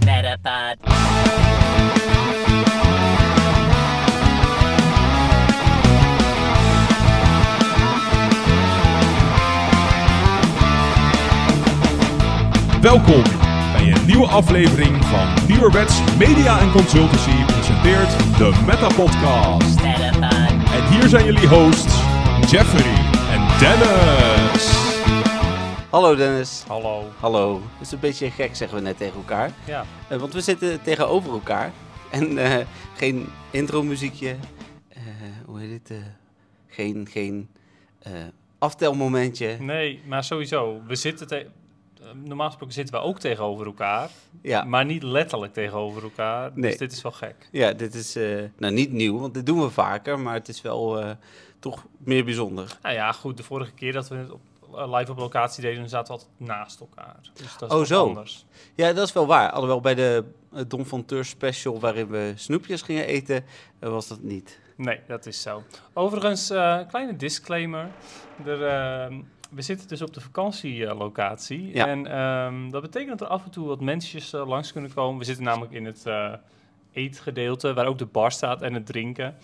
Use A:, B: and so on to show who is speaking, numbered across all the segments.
A: Platypod.
B: Welkom bij een nieuwe aflevering van Nieuwerwets Media en Consultancy presenteert de Meta Podcast.
A: Platypod.
B: En hier zijn jullie hosts Jeffrey en Dennis.
C: Hallo Dennis.
D: Hallo.
C: Hallo. Het is een beetje gek, zeggen we net tegen elkaar.
D: Ja.
C: Eh, want we zitten tegenover elkaar. En eh, geen intro-muziekje. Eh, hoe heet het? eh, geen geen eh, aftelmomentje.
D: Nee, maar sowieso. We zitten te- eh, Normaal gesproken zitten we ook tegenover elkaar,
C: Ja.
D: maar niet letterlijk tegenover elkaar.
C: Nee.
D: Dus dit is wel gek.
C: ja, dit is eh, nou niet nieuw, want dit doen we vaker. Maar het is wel eh, toch meer bijzonder.
D: Nou ja, goed. De vorige keer dat we het op, eh, live op locatie deden, zaten we altijd naast elkaar. Dus dat is
C: Oh,
D: wat
C: zo.
D: anders.
C: Ja, dat is wel waar. Alhoewel bij de eh, Don van Teur special waarin we snoepjes gingen eten, eh, was dat niet.
D: Nee, dat is zo. Overigens, eh kleine disclaimer. Er, ehm, we zitten dus op de vakantielocatie.
C: Ja.
D: En ehm, dat betekent dat er af en toe wat mensjes eh, langs kunnen komen. We zitten namelijk in het eh, eetgedeelte, waar ook de bar staat en het drinken.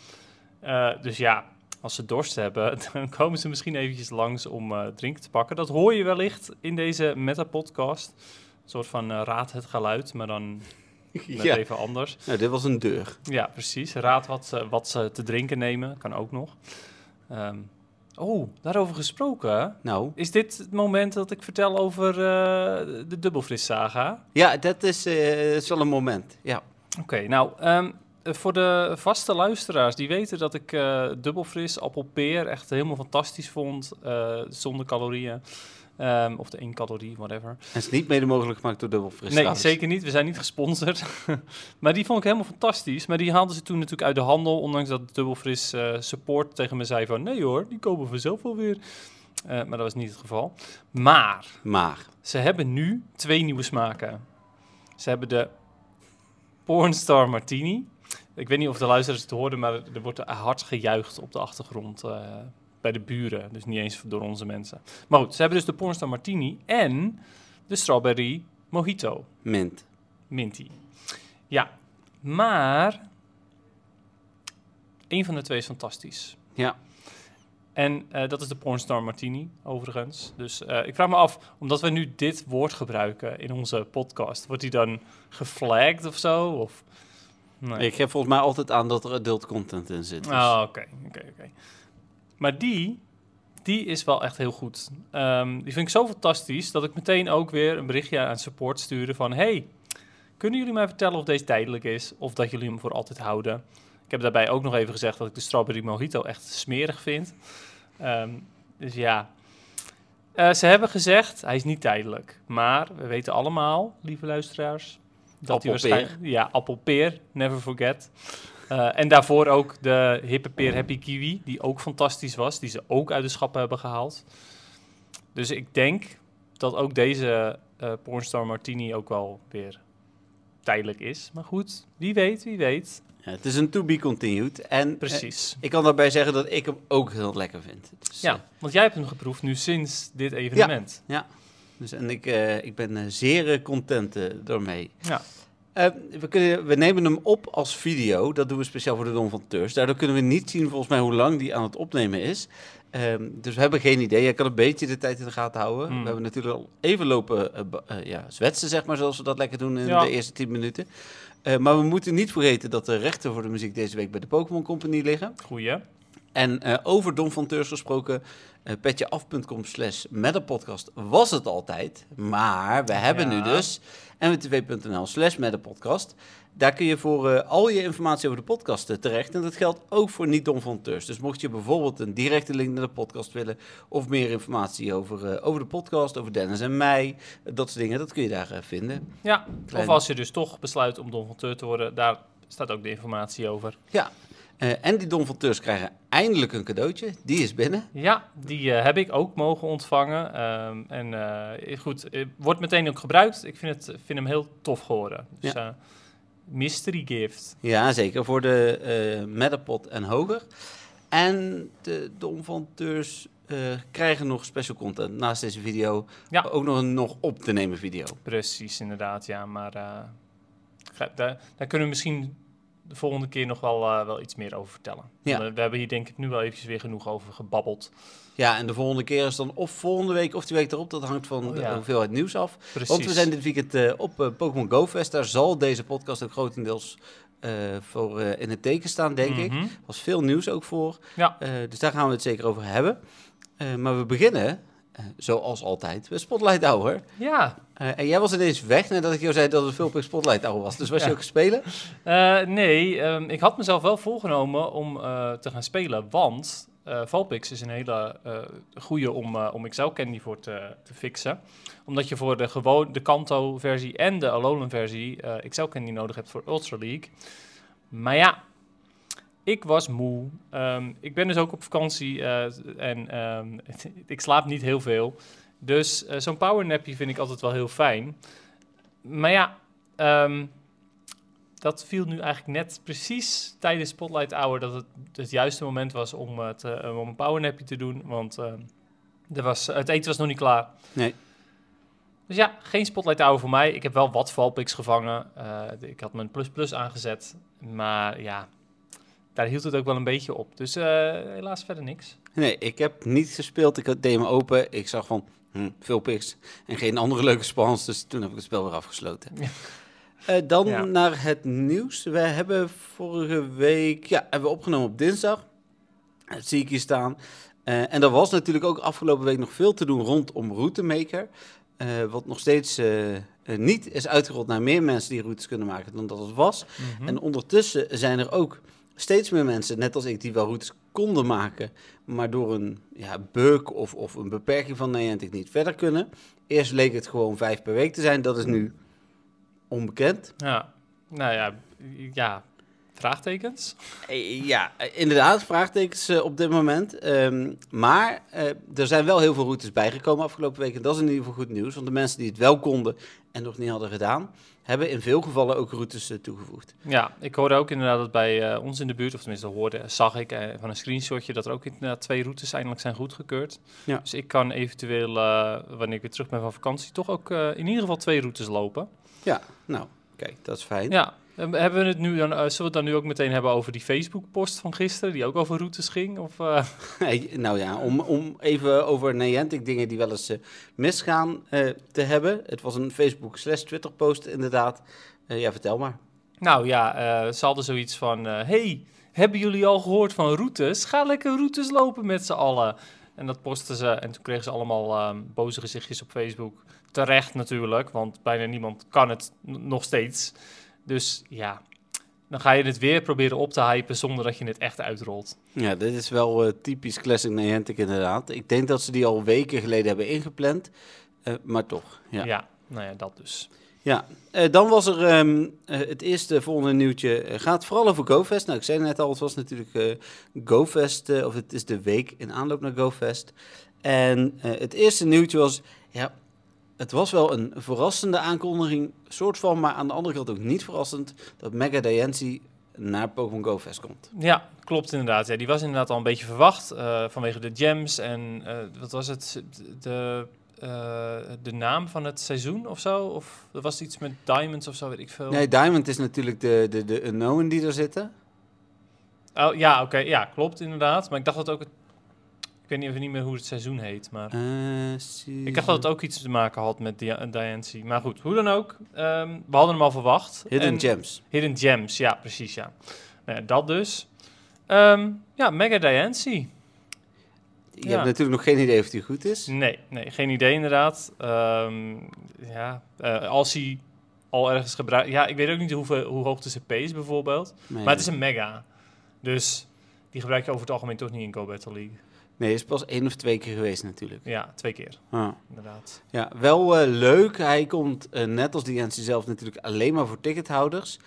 D: Eh, dus ja, als ze dorst hebben, dan komen ze misschien eventjes langs om eh, drinken te pakken. Dat hoor je wellicht in deze meta-podcast. Een soort van eh, raad het geluid, maar dan net
C: ja.
D: even anders.
C: Nou, dit was een deur.
D: Ja, precies. Raad wat, ze- wat ze te drinken nemen. Kan ook nog. Ehm, oh, daarover gesproken.
C: Nou,
D: Is dit het moment dat ik vertel over eh, de dubbelfris-saga?
C: ja, dat is, eh, is wel een moment. Ja.
D: Oké, nou, ehm, eh, voor de vaste luisteraars, die weten dat ik eh dubbelfris, appelpeer echt helemaal fantastisch vond. eh, zonder calorieën. Ehm, of de één calorie, whatever.
C: En is niet mede mogelijk gemaakt door Dubbel Fris.
D: Nee,
C: trouwens.
D: zeker niet. We zijn niet gesponsord. maar die vond ik helemaal fantastisch. Maar die haalden ze toen natuurlijk uit de handel. Ondanks dat Dubbelfris eh support tegen me zei van... Nee hoor, die kopen we zelf wel weer. Eh, maar dat was niet het geval. Maar
C: Maar.
D: ze hebben nu twee nieuwe smaken. Ze hebben de Pornstar Martini. Ik weet niet of de luisteraars het hoorden, maar er wordt hard gejuicht op de achtergrond eh, bij de buren. Dus niet eens door onze mensen. Maar goed, ze hebben dus de Pornstar Martini en de Strawberry Mojito.
C: Mint.
D: Minty. Ja, maar één van de twee is fantastisch.
C: Ja.
D: En eh, dat is de Pornstar Martini, overigens. Dus eh, ik vraag me af, omdat we nu dit woord gebruiken in onze podcast, wordt die dan geflagged of zo? Of... Nee.
C: Ik geef volgens mij altijd aan dat er adult content in zit. dus-
D: Ah, oké, oké, oké. Maar die, die is wel echt heel goed. Ehm, die vind ik zo fantastisch dat ik meteen ook weer een berichtje aan support stuurde van... Hey, kunnen jullie mij vertellen of deze tijdelijk is of dat jullie hem voor altijd houden? Ik heb daarbij ook nog even gezegd dat ik de strawberry mojito echt smerig vind. Ehm, dus ja, Eh, ze hebben gezegd, hij is niet tijdelijk. Maar we weten allemaal, lieve luisteraars... Dat hij
C: Appelpeer.
D: waarschijnlijk- Ja, appelpeer, never forget. Eh, en daarvoor ook de hippe peer Happy Kiwi, die ook fantastisch was, die ze ook uit de schappen hebben gehaald. Dus ik denk dat ook deze eh Pornstar Martini ook wel weer tijdelijk is. Maar goed, wie weet, wie weet.
C: Ja, het is een to be continued. En eh,
D: Precies.
C: ik kan daarbij zeggen dat ik hem ook heel lekker vind. Dus, eh,
D: Ja, want jij hebt hem geproefd nu sinds dit evenement.
C: dus, en ik, eh, ik ben eh, zeer eh, content eh, daarmee.
D: Ja.
C: Eh, we, kunnen, we nemen hem op als video. Dat doen we speciaal voor de Don van Teurs. Daardoor kunnen we niet zien volgens mij hoe lang die aan het opnemen is. Ehm, dus we hebben geen idee. Jij kan een beetje de tijd in de gaten houden.
D: Hmm.
C: We hebben natuurlijk al even lopen eh, ba- eh, ja, zwetsen, zeg maar, zoals we dat lekker doen in
D: Ja.
C: de eerste 10 minuten. Eh, maar we moeten niet vergeten dat de rechten voor de muziek deze week bij de Pokémon Company liggen.
D: Goeie.
C: En eh, over Don van Teurs gesproken, eh petjeaf.com slash met een podcast was het altijd. Maar we hebben
D: Ja.
C: nu dus mwtv.nl slash met een podcast. Daar kun je voor eh, al je informatie over de podcast eh, terecht. En dat geldt ook voor niet Don van Teurs. Dus mocht je bijvoorbeeld een directe link naar de podcast willen... of meer informatie over, eh, over de podcast, over Dennis en mij... eh, dat soort dingen, dat kun je daar eh, vinden.
D: Ja,
C: Klein.
D: of als je dus toch besluit om Don van Teur te worden, daar staat ook de informatie over.
C: Ja, Eh, en die Don van Teurs krijgen eindelijk een cadeautje. Die is binnen.
D: Ja, die eh, heb ik ook mogen ontvangen. Ehm, en eh, goed, eh, wordt meteen ook gebruikt. Ik vind, het, vind hem heel tof geworden. Dus eh, mystery gift.
C: Ja, zeker. Voor de eh Metapod en hoger. En de, de omvanteurs eh, krijgen nog special content naast deze video.
D: Ja.
C: Ook nog een nog op te nemen video.
D: Precies, inderdaad, ja. Maar eh, Daar, daar kunnen we misschien de volgende keer nog wel, eh, wel iets meer over vertellen.
C: Ja.
D: Want, eh, we hebben hier denk ik nu wel eventjes weer genoeg over gebabbeld.
C: Ja, en de volgende keer is dan of volgende week of die week erop. Dat hangt van
D: Oh,
C: de
D: ja.
C: hoeveelheid nieuws af.
D: Precies.
C: Want we zijn dit weekend eh, op eh, Pokémon Go Fest. Daar zal deze podcast ook grotendeels eh, voor eh, in het teken staan, denk ik.
D: Mhm.
C: Er was veel nieuws ook voor.
D: Ja.
C: Eh, dus daar gaan we het zeker over hebben. Eh, maar we beginnen, eh, zoals altijd, met Spotlight Hour.
D: Ja,
C: Eh, en jij was ineens weg nadat ik jou zei dat het veel op Spotlight Hour was. Dus was
D: Ja.
C: je ook spelen?
D: Eh, nee, ehm, ik had mezelf wel voorgenomen om eh, te gaan spelen, want eh Valpix is een hele eh goede om, eh, om XL Candy voor te, te fixen. Omdat je voor de, gewoon, de Kanto-versie en de Alolan-versie eh XL Candy nodig hebt voor Ultra League. Maar ja, ik was moe. Ehm, ik ben dus ook op vakantie eh, en ehm, ik slaap niet heel veel. Dus eh, zo'n powernapje vind ik altijd wel heel fijn. Maar ja, ehm, dat viel nu eigenlijk net precies tijdens Spotlight Hour dat het het juiste moment was om, eh, te, eh, om een powernapje te doen. Want eh, er was, het eten was nog niet klaar.
C: Nee.
D: Dus ja, geen Spotlight Hour voor mij. Ik heb wel wat Valpix gevangen. Eh, de- ik had mijn plus plus aangezet. Maar ja, daar hield het ook wel een beetje op. Dus eh, helaas verder niks.
C: Nee, ik heb niet gespeeld. Ik had- deed me open. Ik zag van hm, veel pics en geen andere leuke spans. Dus toen heb ik het spel weer afgesloten.
D: Ja.
C: Eh, dan
D: Ja.
C: naar het nieuws. We hebben vorige week, ja, hebben we opgenomen op dinsdag. Dat zie ik hier staan. Eh, en er was natuurlijk ook afgelopen week nog veel te doen rondom Routemaker. eh, wat nog steeds eh, eh, niet is uitgerold naar meer mensen die routes kunnen maken dan dat het was. En ondertussen zijn er ook steeds meer mensen, net als ik, die wel routes konden maken, maar door een ja, bug of, of een beperking van Niantic niet verder kunnen. Eerst leek het gewoon vijf per week te zijn, dat is nu onbekend.
D: Ja, nou ja, ja, vraagtekens.
C: Eh, Ja, eh, inderdaad, vraagtekens eh, op dit moment. Ehm, maar eh, er zijn wel heel veel routes bijgekomen afgelopen week. En dat is in ieder geval goed nieuws. Want de mensen die het wel konden en nog niet hadden gedaan, hebben in veel gevallen ook routes eh, toegevoegd.
D: Ja, ik hoorde ook inderdaad dat bij eh, ons in de buurt, of tenminste hoorde, zag ik eh, van een screenshotje dat er ook inderdaad twee routes eindelijk zijn goedgekeurd.
C: Ja.
D: Dus ik kan eventueel, eh, wanneer ik weer terug ben van vakantie, toch ook eh, in ieder geval twee routes lopen.
C: Ja, nou, kijk, dat is fijn.
D: Ja, eh, hebben we het nu dan, eh, zullen we het dan nu ook meteen hebben over die Facebook-post van gisteren, die ook over routes ging? Of, eh,
C: Hey, nou ja, om, om even over Niantic dingen die wel eens eh, misgaan eh, te hebben. Het was een Facebook slash Twitter post inderdaad. Eh, ja, vertel maar.
D: Nou ja, eh ze hadden zoiets van: eh, hey, hebben jullie al gehoord van routes? Ga lekker routes lopen met z'n allen. En dat postten ze en toen kregen ze allemaal ehm, boze gezichtjes op Facebook. Terecht natuurlijk, want bijna niemand kan het n- nog steeds. Dus ja, dan ga je het weer proberen op te hypen zonder dat je het echt uitrolt.
C: Ja, dit is wel eh, typisch Classic Niantic inderdaad. Ik denk dat ze die al weken geleden hebben ingepland. eh, maar toch, ja.
D: Ja, nou ja, dat dus.
C: Eh, dan was er ehm, eh, het eerste volgende nieuwtje. eh, gaat vooral over GoFest. Nou, ik zei net al, het was natuurlijk eh, GoFest. eh, of het is de week in aanloop naar GoFest. En eh, het eerste nieuwtje was... Ja, het was wel een verrassende aankondiging. Soort van, maar aan de andere kant ook niet verrassend... dat Mega Diancie naar Pokémon GoFest komt.
D: Ja, klopt inderdaad. Ja, die was inderdaad al een beetje verwacht eh, vanwege de gems en eh, wat was het? De, eh, de naam van het seizoen of zo? Of er was iets met diamonds of zo, weet ik veel.
C: Nee, Diamond is natuurlijk de, de, de unknown die er zitten.
D: Oh, ja, oké. ja, klopt inderdaad. Maar ik dacht dat ook... Het, ik weet niet even niet meer hoe het seizoen heet, maar...
C: Eh,
D: Ik dacht dat het ook iets te maken had met Dia- Diancie. Maar goed, hoe dan ook. ehm, we hadden hem al verwacht.
C: Hidden
D: En-
C: Gems.
D: Hidden Gems, ja, precies, ja. Nou ja, dat dus. Ehm, ja, Mega Diancie.
C: Je
D: ja. Mm.
C: hebt natuurlijk nog geen idee of die goed is.
D: Nee, nee, geen idee inderdaad. Ehm, ja, eh, als hij al ergens gebruikt... Ja, ik weet ook niet hoeveel, hoe hoog de CP is bijvoorbeeld. Maar het is een mega. Dus die gebruik je over het algemeen toch niet in Go Battle League.
C: Nee, het is pas één of twee keer geweest natuurlijk.
D: Ja, twee keer
C: Ah.
D: inderdaad.
C: Ja, wel eh, leuk. Hij komt eh, net als DNC zelf natuurlijk alleen maar voor tickethouders.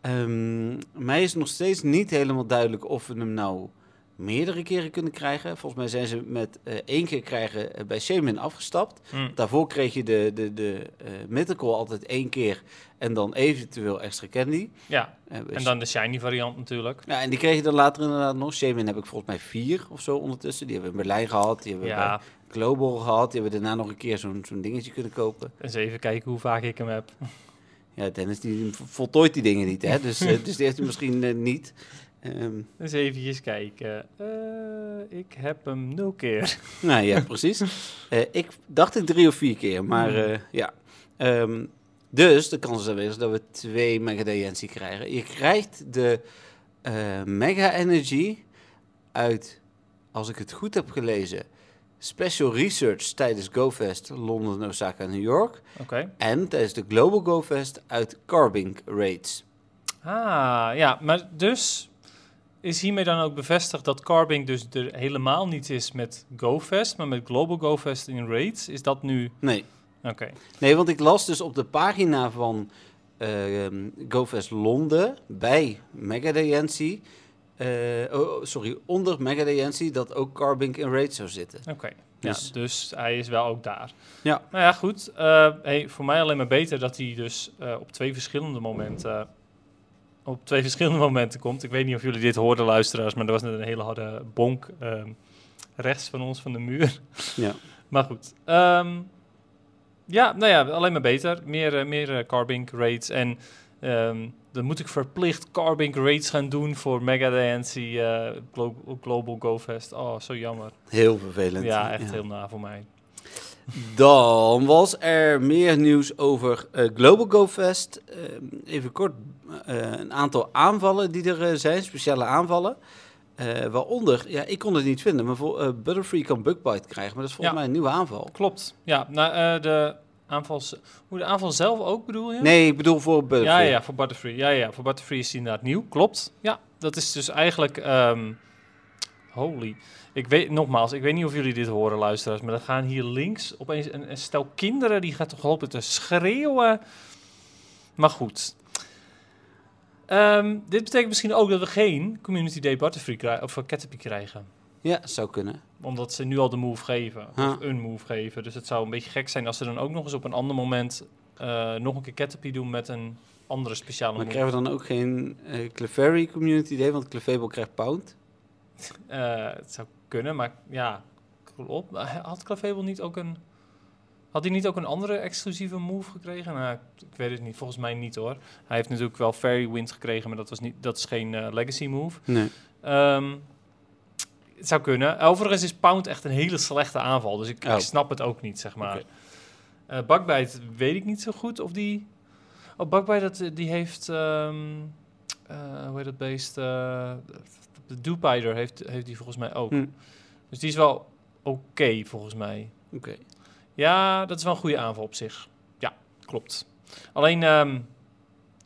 C: Ehm, mij is nog steeds niet helemaal duidelijk of we hem nou meerdere keren kunnen krijgen. Volgens mij zijn ze met eh, één keer krijgen eh, bij Shaman afgestapt.
D: Hm,
C: Daarvoor kreeg je de, de, de eh, Mythical altijd één keer en dan eventueel extra candy.
D: Ja,
C: Eh, bij
D: en dan de shiny variant natuurlijk.
C: ja, en die kreeg je dan later inderdaad nog. Shaman heb ik volgens mij vier of zo ondertussen. Die hebben we in Berlijn gehad, die hebben we
D: Ja,
C: bij Global gehad. Die hebben daarna nog een keer zo'n zo'n dingetje kunnen kopen.
D: eens even kijken hoe vaak ik hem heb.
C: Ja, Dennis die voltooit die dingen niet, hè? Dus, eh, dus die heeft hij misschien eh, niet. Ehm,
D: Eens eventjes kijken. Eh, ik heb hem nul keer.
C: nou ja, precies. Eh, ik dacht ik drie of vier keer, maar eh, ja. Ehm, dus de kans is aanwezig dat we twee Mega DNC krijgen. Je krijgt de eh, Mega Energy uit, als ik het goed heb gelezen, Special Research tijdens GoFest Londen, Osaka en New York.
D: Oké.
C: En tijdens de Global GoFest uit Carbink Raids.
D: Ah, ja, maar dus is hiermee dan ook bevestigd dat Carbing dus er helemaal niet is met GoFest, maar met Global GoFest in Raids. Is dat nu...
C: Nee,
D: Oké.
C: Nee, want ik las dus op de pagina van ehm, GoFest Londen bij Megadancy. eh, oh, oh, sorry, onder Megadancy dat ook Carbink en Raid zou zitten.
D: Oké,
C: Dus-
D: ja, dus hij is wel ook daar.
C: Ja.
D: Nou ja, goed. Eh, hey, voor mij alleen maar beter dat hij dus eh, op twee verschillende momenten... op twee verschillende momenten komt. Ik weet niet of jullie dit hoorden, luisteraars, maar er was net een hele harde bonk ehm, rechts van ons van de muur.
C: Ja.
D: Maar goed. ehm, ja, nou ja, alleen maar beter. Meer, eh, meer eh, carbink rates. En ehm, dan moet ik verplicht carbink rates gaan doen voor Mega DNC eh, Glo- Global GoFest. Oh, zo jammer.
C: Heel vervelend.
D: Ja, echt heel na voor mij.
C: Dan was er meer nieuws over eh, Global GoFest. Ehm, even kort, eh, een aantal aanvallen die er eh, zijn, speciale aanvallen. Eh, waaronder, ja, ik kon het niet vinden, maar voor, eh, Butterfree kan Bugbite krijgen. Maar dat is volgens
D: Ja.
C: mij een nieuwe aanval.
D: Klopt. Ja, nou, eh, de aanval... z- Hoe de aanval zelf ook bedoel je?
C: Nee, ik bedoel voor
D: Ja,
C: Butterfree.
D: ja, voor Butterfree. Ja, ja, voor Butterfree is die inderdaad nieuw. Klopt. Ja, dat is dus eigenlijk... ehm, holy. Ik weet, nogmaals, ik weet niet of jullie dit horen, luisteraars, maar er gaan hier links opeens een, een stel kinderen die gaat toch lopen te schreeuwen. Maar goed. Ehm, dit betekent misschien ook dat we geen Community Day Butterfree krijgen, of eh, Caterpie krijgen.
C: Ja, zou kunnen.
D: Omdat ze nu al de move geven.
C: Ja.
D: Of een move geven. Dus het zou een beetje gek zijn als ze dan ook nog eens op een ander moment eh, nog een keer Caterpie doen met een andere speciale
C: Maar
D: move.
C: krijgen we dan ook geen eh Clefairy Community Day, want Clefable krijgt Pound.
D: Eh, het zou kunnen, maar ja, klopt. Maar Had Clavable niet ook een... Had hij niet ook een andere exclusieve move gekregen? Nou, ik weet het niet. Volgens mij niet hoor. Hij heeft natuurlijk wel Fairy Wind gekregen, maar dat, was niet, dat is geen eh, legacy move.
C: Nee.
D: Ehm, het zou kunnen. Overigens is Pound echt een hele slechte aanval. Dus ik,
C: Oh.
D: ik snap het ook niet, zeg maar.
C: Oké.
D: Eh Bakbite weet ik niet zo goed of die... Oh, Bakbite, dat, die heeft... ehm, eh, hoe heet dat beest? Eh, de Doopider heeft, heeft die volgens mij ook.
C: Hm.
D: Dus die is wel oké, volgens mij.
C: Oké.
D: Ja, dat is wel een goede aanval op zich. Ja, klopt. Alleen, ehm,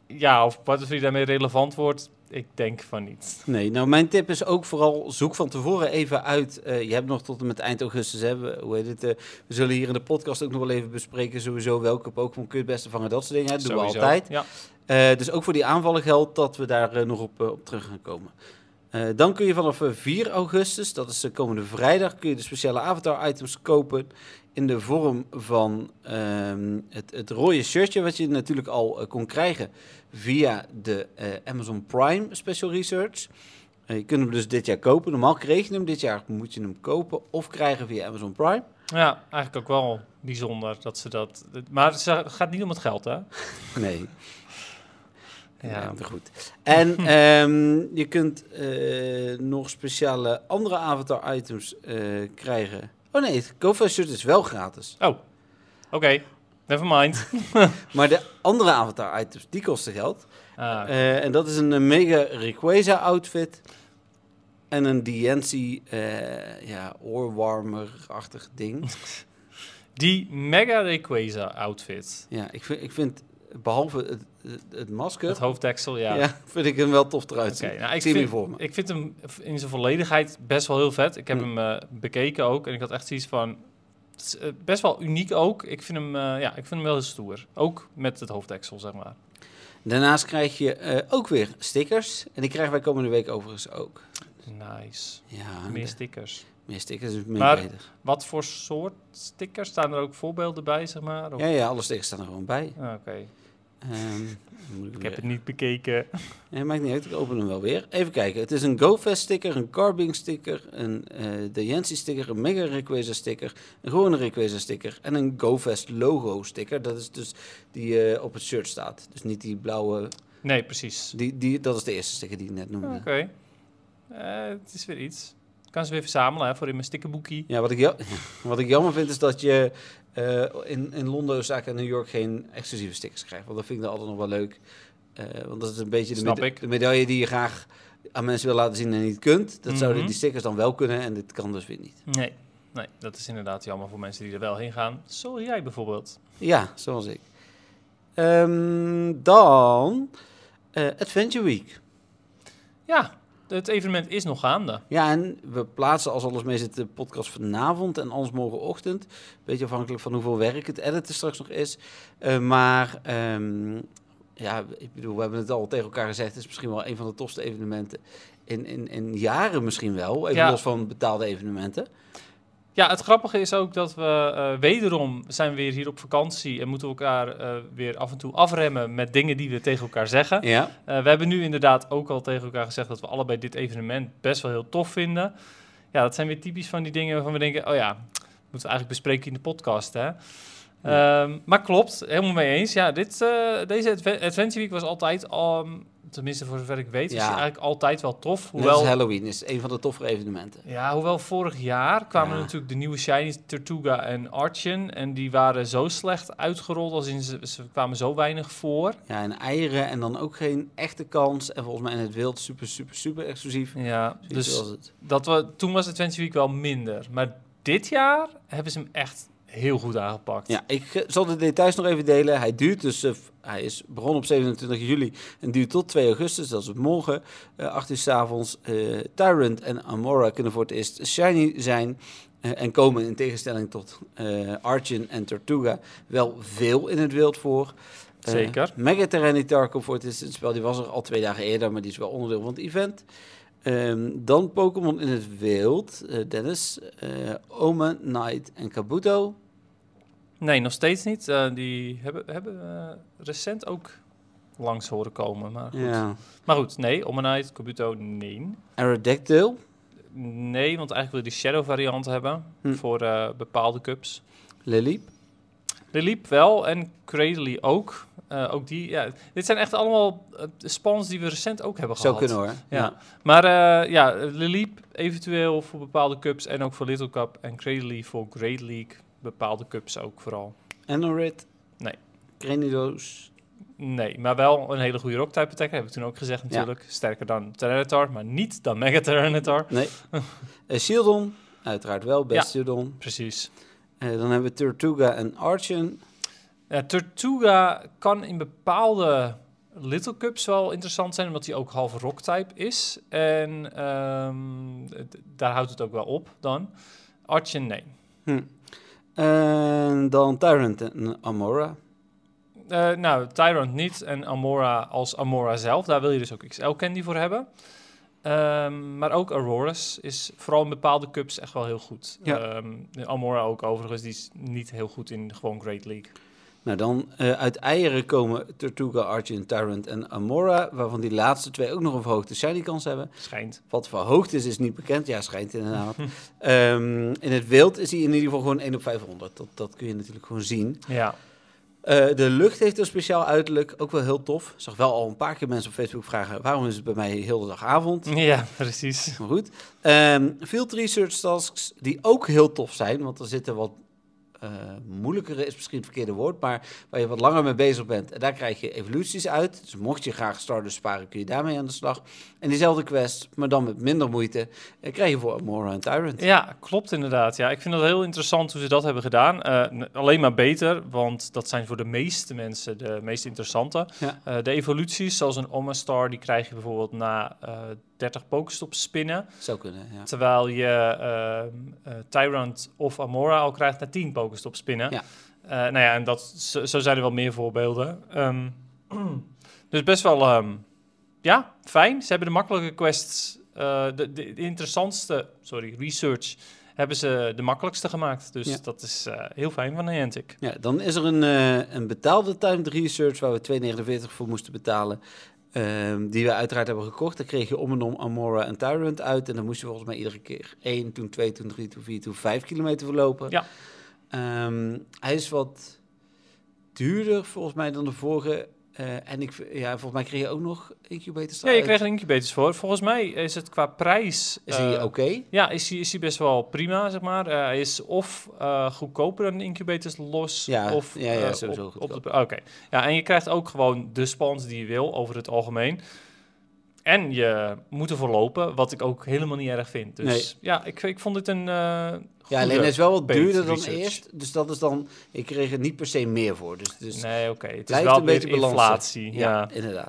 D: ja, of Butterfree daarmee relevant wordt, ik denk van niet.
C: Nee, nou mijn tip is ook vooral zoek van tevoren even uit. eh, je hebt nog tot en met eind augustus, hè, we- hoe heet het? eh, we zullen hier in de podcast ook nog wel even bespreken sowieso welke Pokémon kun je het beste vangen, dat soort dingen. Hè, dat doen we
D: Sowieso.
C: altijd.
D: Ja.
C: Eh, dus ook voor die aanvallen geldt dat we daar eh, nog op, eh, op terug gaan komen. Eh, dan kun je vanaf eh, 4 augustus, dat is de komende vrijdag, kun je de speciale avatar-items kopen in de vorm van ehm, het, het rode shirtje, wat je natuurlijk al eh, kon krijgen via de eh, Amazon Prime Special Research. Eh, je kunt hem dus dit jaar kopen. Normaal kreeg je hem dit jaar, moet je hem kopen of krijgen via Amazon Prime.
D: Ja, eigenlijk ook wel bijzonder dat ze dat. Maar ze- het gaat niet om het geld, hè?
C: Nee, Ja,
D: Ja.
C: maar goed. En ehm, je kunt eh, nog speciale andere avatar-items eh, krijgen. Oh nee, het GoFest shirt is wel gratis.
D: Oh, oké. Never mind.
C: Maar de andere avatar-items, die kosten geld.
D: Ah,
C: Eh, en dat is een eh, mega Rayquaza-outfit. En een DNC, eh, ja, oorwarmer-achtig ding.
D: die Mega Rayquaza outfit.
C: ja, ik vind, ik vind behalve het, het, het masker,
D: Het hoofddeksel, ja.
C: ja. vind ik hem wel tof eruit
D: Oké,
C: zien.
D: nou, ik,
C: ik zie hem hier
D: vind,
C: voor me.
D: ik vind hem in zijn volledigheid best wel heel vet. Ik heb
C: Hm.
D: hem eh, bekeken ook en ik had echt zoiets van. het is, eh, best wel uniek ook. Ik vind, hem, eh, ja, ik vind hem wel heel stoer. Ook met het hoofddeksel, zeg maar.
C: Daarnaast krijg je eh, ook weer stickers. En die krijgen wij komende week overigens ook.
D: Nice.
C: Ja,
D: Meer
C: de-
D: stickers.
C: meer stickers is meer
D: Maar-
C: beter.
D: Wat voor soort stickers? Staan er ook voorbeelden bij, zeg maar? Of-
C: Ja, ja, alle stickers staan er gewoon bij.
D: Ah, Oké.
C: Ehm, moet
D: Ik
C: weer-
D: heb het niet bekeken.
C: Nee, maakt niet uit, ik open hem wel weer. Even kijken, het is een GoFest sticker, een Carbing sticker, een eh De Yancy sticker, een Mega Rayquaza sticker, een gewone Rayquaza sticker en een GoFest logo sticker. Dat is dus die eh, op het shirt staat. Dus niet die blauwe,
D: Nee, precies.
C: die, die, dat is de eerste sticker die ik net noemde.
D: Oh, Oké. Eh, het is weer iets. Ik kan ze weer verzamelen hè, voor in mijn stickerboekie.
C: Ja, wat ik, ja- wat ik jammer vind is dat je eh, in, in Londen, Osaka en New York geen exclusieve stickers krijgt. Want dat vind ik dan altijd nog wel leuk. Eh, want dat is een beetje de,
D: Snap
C: meda-
D: ik.
C: de medaille die je graag aan mensen wil laten zien en niet kunt. Dat zouden
D: Mhm.
C: die stickers dan wel kunnen en dit kan dus weer niet.
D: Nee. Nee, dat is inderdaad jammer voor mensen die er wel heen gaan. Zoals jij bijvoorbeeld.
C: Ja, zoals ik. Ehm, dan eh, Adventure Week.
D: Ja, het evenement is nog gaande.
C: Ja, en we plaatsen als alles mee zit de podcast vanavond en anders morgenochtend. Beetje afhankelijk van hoeveel werk het editen straks nog is. Eh, maar ehm, ja, ik bedoel, we hebben het al tegen elkaar gezegd. Het is misschien wel een van de tofste evenementen in, in, in jaren misschien wel. Even
D: Ja.
C: los van betaalde evenementen.
D: Ja, het grappige is ook dat we eh, wederom zijn we weer hier op vakantie en moeten we elkaar eh, weer af en toe afremmen met dingen die we tegen elkaar zeggen.
C: Ja,
D: Eh, we hebben nu inderdaad ook al tegen elkaar gezegd dat we allebei dit evenement best wel heel tof vinden. Ja, dat zijn weer typisch van die dingen waarvan we denken, oh ja, moeten we eigenlijk bespreken in de podcast, hè? Ehm, maar klopt, helemaal mee eens. Ja, dit, eh, deze adve- Adventure Week was altijd, al, tenminste voor zover ik weet, was
C: Ja.
D: die eigenlijk altijd wel
C: net
D: tof.
C: als
D: Hoewel,
C: Halloween is een van de toffere evenementen.
D: ja, hoewel vorig jaar kwamen
C: Ja.
D: natuurlijk de nieuwe Shiny Tortuga en Archon. En die waren zo slecht uitgerold, als in ze, ze kwamen zo weinig voor.
C: Ja, en eieren en dan ook geen echte kans. En volgens mij in het wild super, super, super exclusief.
D: Ja,
C: Dus
D: dus
C: was het.
D: dat we, toen was Adventure Week wel minder. Maar dit jaar hebben ze hem echt heel goed aangepakt.
C: Ja, ik eh, zal de details nog even delen. Hij duurt dus, eh, v- hij is begonnen op 27 juli en duurt tot 2 augustus, dat is het morgen, eh 8 uur 's avonds. Eh, Tyrant en Amora kunnen voor het eerst shiny zijn eh, en komen in tegenstelling tot eh Archon en Tortuga wel veel in het wild voor. Eh,
D: Zeker.
C: Mega Tyranitar komt voor het eerst in het spel, die was er al twee dagen eerder, maar die is wel onderdeel van het event. Ehm, dan Pokémon in het wild, eh, Dennis, eh Omen, Knight en Kabuto.
D: Nee, nog steeds niet. Eh, die hebben, hebben we recent ook langs horen komen. Maar goed,
C: Ja.
D: maar goed nee, Ommanite, Kabuto, nee.
C: Aerodactyl.
D: Nee, want eigenlijk wil je die Shadow variant hebben
C: Hm.
D: voor eh, bepaalde cups.
C: Lily.
D: Oh, Liliep wel en Cradley ook. Eh, ook die, ja. Dit zijn echt allemaal eh, spawns die we recent ook hebben
C: Zou
D: gehad.
C: kunnen hoor.
D: Ja. Maar eh, ja, Liliep eventueel voor bepaalde cups en ook voor Little Cup. En Cradley voor Great League. Bepaalde cups ook vooral.
C: Anorid.
D: Nee.
C: Cranidos.
D: Nee, maar wel een hele goede rocktype attacker, heb ik toen ook gezegd natuurlijk. Sterker dan Tyranitar, maar niet dan Mega Tyranitar.
C: Nee. Eh, Shieldon. Uiteraard wel. Best
D: Ja.
C: Shieldon.
D: Precies.
C: Eh, dan hebben we Tortuga en Archon.
D: Ja, Tortuga kan in bepaalde Little Cups wel interessant zijn, omdat hij ook half rock-type is. En ehm, d- daar houdt het ook wel op dan. Archen, nee.
C: Hm. En dan Tyrant en Amora.
D: Eh, nou, Tyrant niet en Amora als Amora zelf. Daar wil je dus ook XL-candy voor hebben. Ehm, maar ook Aurora's is vooral in bepaalde cups echt wel heel goed.
C: Ja.
D: Ehm, de Amora ook overigens, die is niet heel goed in gewoon Great League.
C: Nou, dan eh, uit eieren komen Tortuga, Archon, Tyrant en Amora. Waarvan die laatste twee ook nog een verhoogde shiny kans hebben.
D: Schijnt.
C: Wat verhoogd is, is niet bekend. Ja, schijnt inderdaad. Ehm, in het wild is hij in ieder geval gewoon 1 op 500. Dat, dat kun je natuurlijk gewoon zien.
D: Ja.
C: Eh, de lucht heeft een speciaal uiterlijk, ook wel heel tof. Ik zag wel al een paar keer mensen op Facebook vragen... waarom is het bij mij heel de dagavond?
D: Ja, precies.
C: Maar goed. Ehm field research tasks die ook heel tof zijn... want er zitten wat eh, moeilijkere, is misschien het verkeerde woord... maar waar je wat langer mee bezig bent. En daar krijg je evoluties uit. Dus mocht je graag starters sparen, kun je daarmee aan de slag. En diezelfde quest, maar dan met minder moeite... eh, krijg je voor Amora en Tyrant.
D: Ja, klopt inderdaad. Ja, ik vind het heel interessant hoe ze dat hebben gedaan. Eh, n- alleen maar beter, want dat zijn voor de meeste mensen de meest interessante.
C: Ja.
D: Eh, de evoluties, zoals een Oma Star, die krijg je bijvoorbeeld na eh 30 pokestops spinnen.
C: Zou kunnen, ja.
D: Terwijl je ehm, eh, Tyrant of Amora al krijgt na 10 pokestops spinnen.
C: Ja.
D: Eh, nou ja, en dat, zo, zo zijn er wel meer voorbeelden. Ehm, dus best wel, ehm, ja, fijn. Ze hebben de makkelijke quests, eh, de, de, de interessantste, sorry, research hebben ze de makkelijkste gemaakt. Dus
C: Ja.
D: dat is eh, heel fijn van Niantic.
C: Ja, dan is er een, eh, een betaalde timed research waar we 2,49 voor moesten betalen. ehm, die we uiteraard hebben gekocht. Daar kreeg je om en om Amora en Tyrant uit. En dan moest je volgens mij iedere keer 1, toen 2, toen 3, toen 4, toen 5 kilometer verlopen.
D: Ja.
C: Ehm, hij is wat duurder volgens mij dan de vorige. Eh, en ik, v- ja, volgens mij kreeg je ook nog incubators
D: Ja, je
C: eruit.
D: kreeg er incubators voor. Volgens mij is het qua prijs...
C: Is hij
D: eh,
C: oké?
D: Ja, is hij, is hij best wel prima, zeg maar. Eh, hij is of eh, goedkoper dan de incubators los,
C: Ja,
D: of
C: ja, ja,
D: eh,
C: sowieso
D: op, op de...
C: goedkoop.
D: Oké. Ja, en je krijgt ook gewoon de spons die je wil, over het algemeen. En je moet ervoor lopen, wat ik ook helemaal niet erg vind. Dus
C: Nee.
D: ja, ik, ik vond dit een eh,
C: Ja,
D: goede-
C: alleen hij is wel wat
D: paid
C: duurder dan
D: research.
C: eerst. Dus dat is dan... Ik kreeg er niet per se meer voor. Dus, dus
D: Nee, oké. Het is
C: Blijft
D: wel
C: een beetje
D: weer
C: balansen.
D: inflatie. Ja.
C: Ja, inderdaad.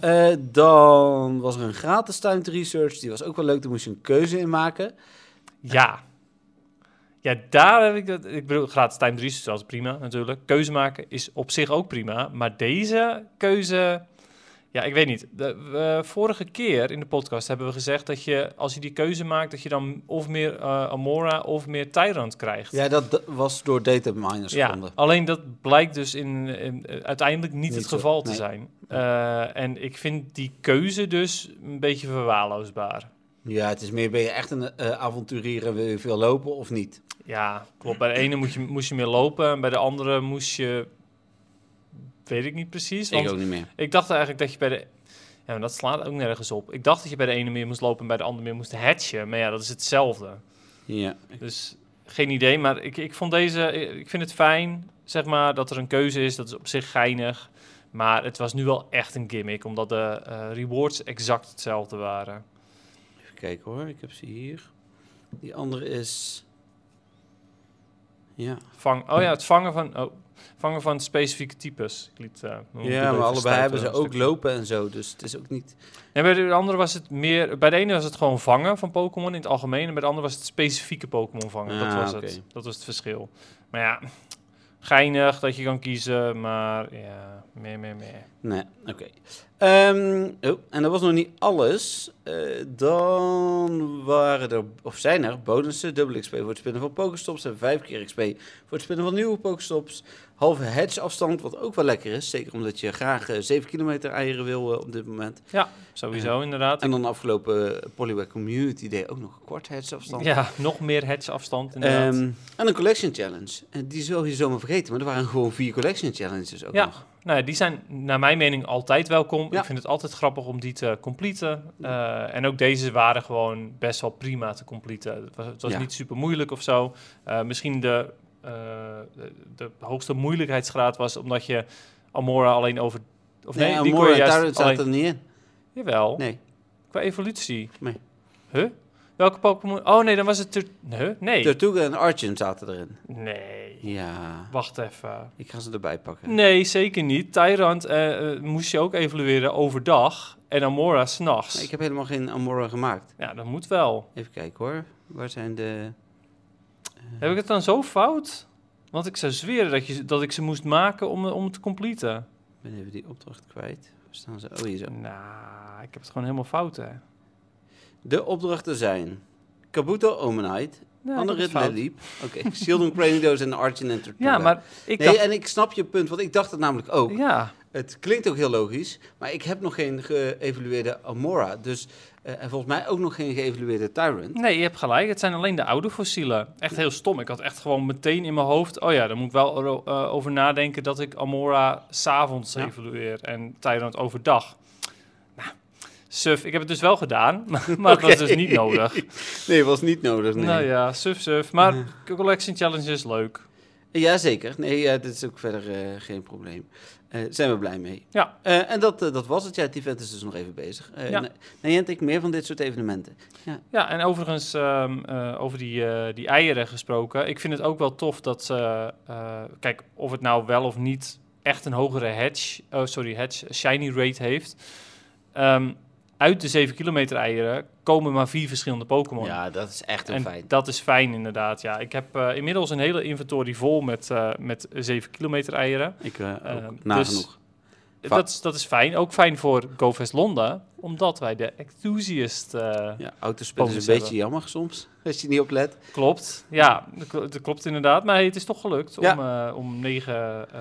C: Eh, dan was er een gratis timed research. Die was ook wel leuk. Daar moest je een keuze in maken.
D: Ja. Ja, daar heb ik dat. Ik bedoel, gratis time 3 is zelfs prima natuurlijk. Keuze maken is op zich ook prima. Maar deze keuze. Ja, ik weet niet. De, we- vorige keer in de podcast hebben we gezegd dat je, als je die keuze maakt, dat je dan of meer eh, Amora of meer Tyrant krijgt.
C: Ja, dat d- was door data miners
D: Ja,
C: gevonden.
D: alleen dat blijkt dus in, in- eh, uiteindelijk niet,
C: Niet
D: het
C: zo,
D: geval te
C: nee.
D: zijn. Eh, en ik vind die keuze dus een beetje verwaarloosbaar.
C: Ja, het is meer ben je echt een eh, avonturier en wil je veel lopen of niet?
D: Ja, klopt. Bij de ene moest je, moest je meer lopen en bij de andere moest je... Weet ik niet precies. Want ik,
C: niet meer.
D: dacht eigenlijk dat je bij de... Ja, maar dat slaat ook nergens op. Ik dacht dat je bij de ene meer moest lopen en bij de andere meer moest hatchen. Maar ja, dat is hetzelfde.
C: Ja.
D: Dus geen idee, maar ik, ik vond deze... Ik vind het fijn, zeg maar, dat er een keuze is. Dat is op zich geinig. Maar het was nu wel echt een gimmick, omdat de eh, rewards exact hetzelfde waren.
C: Even kijken hoor, ik heb ze hier. Die andere is... Ja,
D: Vang, oh ja, het vangen van, oh, vangen van specifieke types. Ik liet, eh, mijn mobiel
C: ja
D: even
C: maar allebei
D: stuiten
C: hebben ze
D: een stuk.
C: ook lopen en zo. Dus het is ook niet...
D: En bij de andere was het meer. Bij de ene was het gewoon vangen van Pokémon in het algemeen. En bij de andere was het specifieke Pokémon vangen. dat
C: Ah,
D: was
C: oké.
D: het. Dat was het verschil. Maar ja, geinig dat je kan kiezen. Maar ja, meer, meer, meer.
C: Nee, oké. Ehm, oh, en dat was nog niet alles. Eh, dan waren er, of zijn er, bonussen. Dubbel XP voor het spinnen van Pokestops en vijf keer XP voor het spinnen van nieuwe Pokestops. Halve hedge afstand, wat ook wel lekker is. Zeker omdat je graag eh, 7 kilometer eieren wil eh, op dit moment.
D: Sowieso, inderdaad.
C: En dan afgelopen eh, Poliwag Community Day ook nog een kwart hedge afstand.
D: Ja, nog meer hedge afstand. Inderdaad.
C: Ehm, en een collection challenge. En die zul je zomaar vergeten, maar er waren gewoon vier collection challenges ook
D: Ja.
C: nog.
D: Nou, ja, die zijn naar mijn mening altijd welkom.
C: Ja.
D: Ik vind het altijd grappig om die te completen. Eh, en ook deze waren gewoon best wel prima te completen. Het was, het was
C: Ja.
D: niet super moeilijk of zo. Eh, misschien de, eh, de, de hoogste moeilijkheidsgraad was omdat je Amora alleen over... Of nee, die kon
C: Amora
D: je
C: en
D: juist
C: Tyrant zaten
D: alleen-
C: er niet in.
D: Jawel,
C: Nee,
D: qua evolutie.
C: Nee.
D: Huh? Welke Pokémon? Oh nee, dan was het... Tur- Huh? Nee.
C: Tortuga en Archon zaten erin.
D: nee.
C: Ja,
D: Wacht even.
C: ik ga ze erbij pakken.
D: Nee, zeker niet. Tyrant eh, eh, moest je ook evalueren overdag en Amora s'nachts.
C: Maar Ik heb helemaal geen Amora gemaakt.
D: Ja, dat moet wel.
C: Even kijken hoor. Waar zijn de...
D: Heb ik het dan zo fout? Want ik zou zweren dat, je, dat ik ze moest maken om, eh, om het te completen.
C: Ik ben even die opdracht kwijt. Waar staan ze? Oh, hier zo.
D: Nou, ik heb het gewoon helemaal fout, hè.
C: De opdrachten zijn... Kabuto Omenite,
D: Ja,
C: Andere
D: ik heb het
C: Rit
D: fout.
C: Leliep. Oké, Shieldon Cranidos en Archon en Tortuga.
D: Ja, maar ik
C: Nee, eh,
D: dacht...
C: en ik snap je punt, want ik dacht het namelijk ook.
D: Ja,
C: Het klinkt ook heel logisch, maar ik heb nog geen geëvalueerde Amora. Dus, eh, en volgens mij ook nog geen geëvalueerde Tyrant.
D: nee, je hebt gelijk. Het zijn alleen de oude fossielen. Echt heel stom. Ik had echt gewoon meteen in mijn hoofd... Oh ja, dan moet ik wel ero- eh, over nadenken dat ik Amora s'avonds
C: Ja.
D: evalueer en Tyrant overdag. Nou, suf. Ik heb het dus wel gedaan, maar maar het was dus niet nodig.
C: Nee, was niet nodig. Nee.
D: Nou ja, suf, suf. Maar
C: Ja.
D: Collection Challenge is leuk.
C: Jazeker. Nee, eh, dit is ook verder eh, geen probleem. Eh zijn we blij mee.
D: Ja.
C: Eh, en dat, eh, dat was het. Ja, het event is dus nog even bezig. Eh
D: Ja.
C: ja. Niantic, meer van dit soort evenementen.
D: Ja, en overigens, ehm, eh, over die, eh, die eieren gesproken. Ik vind het ook wel tof dat ze... eh, kijk, of het nou wel of niet echt een hogere hedge... oh, sorry, hedge, shiny rate heeft. Ehm, uit de 7 kilometer eieren komen maar vier verschillende Pokémon.
C: Ja, dat is echt
D: en
C: een feit.
D: dat is fijn inderdaad, ja. Ik heb eh, inmiddels een hele inventory vol met, eh met 7 kilometer eieren.
C: Ik eh ook
D: Ehm, dus-
C: nagenoeg. Va-
D: dat, is, dat is fijn. Ook fijn voor GoFest Londen, omdat wij de enthusiast... eh,
C: Ja, autospel is een
D: Focus
C: beetje
D: hebben.
C: jammer soms, als je niet oplet.
D: Klopt, ja, dat kl- dat klopt inderdaad. Maar het is toch gelukt
C: Ja.
D: om, eh, om 9, eh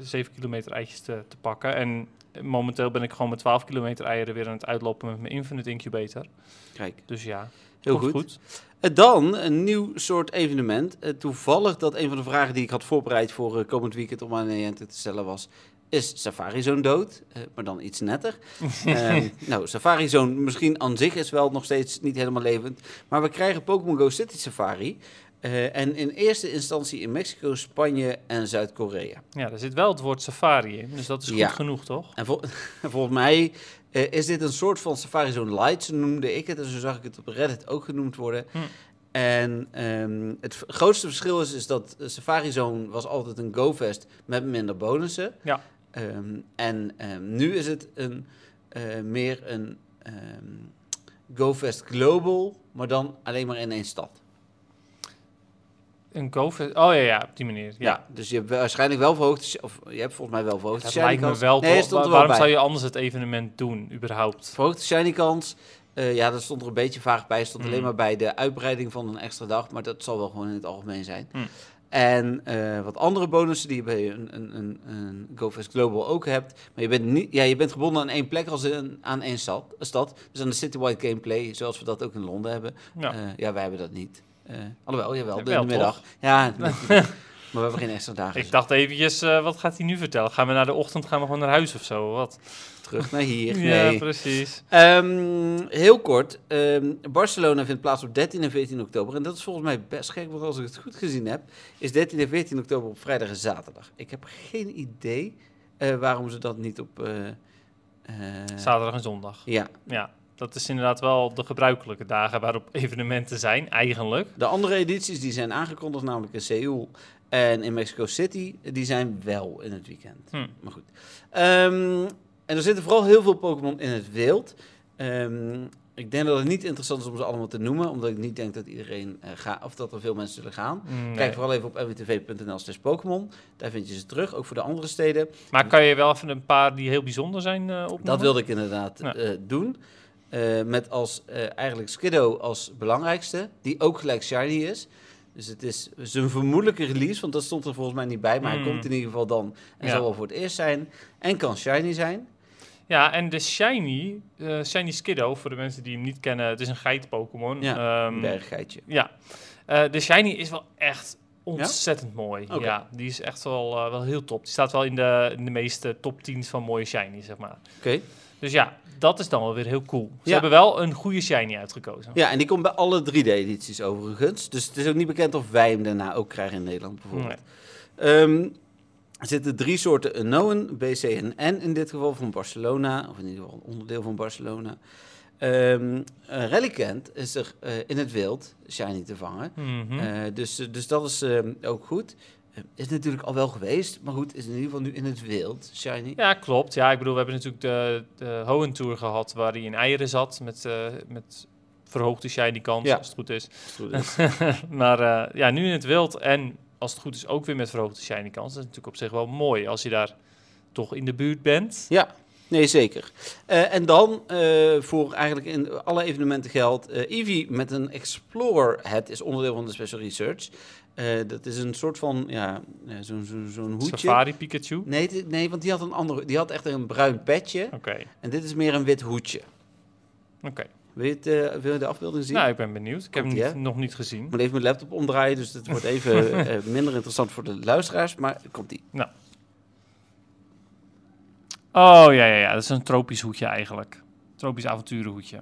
D: 7 kilometer eitjes te, te pakken. En momenteel ben ik gewoon met 12 kilometer eieren weer aan het uitlopen met mijn Infinite Incubator.
C: Kijk,
D: Dus ja,
C: heel
D: komt
C: goed. En Eh, dan een nieuw soort evenement. Eh, toevallig dat een van de vragen die ik had voorbereid voor eh, komend weekend om aan Niantic te stellen was... Is Safari Zone dood? Eh, maar dan iets netter. Ehm, nou, Safari Zone misschien aan zich is wel nog steeds niet helemaal levend. Maar we krijgen Pokémon Go City Safari. eh, en in eerste instantie in Mexico, Spanje en Zuid-Korea.
D: Ja, daar zit wel het woord safari in, dus dat is goed
C: Ja.
D: genoeg, toch?
C: En vol- volgens mij eh, is dit een soort van Safari Zone Lite, zo noemde ik het. En zo zag ik het op Reddit ook genoemd worden.
D: Hm.
C: En ehm, het v- grootste verschil is, is dat eh, Safari Zone was altijd een GoFest met minder bonussen.
D: Ja.
C: Ehm, en ehm, nu is het een, eh, meer een ehm GoFest Global, maar dan alleen maar in één stad.
D: Een GoFest, oh ja, ja, op die manier. Ja.
C: dus je hebt wel- waarschijnlijk wel verhoogd, of je hebt volgens mij wel verhoogd.
D: Het lijkt me wel,
C: nee,
D: toch-
C: stond er
D: wa-
C: wel
D: waarom
C: bij.
D: zou je anders het evenement doen, überhaupt?
C: Verhoogde shiny kans. Eh, ja, dat stond er een beetje vaag bij. Stond alleen
D: Mm.
C: maar bij de uitbreiding van een extra dag. Maar dat zal wel gewoon in het algemeen zijn.
D: Mm.
C: En eh, wat andere bonussen die je bij een, een, een, een GoFest Global ook hebt. Maar je bent, niet, ja, je bent gebonden aan één plek als in, aan één stad, stad. Dus aan de citywide gameplay, zoals we dat ook in Londen hebben.
D: Ja.
C: Eh, ja, wij hebben dat niet. Eh alhoewel, jawel,
D: Ja,
C: in de
D: wel,
C: middag.
D: toch?
C: Ja, natuurlijk. maar we hebben geen extra dagen.
D: ik dacht eventjes, eh, wat gaat hij nu vertellen? Gaan we naar de ochtend, gaan we gewoon naar huis of zo? Wat?
C: Terug naar hier.
D: Ja,
C: Nee.
D: precies.
C: Ehm, heel kort. ehm, Barcelona vindt plaats op 13 en 14 oktober. En dat is volgens mij best gek, want als ik het goed gezien heb, is 13 en 14 oktober op vrijdag en zaterdag. Ik heb geen idee eh, waarom ze dat niet op. eh, eh,
D: Zaterdag en zondag.
C: ja.
D: Ja, dat is inderdaad wel de gebruikelijke dagen waarop evenementen zijn, eigenlijk.
C: De andere edities die zijn aangekondigd, namelijk in Seoul en in Mexico City, die zijn wel in het weekend.
D: Hm.
C: Maar goed. Ehm, en er zitten vooral heel veel Pokémon in het wild. Ehm, ik denk dat het niet interessant is om ze allemaal te noemen, omdat ik niet denk dat iedereen eh gaat, of dat er veel mensen zullen gaan.
D: Mm, Nee.
C: Kijk vooral even op mwtv.nl slash Pokémon. Daar vind je ze terug, ook voor de andere steden.
D: Maar kan je wel even een paar die heel bijzonder zijn eh opnoemen?
C: Dat wilde ik inderdaad
D: Ja.
C: eh, doen. Eh, met als eh, eigenlijk Skiddo als belangrijkste, die ook gelijk shiny is. Dus het is zijn vermoedelijke release, want dat stond er volgens mij niet bij, maar hij
D: Mm.
C: komt in ieder geval dan en
D: Ja.
C: zal wel voor het eerst zijn. En kan shiny zijn.
D: Ja, en de Shiny, eh, Shiny Skiddo, voor de mensen die hem niet kennen, het is een geit-Pokémon.
C: Ja,
D: Ehm,
C: Een berggeitje.
D: ja. Eh, de Shiny is wel echt ontzettend mooi.
C: Oké.
D: Ja, die is echt wel, eh, wel heel top. Die staat wel in de, in de meeste top 10 van mooie Shiny, zeg maar.
C: Oké.
D: Dus ja, dat is dan wel weer heel cool. Ze
C: Ja.
D: hebben wel een goede Shiny uitgekozen.
C: Ja, en die komt bij alle 3D-edities overigens. Dus het is ook niet bekend of wij hem daarna ook krijgen in Nederland bijvoorbeeld. Ehm, er zitten drie soorten unknown, BC en N in dit geval van Barcelona, of in ieder geval een onderdeel van Barcelona. Ehm eh, Reliquant is er eh, in het wild, shiny te vangen.
D: Mhm.
C: Eh, dus, eh, dus dat is ehm, ook goed. Eh, is natuurlijk al wel geweest, maar goed, is in ieder geval nu in het wild, shiny.
D: Ja, klopt. Ja, ik bedoel, we hebben natuurlijk de, de Hohentour gehad waar hij in eieren zat met, eh, met verhoogde shiny kans,
C: Ja.
D: als het goed is.
C: Als het goed is.
D: maar eh, ja, nu in het wild en als het goed is ook weer met verhoogde shiny kans. Dat is natuurlijk op zich wel mooi als je daar toch in de buurt bent.
C: Ja, nee zeker. Eh, en dan eh, voor eigenlijk in alle evenementen geldt, eh Eevee met een Explorer hat is onderdeel van de Special Research. Eh, dat is een soort van, ja, eh, zo'n zo, zo'n hoedje.
D: Safari Pikachu. Oké.
C: Nee, dit- nee, want die had, een andere, die had echt een bruin
D: Oh.
C: petje en dit is meer een wit hoedje.
D: Oké.
C: Wil je, het, eh, wil je de afbeelding zien?
D: Nou, ik ben benieuwd. Ik heb hem
C: Komt-ie,
D: niet- nog niet gezien.
C: Ik moet even mijn laptop omdraaien, dus het wordt even eh, minder interessant voor de luisteraars, maar komt die.
D: Oh ja, ja, ja, dat is een tropisch hoedje eigenlijk. Tropisch avonturenhoedje.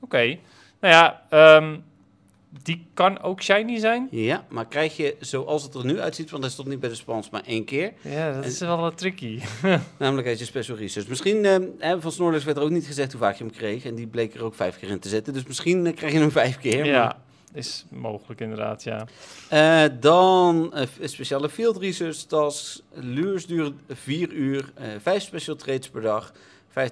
D: Oké. Nou ja, ehm, die kan ook shiny zijn.
C: Ja, maar krijg je zoals het er nu uitziet, want hij stond niet bij de spons, maar één keer.
D: Ja, dat is wel wat tricky.
C: Namelijk uit je special research. Misschien, eh, hè, van Snorlax werd er ook niet gezegd hoe vaak je hem kreeg. En die bleek er ook vijf keer in te zetten. Dus misschien eh, krijg je hem vijf keer. maar-
D: Ja, is mogelijk inderdaad, ja.
C: Eh, dan eh, f- speciale field research tasks. Lures duren vier uur. eh, vijf special trades per dag.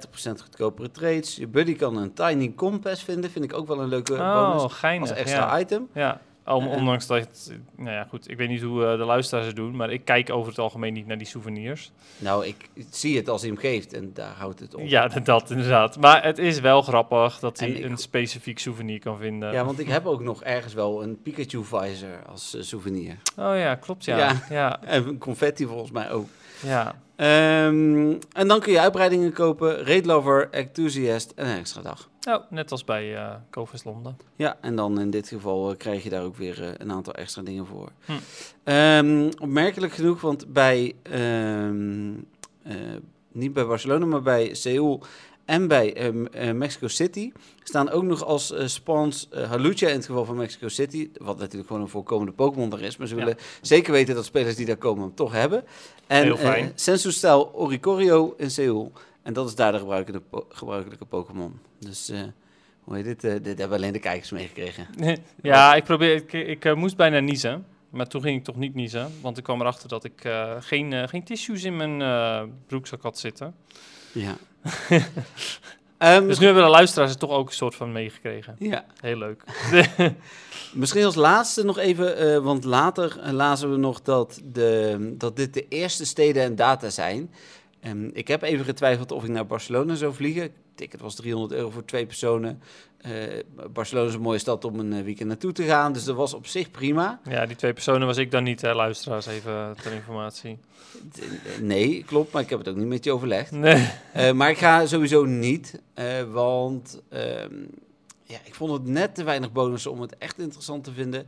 C: 50% goedkopere trades. Je buddy kan een tiny compass vinden. Vind ik ook wel een leuke bonus.
D: Oh, geinig.
C: Als extra
D: ja.
C: item.
D: ja. Om-
C: Eh.
D: Ondanks dat, het- nou ja, goed, ik weet niet hoe eh, de luisteraars het doen, maar ik kijk over het algemeen niet naar die souvenirs.
C: Nou, ik zie het als hij hem geeft en daar houdt het op.
D: Ja, dat, dat inderdaad. Maar het is wel grappig dat
C: En
D: hij
C: ik-
D: een specifiek souvenir kan vinden.
C: Ja, want ik heb ook nog ergens wel een Pikachu visor als eh, souvenir.
D: Oh ja, klopt ja.
C: Ja.
D: Ja. ja,
C: En een confetti volgens mij ook. Ehm, en dan kun je uitbreidingen kopen. Raid Lover, Enthusiast en een extra dag.
D: Nou, net als bij eh Covers Londen.
C: Ja, en dan in dit geval eh, krijg je daar ook weer eh, een aantal extra dingen voor.
D: Hm.
C: Ehm, opmerkelijk genoeg, want bij, ehm, eh, niet bij Barcelona, maar bij Seoul en bij ehm, eh, Mexico City staan ook nog als eh, spons eh, Halucha in het geval van Mexico City. Wat natuurlijk gewoon een voorkomende Pokémon er is. Maar ze
D: Ja.
C: willen zeker weten dat spelers die daar komen hem toch hebben. En
D: Heel fijn.
C: eh, Sensu Style Oricorio in Seoul. En dat is daar de gebruikelijke, po- gebruikelijke Pokémon. Dus... eh, hoe heet dit? Eh, dit hebben alleen de kijkers meegekregen.
D: ja, ik, probeer, ik, ik eh, moest bijna niezen. Maar toen ging ik toch niet niezen. Want ik kwam erachter dat ik eh, geen, eh, geen tissues in mijn eh, broekzak had zitten.
C: Ja. Ehm,
D: Dus nu hebben de luisteraars het toch ook een soort van meegekregen.
C: ja.
D: Heel leuk.
C: Misschien als laatste nog even, eh, want later eh, lazen we nog dat, de, dat dit de eerste steden en data zijn. Ehm, ik heb even getwijfeld of ik naar Barcelona zou vliegen. Ticket was 300 euro voor twee personen. Eh, Barcelona is een mooie stad om een eh, weekend naartoe te gaan, dus dat was op zich prima.
D: Ja, die twee personen was ik dan niet, hè, luisteraars, even ter informatie.
C: D- eh, Nee, klopt, maar ik heb het ook niet met je overlegd.
D: Nee.
C: Eh, maar ik ga sowieso niet, eh, want ehm, ja, ik vond het net te weinig bonussen om het echt interessant te vinden.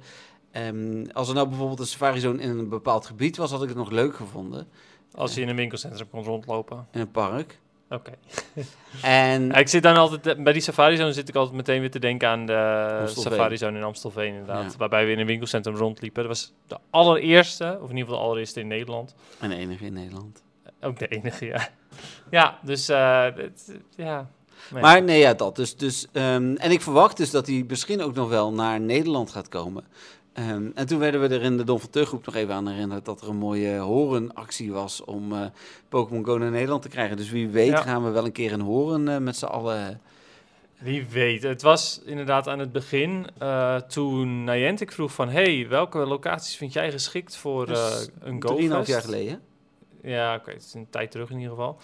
C: Ehm, als er nou bijvoorbeeld een safari zone in een bepaald gebied was, had ik het nog leuk gevonden.
D: Als je in een winkelcentrum kon rondlopen.
C: In een park.
D: Oké.
C: En
D: Ja, ik zit dan altijd, eh, bij die safari zone zit ik altijd meteen weer te denken aan de
C: Amstelveen.
D: safari zone in Amstelveen inderdaad.
C: Ja.
D: Waarbij we in een winkelcentrum rondliepen. Dat was de allereerste, of in ieder geval de allereerste in Nederland.
C: en enige in Nederland.
D: Ook de enige, ja. Ja, dus eh, het- ja. Nee.
C: Maar nee, ja, dat. Dus, dus, ehm, en ik verwacht dus dat hij misschien ook nog wel naar Nederland gaat komen. Ehm, en toen werden we er in de Don van Teuggroep nog even aan herinnerd dat er een mooie horenactie was om eh, Pokémon Go naar Nederland te krijgen. Dus wie weet
D: Ja.
C: gaan we wel een keer een horen eh, met z'n allen.
D: Wie weet. Het was inderdaad aan het begin eh, toen Niantic vroeg van... hey, welke locaties vind jij geschikt voor eh,
C: Dus
D: een go
C: Drieënhalf jaar geleden.
D: Ja, oké, het is een tijd terug in ieder geval.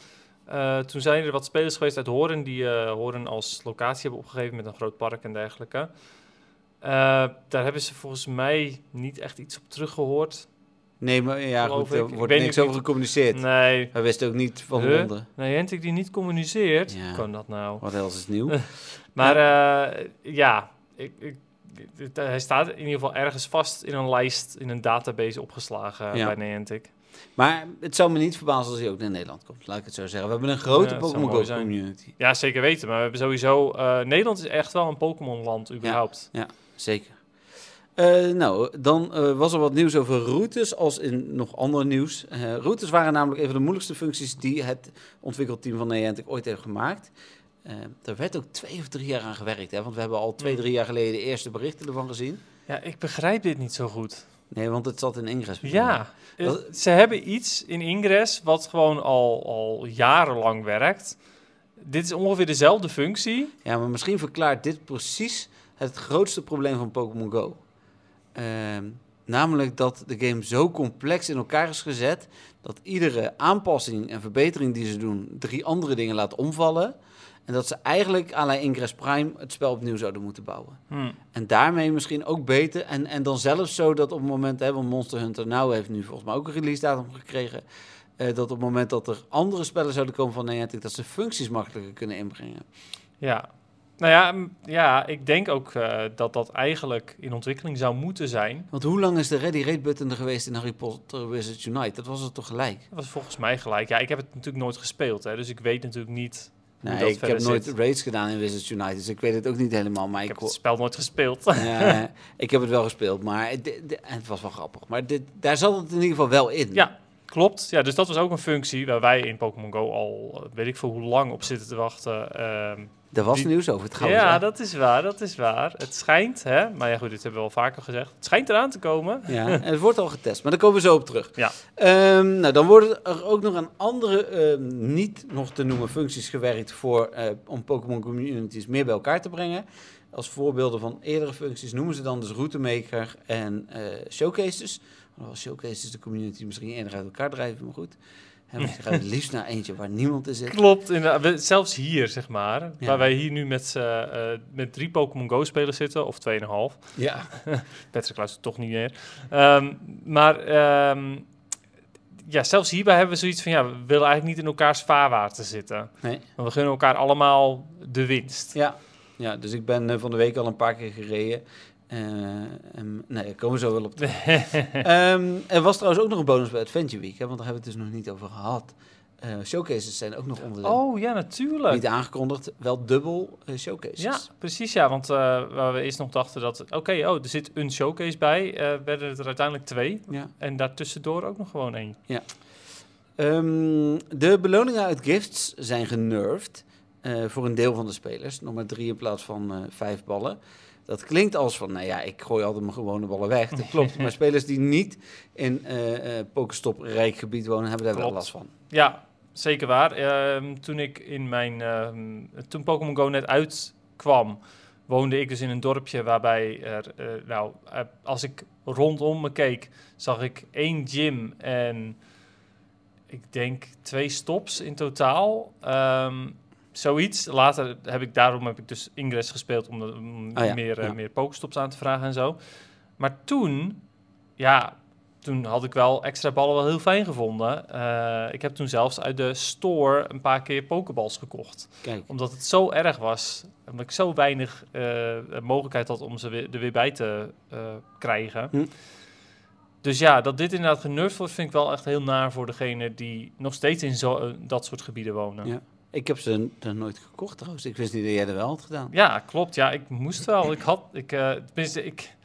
D: Eh, toen zijn er wat spelers geweest uit Horen die eh, Horen als locatie hebben opgegeven met een groot park en dergelijke. Eh, daar hebben ze volgens mij niet echt iets op teruggehoord.
C: Nee, maar ja,
D: Geloof
C: goed, er
D: ik. Ik
C: wordt
D: weet
C: niks
D: niet-
C: over gecommuniceerd.
D: Nee,
C: We wisten ook niet van
D: Huh?
C: Londen.
D: Niantic die niet communiceert.
C: Ja.
D: Hoe kan dat nou?
C: Wat else is nieuw?
D: Maar eh, ja, ik, ik, het- eh, hij staat in ieder geval ergens vast in een lijst, in een database opgeslagen eh,
C: Ja.
D: bij Niantic.
C: maar het zou me niet verbazen als hij ook naar Nederland komt. Laat ik het zo zeggen. We hebben een grote
D: Ja, het zou
C: Pokémon Go
D: mooi zijn.
C: community.
D: Ja, zeker weten. Maar we hebben sowieso... eh, Nederland is echt wel een Pokémon-land, überhaupt.
C: Zeker. Eh, nou, dan eh, was er wat nieuws over routes, als in nog ander nieuws. Eh, routes waren namelijk een van de moeilijkste functies die het ontwikkelteam van Niantic ooit heeft gemaakt. Eh daar werd ook twee of drie jaar aan gewerkt, hè? want we hebben al twee,
D: Mm.
C: drie jaar geleden de eerste berichten ervan gezien.
D: Ja, ik begrijp dit niet zo goed.
C: Nee, want het zat in Ingress.
D: Ja, eh,
C: Dat-
D: ze hebben iets in Ingress wat gewoon al, al jarenlang werkt. Dit is ongeveer dezelfde functie.
C: Ja, maar misschien verklaart dit precies het grootste probleem van Pokémon Go. Ehm, namelijk dat de game zo complex in elkaar is gezet dat iedere aanpassing en verbetering die ze doen drie andere dingen laat omvallen. En dat ze eigenlijk à la Ingress Prime het spel opnieuw zouden moeten bouwen.
D: Hmm.
C: En daarmee misschien ook beter. En, en dan zelfs zo dat op het moment, hè, want Monster Hunter Now heeft nu volgens mij ook een release datum gekregen. eh, dat op het moment dat er andere spellen zouden komen van Niantic, dat ze functies makkelijker kunnen inbrengen.
D: Ja. Nou ja, m- ja, ik denk ook eh, dat dat eigenlijk in ontwikkeling zou moeten zijn.
C: Want hoe lang is de ready rate button er geweest in Harry Potter Wizards Unite? Dat was het toch gelijk?
D: Dat was volgens mij gelijk. Ja, ik heb het natuurlijk nooit gespeeld, hè, dus ik weet natuurlijk niet.
C: Nee,
D: dat
C: ik heb
D: verder
C: nooit
D: zit.
C: raids gedaan in Wizards Unite, dus ik weet het ook niet helemaal. Maar
D: Ik
C: ik,
D: heb
C: ho-
D: het spel nooit gespeeld.
C: Ja, ik heb het wel gespeeld, maar het, de- de- het was wel grappig. Maar dit, daar zat het in ieder geval wel in.
D: ja, klopt. Ja, dus dat was ook een functie waar wij in Pokémon Go al eh, weet ik veel hoe lang op zitten te wachten. Ehm,
C: Daar was
D: Die-
C: nieuws over. Het gouden
D: ja,
C: zaad.
D: dat is waar, dat is waar. Het schijnt, hè, maar ja goed, dit hebben we al vaker gezegd. Het schijnt eraan te komen.
C: Ja, en het wordt al getest, maar daar komen we zo op terug.
D: Ja.
C: Ehm, nou, dan worden er ook nog aan andere, ehm, niet nog te noemen, functies gewerkt voor, eh, om Pokémon communities meer bij elkaar te brengen. Als voorbeelden van eerdere functies noemen ze dan dus routemaker en eh, showcases. Alhoewel showcases de community misschien eerder uit elkaar drijven, maar goed. En we gaan het liefst naar eentje waar niemand in zit.
D: Klopt, inderdaad. We- zelfs hier, zeg maar,
C: Ja.
D: waar wij hier nu met, z'n, eh, met drie Pokémon Go-spelers zitten, of tweeënhalf.
C: Ja,
D: Patrick luistert toch niet meer. Ehm, maar ehm, ja, zelfs hierbij hebben we zoiets van, ja, we willen eigenlijk niet in elkaars vaarwater zitten.
C: nee.
D: Want we gunnen elkaar allemaal de winst.
C: Ja, ja dus ik ben eh, van de week al een paar keer gereden. Eh, ehm, nee, daar komen we zo wel op terug. Ehm, er was trouwens ook nog een bonus bij Adventure Week, hè, want daar hebben we het dus nog niet over gehad. Eh, showcases zijn ook nog onderdeel.
D: Oh ja, natuurlijk.
C: Niet aangekondigd, wel dubbel eh, showcases.
D: Ja, precies ja. Want eh, waar we eerst nog dachten dat, oké, oh, er zit een showcase bij, eh, werden het er uiteindelijk twee.
C: Ja.
D: En daartussendoor ook nog gewoon één.
C: Ehm, de beloningen uit gifts zijn genervd eh, voor een deel van de spelers. Nog maar drie in plaats van eh, vijf ballen. Dat klinkt als van, nou ja, ik gooi altijd mijn gewone ballen weg. Dat klopt. maar spelers die niet in eh eh, Pokestop-rijk gebied wonen, hebben daar wel
D: Klopt.
C: last van.
D: Ja, zeker waar. Ehm, toen ik in mijn. ehm, toen Pokémon Go net uitkwam, woonde ik dus in een dorpje waarbij er. eh, nou, eh, als ik rondom me keek, zag ik één gym en. Ik denk twee stops in totaal. Ehm, zoiets. Later heb ik daarom heb ik dus Ingress gespeeld om, de- om
C: Ah ja,
D: meer, eh,
C: ja.
D: meer Pokestops aan te vragen en zo. Maar toen, ja, toen had ik wel extra ballen wel heel fijn gevonden. Eh, ik heb toen zelfs uit de store een paar keer pokeballs gekocht.
C: Kijk,
D: Omdat het zo erg was. Omdat ik zo weinig eh, mogelijkheid had om ze weer, er weer bij te eh, krijgen.
C: Hm.
D: Dus ja, dat dit inderdaad genurfd wordt, vind ik wel echt heel naar voor degene die nog steeds in zo, eh, dat soort gebieden wonen.
C: Ja.
D: Ja.
C: ik heb ze nog nooit gekocht trouwens. Ik wist niet dat jij er wel had gedaan.
D: klopt. Ja, ik moest wel. Ik had, ik, eh, tenminste, ik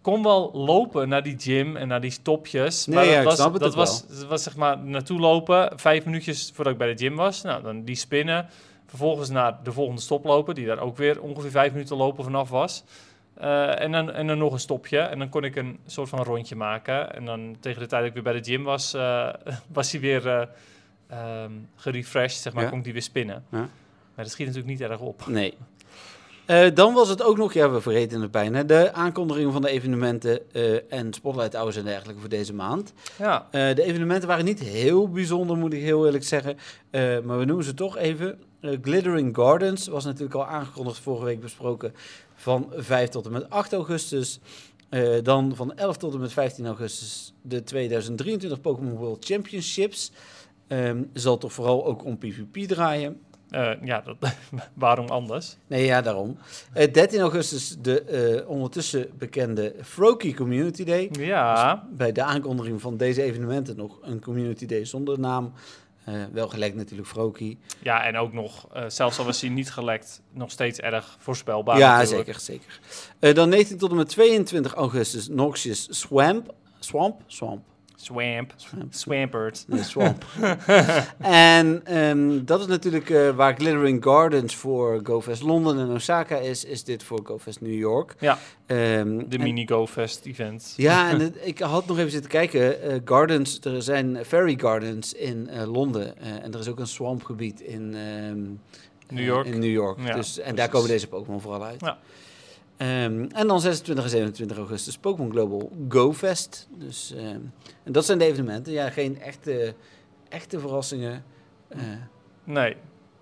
D: kon wel lopen naar die gym en naar die stopjes.
C: Nee,
D: maar
C: ja,
D: dat
C: ik
D: was,
C: snap het
D: dat
C: ook wel.
D: was, dat was zeg maar naartoe lopen, vijf minuutjes voordat ik bij de gym was. Nou, dan die spinnen. Vervolgens naar de volgende stop lopen, die daar ook weer ongeveer vijf minuten lopen vanaf was. Eh, en, dan, en dan nog een stopje. En dan kon ik een soort van rondje maken. En dan tegen de tijd dat ik weer bij de gym was, eh, was hij weer eh ehm, gerefreshed, zeg maar.
C: Ja.
D: Kon ik die weer spinnen.
C: Ja.
D: Maar dat schiet natuurlijk niet erg op.
C: Nee. Eh, dan was het ook nog, ja, we vergeten het bijna, de aankondigingen van de evenementen eh, en spotlight hours en dergelijke voor deze maand.
D: Ja,
C: Eh, de evenementen waren niet heel bijzonder, moet ik heel eerlijk zeggen. Eh, maar we noemen ze toch even. Eh, Glittering Gardens was natuurlijk al aangekondigd, vorige week besproken. Van 5 tot en met 8 augustus. Eh, dan van 11 tot en met 15 augustus de 2023 Pokémon World Championships. Ehm, zal toch vooral ook om PvP draaien.
D: eh, ja dat, waarom anders?
C: Nee, ja, daarom. Eh, 13 augustus de eh, ondertussen bekende Froakie Community Day.
D: Ja,
C: bij de aankondiging van deze evenementen nog een community day zonder naam. Eh, wel gelijk natuurlijk Froki.
D: ja en ook nog, eh, zelfs al was hij niet gelekt, nog steeds erg voorspelbaar.
C: ja,
D: natuurlijk.
C: zeker, zeker. Eh, dan 19 tot en met 22 augustus Noxious Swamp. Swamp? Swamp.
D: Swamp,
C: Swamp.
D: Swampert.
C: Nee, swamp. en ehm, dat is natuurlijk eh, waar Glittering Gardens voor GoFest Londen en Osaka is, is dit voor GoFest New York.
D: Ja.
C: Ehm,
D: De
C: en-
D: mini-go-fest event.
C: Ja, en het- ik had nog even zitten kijken. eh, gardens, er zijn fairy gardens in eh, Londen. eh, en er is ook een swampgebied in, ehm,
D: New
C: eh,
D: York.
C: In New York.
D: Ja,
C: dus, en daar
D: precies.
C: komen deze Pokémon vooral uit.
D: Ja.
C: Ehm, en dan 26 en 27 augustus Pokémon Global Go Fest. Dus, ehm, en dat zijn de evenementen. Ja, geen echte, echte verrassingen. Eh,
D: Nee,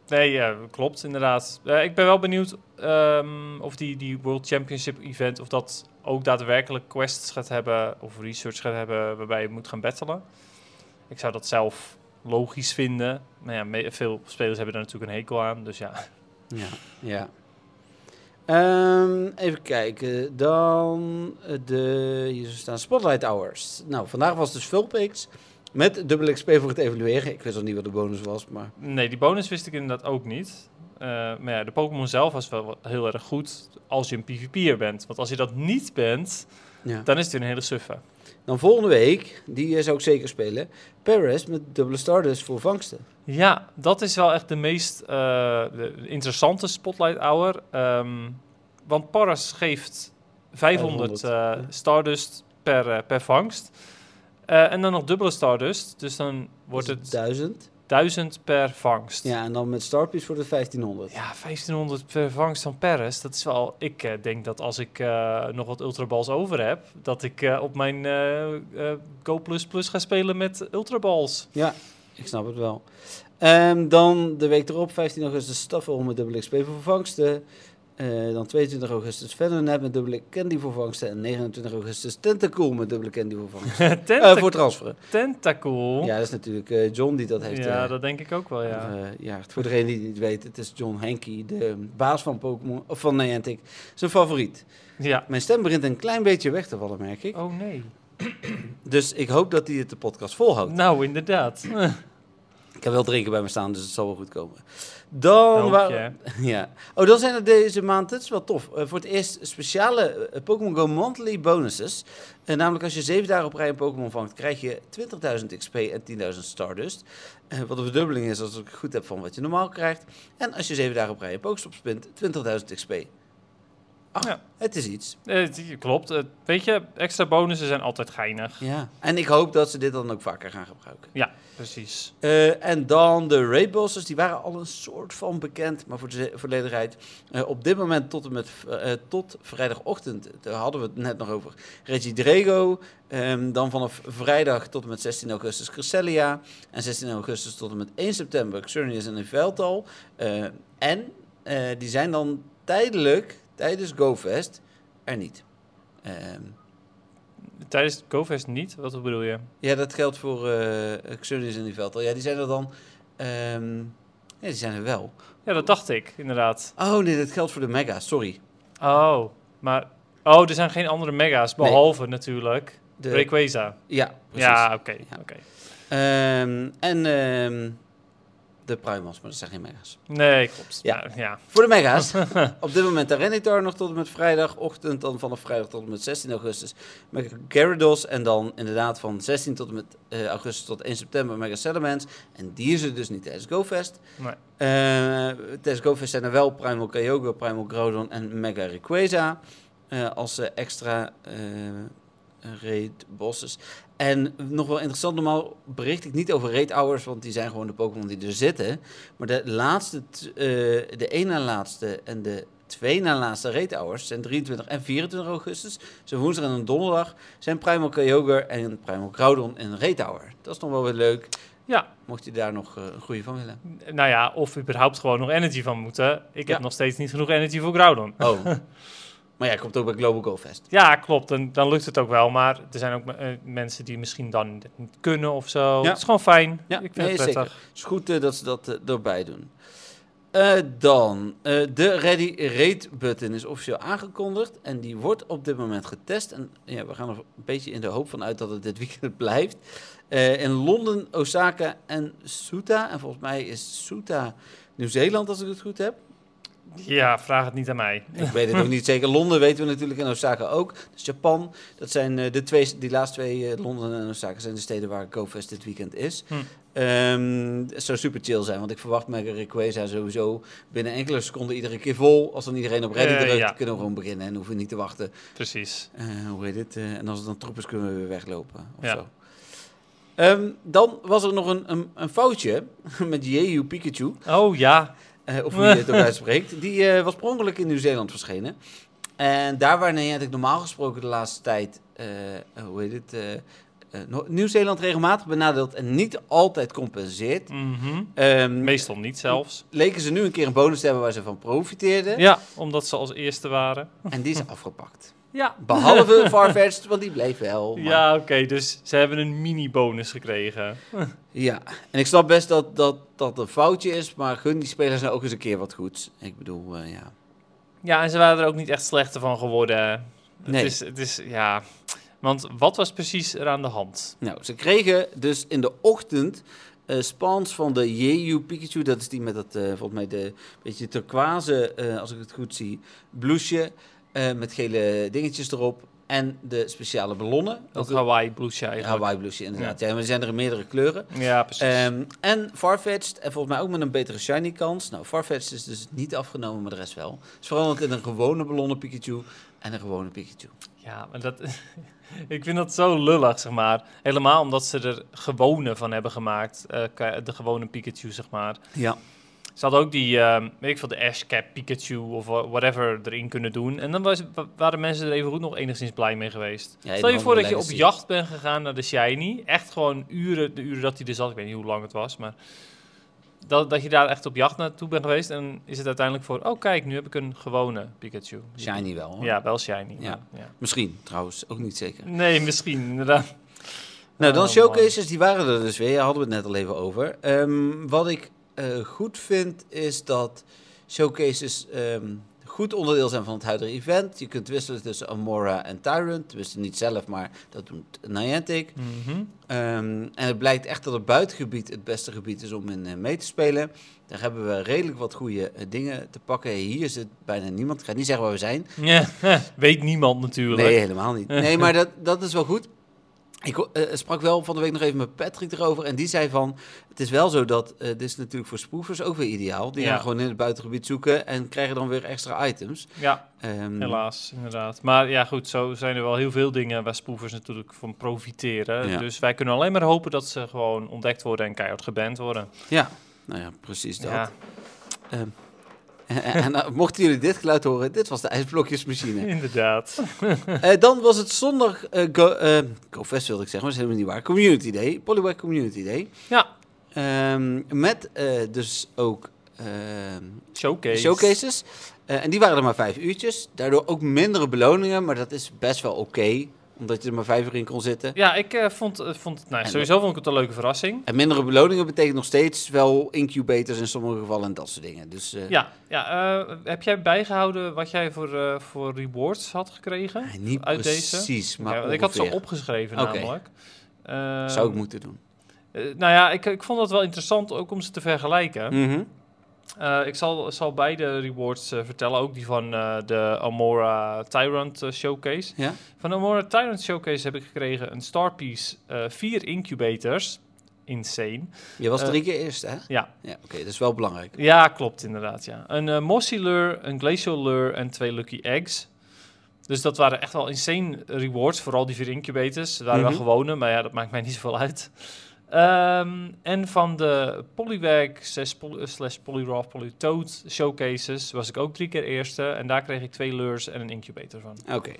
D: nee ja, klopt inderdaad. Eh, ik ben wel benieuwd ehm, of die, die World Championship event... of dat ook daadwerkelijk quests gaat hebben... of research gaat hebben waarbij je moet gaan battelen. Ik zou dat zelf logisch vinden. Maar ja, me- veel spelers hebben daar natuurlijk een hekel aan. Dus ja,
C: ja. ja. Ehm, even kijken. Dan eh, de. Hier staan Spotlight Hours. Nou, vandaag was dus Vulpix. Met dubbel XP voor het evalueren. Ik wist al niet wat de bonus was, maar.
D: nee, die bonus wist ik inderdaad ook niet. Eh, maar ja, de Pokémon zelf was wel heel erg goed als je een PvP'er bent. Want als je dat niet bent,
C: Ja.
D: dan is het weer een hele suffe.
C: Dan volgende week, die eh, zou ik zeker spelen. Paris met dubbele Stardust voor vangsten.
D: Ja, dat is wel echt de meest eh, de de interessante Spotlight Hour. Ehm, want Paras geeft 500,
C: 500,
D: eh,
C: ja.
D: Stardust per, eh, per vangst. Eh, en dan nog dubbele Stardust. Dus dan wordt
C: Dat is
D: het
C: 1000.
D: 1000 per vangst.
C: Ja, en dan met Starpiece wordt het 1500.
D: Ja, 1500 per vangst van Paris. Dat is wel. Ik eh, denk dat als ik eh, nog wat Ultraballs over heb, dat ik eh, op mijn eh, eh, Go Plus Plus ga spelen met Ultraballs.
C: Ja, ik snap het wel. Ehm, dan de week erop, 15 augustus, Staffel met dubbele XP voor vangsten. Eh, dan 22 augustus Venom met dubbele Candy voor vangsten. En 29 augustus Tentacool met dubbele Candy voor vangsten. Eh,
D: Tenta
C: voor transferen.
D: Tentacool. Ja,
C: Ja, dat is natuurlijk eh, John die dat heeft. eh,
D: dat denk ik ook wel, ja.
C: eh, ja, voor degene die het niet weet, het is John Henke, de baas van Pokémon, of van Niantic, zijn favoriet.
D: Ja.
C: Mijn stem begint een klein beetje weg te vallen, merk ik.
D: Oh nee.
C: Dus ik hoop dat hij het de podcast volhoudt.
D: Nou, inderdaad.
C: Ik heb wel drinken bij me staan, dus het zal wel goed komen. Dan
D: Hoop
C: wa-
D: je.
C: Ja. Oh, dan zijn er deze maand, dat is wel tof. eh, voor het eerst speciale eh, Pokémon Go Monthly bonuses. Eh, namelijk als je zeven dagen op rij een Pokémon vangt, krijg je 20.000 XP en 10.000 Stardust. Eh, wat een verdubbeling is als ik het goed heb van wat je normaal krijgt. En als je zeven dagen op rij een Pokéstop spint, 20.000 XP. Ach,
D: Ja.
C: Ah, het is iets.
D: Eh, die- klopt. Eh, weet je, extra bonussen zijn altijd geinig.
C: Ja. En ik hoop dat ze dit dan ook vaker gaan gebruiken.
D: Ja, precies.
C: Eh, en dan de Raid Bosses, die waren al een soort van bekend, maar voor de ze- volledigheid. eh, op dit moment tot, en met, v- eh, tot vrijdagochtend, daar hadden we het net nog over, Reggie Drago. Ehm, dan vanaf vrijdag tot en met 16 augustus Cresselia. En 16 augustus tot en met 1 september Xurnius en Veldal. Eh en eh, die zijn dan tijdelijk, tijdens GoFest, er niet. Ehm,
D: Tijdens GoFest niet? Wat bedoel je?
C: ja, dat geldt voor eh Xurnius en Veldal. Ja, die zijn er dan... ehm, ja, die zijn er wel.
D: Ja, dat dacht ik, inderdaad.
C: Oh nee, dat geldt voor de mega, sorry.
D: Oh, maar... Oh, er zijn geen andere mega's,
C: Nee.
D: behalve natuurlijk
C: De-
D: Rayquaza.
C: Ja, precies.
D: Ja, oké.
C: Ja.
D: oké.
C: Ehm, en ehm, de Primals, maar dat zijn geen mega's.
D: Nee, klopt.
C: Ja.
D: Ja. ja.
C: Voor de mega's, op dit moment de Renitar nog tot en met vrijdagochtend. Dan vanaf vrijdag tot en met 16 augustus Mega Gyarados. En dan inderdaad van 16 tot en met eh, augustus tot 1 september Mega Salamence. En die is er dus niet tijdens GoFest.
D: Nee.
C: Eh, tijdens GoFest zijn er wel Primal Kyogre, Primal Groudon en Mega Rayquaza. eh, als eh, extra eh raid bosses. En nog wel interessant, normaal bericht ik niet over raid hours, want die zijn gewoon de Pokémon die er zitten. Maar de laatste, t- eh, de 1 na laatste en de 2 na laatste raid hours zijn 23 en 24 augustus. Dus een woensdag en een donderdag zijn Primal Kyogre en Primal Groudon in een raid hour. Dat is nog wel weer leuk,
D: Ja,
C: mocht je daar nog eh, een goede van willen.
D: n- nou ja, of überhaupt gewoon nog energy van moeten. Ik
C: Ja.
D: heb nog steeds niet genoeg energy voor Groudon.
C: Oh. maar jij komt ook bij Global Go Fest.
D: Ja, klopt. Dan, dan lukt het ook wel. Maar er zijn ook eh, mensen die misschien dan dit niet kunnen of zo.
C: Ja.
D: Het is gewoon fijn.
C: Ja,
D: ik vind
C: nee,
D: het prettig.
C: Het is goed eh, dat ze dat eh, erbij doen. Eh, dan, eh, de Ready Rate button is officieel aangekondigd en die wordt op dit moment getest. En ja, we gaan er een beetje in de hoop van uit dat het dit weekend blijft. Eh, in Londen, Osaka en Suta. En volgens mij is Suta Nieuw-Zeeland, als ik het goed heb.
D: Ja, vraag het niet aan mij.
C: Ik weet het nog niet zeker. Londen weten we natuurlijk en Osaka ook. Dus Japan, dat zijn eh, de twee, die laatste twee, eh, Londen en Osaka, zijn de steden waar GoFest dit weekend is.
D: Hm.
C: Ehm, het zou super chill zijn, want ik verwacht Mega Rayquaza sowieso binnen enkele seconden iedere keer vol. Als dan iedereen op ready
D: Eh,
C: drukt,
D: ja.
C: kunnen we gewoon beginnen en hoeven we niet te wachten.
D: Precies.
C: Eh, hoe heet het? Eh, en als het dan troep is, kunnen we weer weglopen of
D: Ja.
C: zo. Ehm, dan was er nog een, een, een foutje met Jeju Pikachu.
D: Oh ja.
C: Eh, of hoe je het ook uitspreekt. Die eh, was per ongeluk in Nieuw-Zeeland verschenen. En daar waar Niantic normaal gesproken de laatste tijd, eh, hoe heet het, eh, eh, Noor- Nieuw-Zeeland regelmatig benadeelt en niet altijd compenseert.
D: Mhm.
C: ehm,
D: Meestal niet zelfs.
C: leken ze nu een keer een bonus te hebben waar ze van profiteerden.
D: Ja, omdat ze als eerste waren.
C: En die is afgepakt.
D: Ja.
C: Behalve Farfetch'd, want die bleef wel. maar-
D: Ja, oké. dus ze hebben een mini-bonus gekregen.
C: ja. En ik snap best dat, dat dat een foutje is, maar gun die spelers nou ook eens een keer wat goeds. Ik bedoel, eh, ja.
D: Ja, en ze waren er ook niet echt slechter van geworden.
C: Nee.
D: Het is, het is, ja. Want wat was precies er aan de hand?
C: Nou, ze kregen dus in de ochtend eh spawns van de Yeyu Pikachu. Dat is die met dat, eh, volgens mij, de beetje turquoise, eh, als ik het goed zie, blouseje. eh, met gele dingetjes erop. En de speciale ballonnen.
D: Dat
C: Ook
D: Hawaii bluesje
C: een
D: eigenlijk.
C: Hawaii blouseje, inderdaad. Ja. maar er zijn er in meerdere kleuren.
D: Ja, precies.
C: Ehm, en Farfetch'd, en volgens mij ook met een betere shiny kans. Nou, Farfetch'd is dus niet afgenomen, maar de rest wel. Het is veranderd in een gewone ballonnen Pikachu en een gewone Pikachu.
D: Ja, maar dat, ik vind dat zo lullig, zeg maar. Helemaal omdat ze er gewone van hebben gemaakt. eh, ka- de gewone Pikachu, zeg maar.
C: Ja.
D: Ze hadden ook die, ehm, weet ik veel, de Ash Cap Pikachu of wa- whatever erin kunnen doen. En dan was, wa- waren mensen er even goed nog enigszins blij mee geweest.
C: Ja,
D: Stel je
C: dan
D: voor dat je op
C: Legacy.
D: jacht bent gegaan naar de Shiny. Echt gewoon uren, de uren dat hij er zat. Ik weet niet hoe lang het was, maar... Dat, dat je daar echt op jacht naartoe bent geweest. En is het uiteindelijk voor, oh kijk, nu heb ik een gewone Pikachu.
C: Shiny wel. Hoor.
D: Ja, wel Shiny.
C: Ja.
D: maar- ja.
C: Misschien trouwens, ook niet zeker.
D: Nee, misschien, inderdaad.
C: Nou, dan
D: Oh,
C: showcases, die waren er dus weer. Daar hadden we het net al even over. Ehm, wat ik eh, goed vind, is dat showcases ehm, goed onderdeel zijn van het huidige event. Je kunt wisselen tussen Amora en Tyrant. Dus niet zelf, maar dat doet Niantic.
D: Mhm.
C: Ehm, en het blijkt echt dat het buitengebied het beste gebied is om in eh, mee te spelen. Daar hebben we redelijk wat goede eh, dingen te pakken. Hier zit bijna niemand. Ik ga niet zeggen waar we zijn.
D: Ja, weet niemand natuurlijk.
C: Nee, helemaal niet. Nee, maar dat, dat is wel goed. Ik ho- eh, sprak wel van de week nog even met Patrick erover. En die zei van, het is wel zo dat, eh, dit is natuurlijk voor spoofers ook weer ideaal. Die
D: Ja.
C: gaan gewoon in het buitengebied zoeken en krijgen dan weer extra items.
D: Ja,
C: Ehm,
D: helaas, inderdaad. Maar ja, goed, zo zijn er wel heel veel dingen waar spoefers natuurlijk van profiteren.
C: Ja.
D: Dus wij kunnen alleen maar hopen dat ze gewoon ontdekt worden en keihard geband worden.
C: Ja, nou ja, precies dat.
D: Ja,
C: En, en, eh, mochten jullie dit geluid horen, dit was de ijsblokjesmachine.
D: inderdaad.
C: Eh, dan was het zondag eh Go, eh, GoFest wilde ik zeggen, maar dat is helemaal niet waar. Community Day, Polywag Community Day.
D: Ja,
C: Ehm, met eh, dus ook ehm,
D: showcase.
C: showcases. Eh, en die waren er maar vijf uurtjes. Daardoor ook mindere beloningen, maar dat is best wel oké. omdat je er maar vijf uur in kon zitten.
D: Ja, ik eh, vond, eh, vond het, nou,
C: En-
D: sowieso vond ik het een leuke verrassing.
C: En mindere beloningen betekent nog steeds wel incubators in sommige gevallen en dat soort dingen. Dus eh,
D: Ja, ja eh, heb jij bijgehouden wat jij voor, eh, voor rewards had gekregen?
C: nee, niet
D: uit deze?
C: precies, maar
D: Ja, want ik had ze
C: ongeveer.
D: opgeschreven
C: Oké.
D: namelijk. Eh,
C: Zou ik moeten doen.
D: eh, nou ja, ik, ik vond dat wel interessant ook om ze te vergelijken.
C: Mhm.
D: Eh, ik zal, zal beide rewards eh, vertellen, ook die van eh, de Amora Tyrant eh, Showcase.
C: Ja?
D: Van de Amora Tyrant Showcase heb ik gekregen een Starpiece, eh vier incubators. Insane.
C: Je was
D: Eh,
C: drie keer eerst, hè?
D: Ja.
C: Ja, oké, dat is wel belangrijk.
D: Ja, klopt inderdaad. Ja. Een eh Mossy Lure, een Glacial Lure en twee Lucky Eggs. Dus dat waren echt wel insane rewards, vooral die vier incubators. Ze waren
C: Mhm.
D: wel gewone, maar ja, dat maakt mij niet zoveel uit. Ehm, en van de Polywag slash poly, eh, slash Polyroth Polytoad showcases was ik ook drie keer eerste. En daar kreeg ik twee lures en een incubator van.
C: Oké,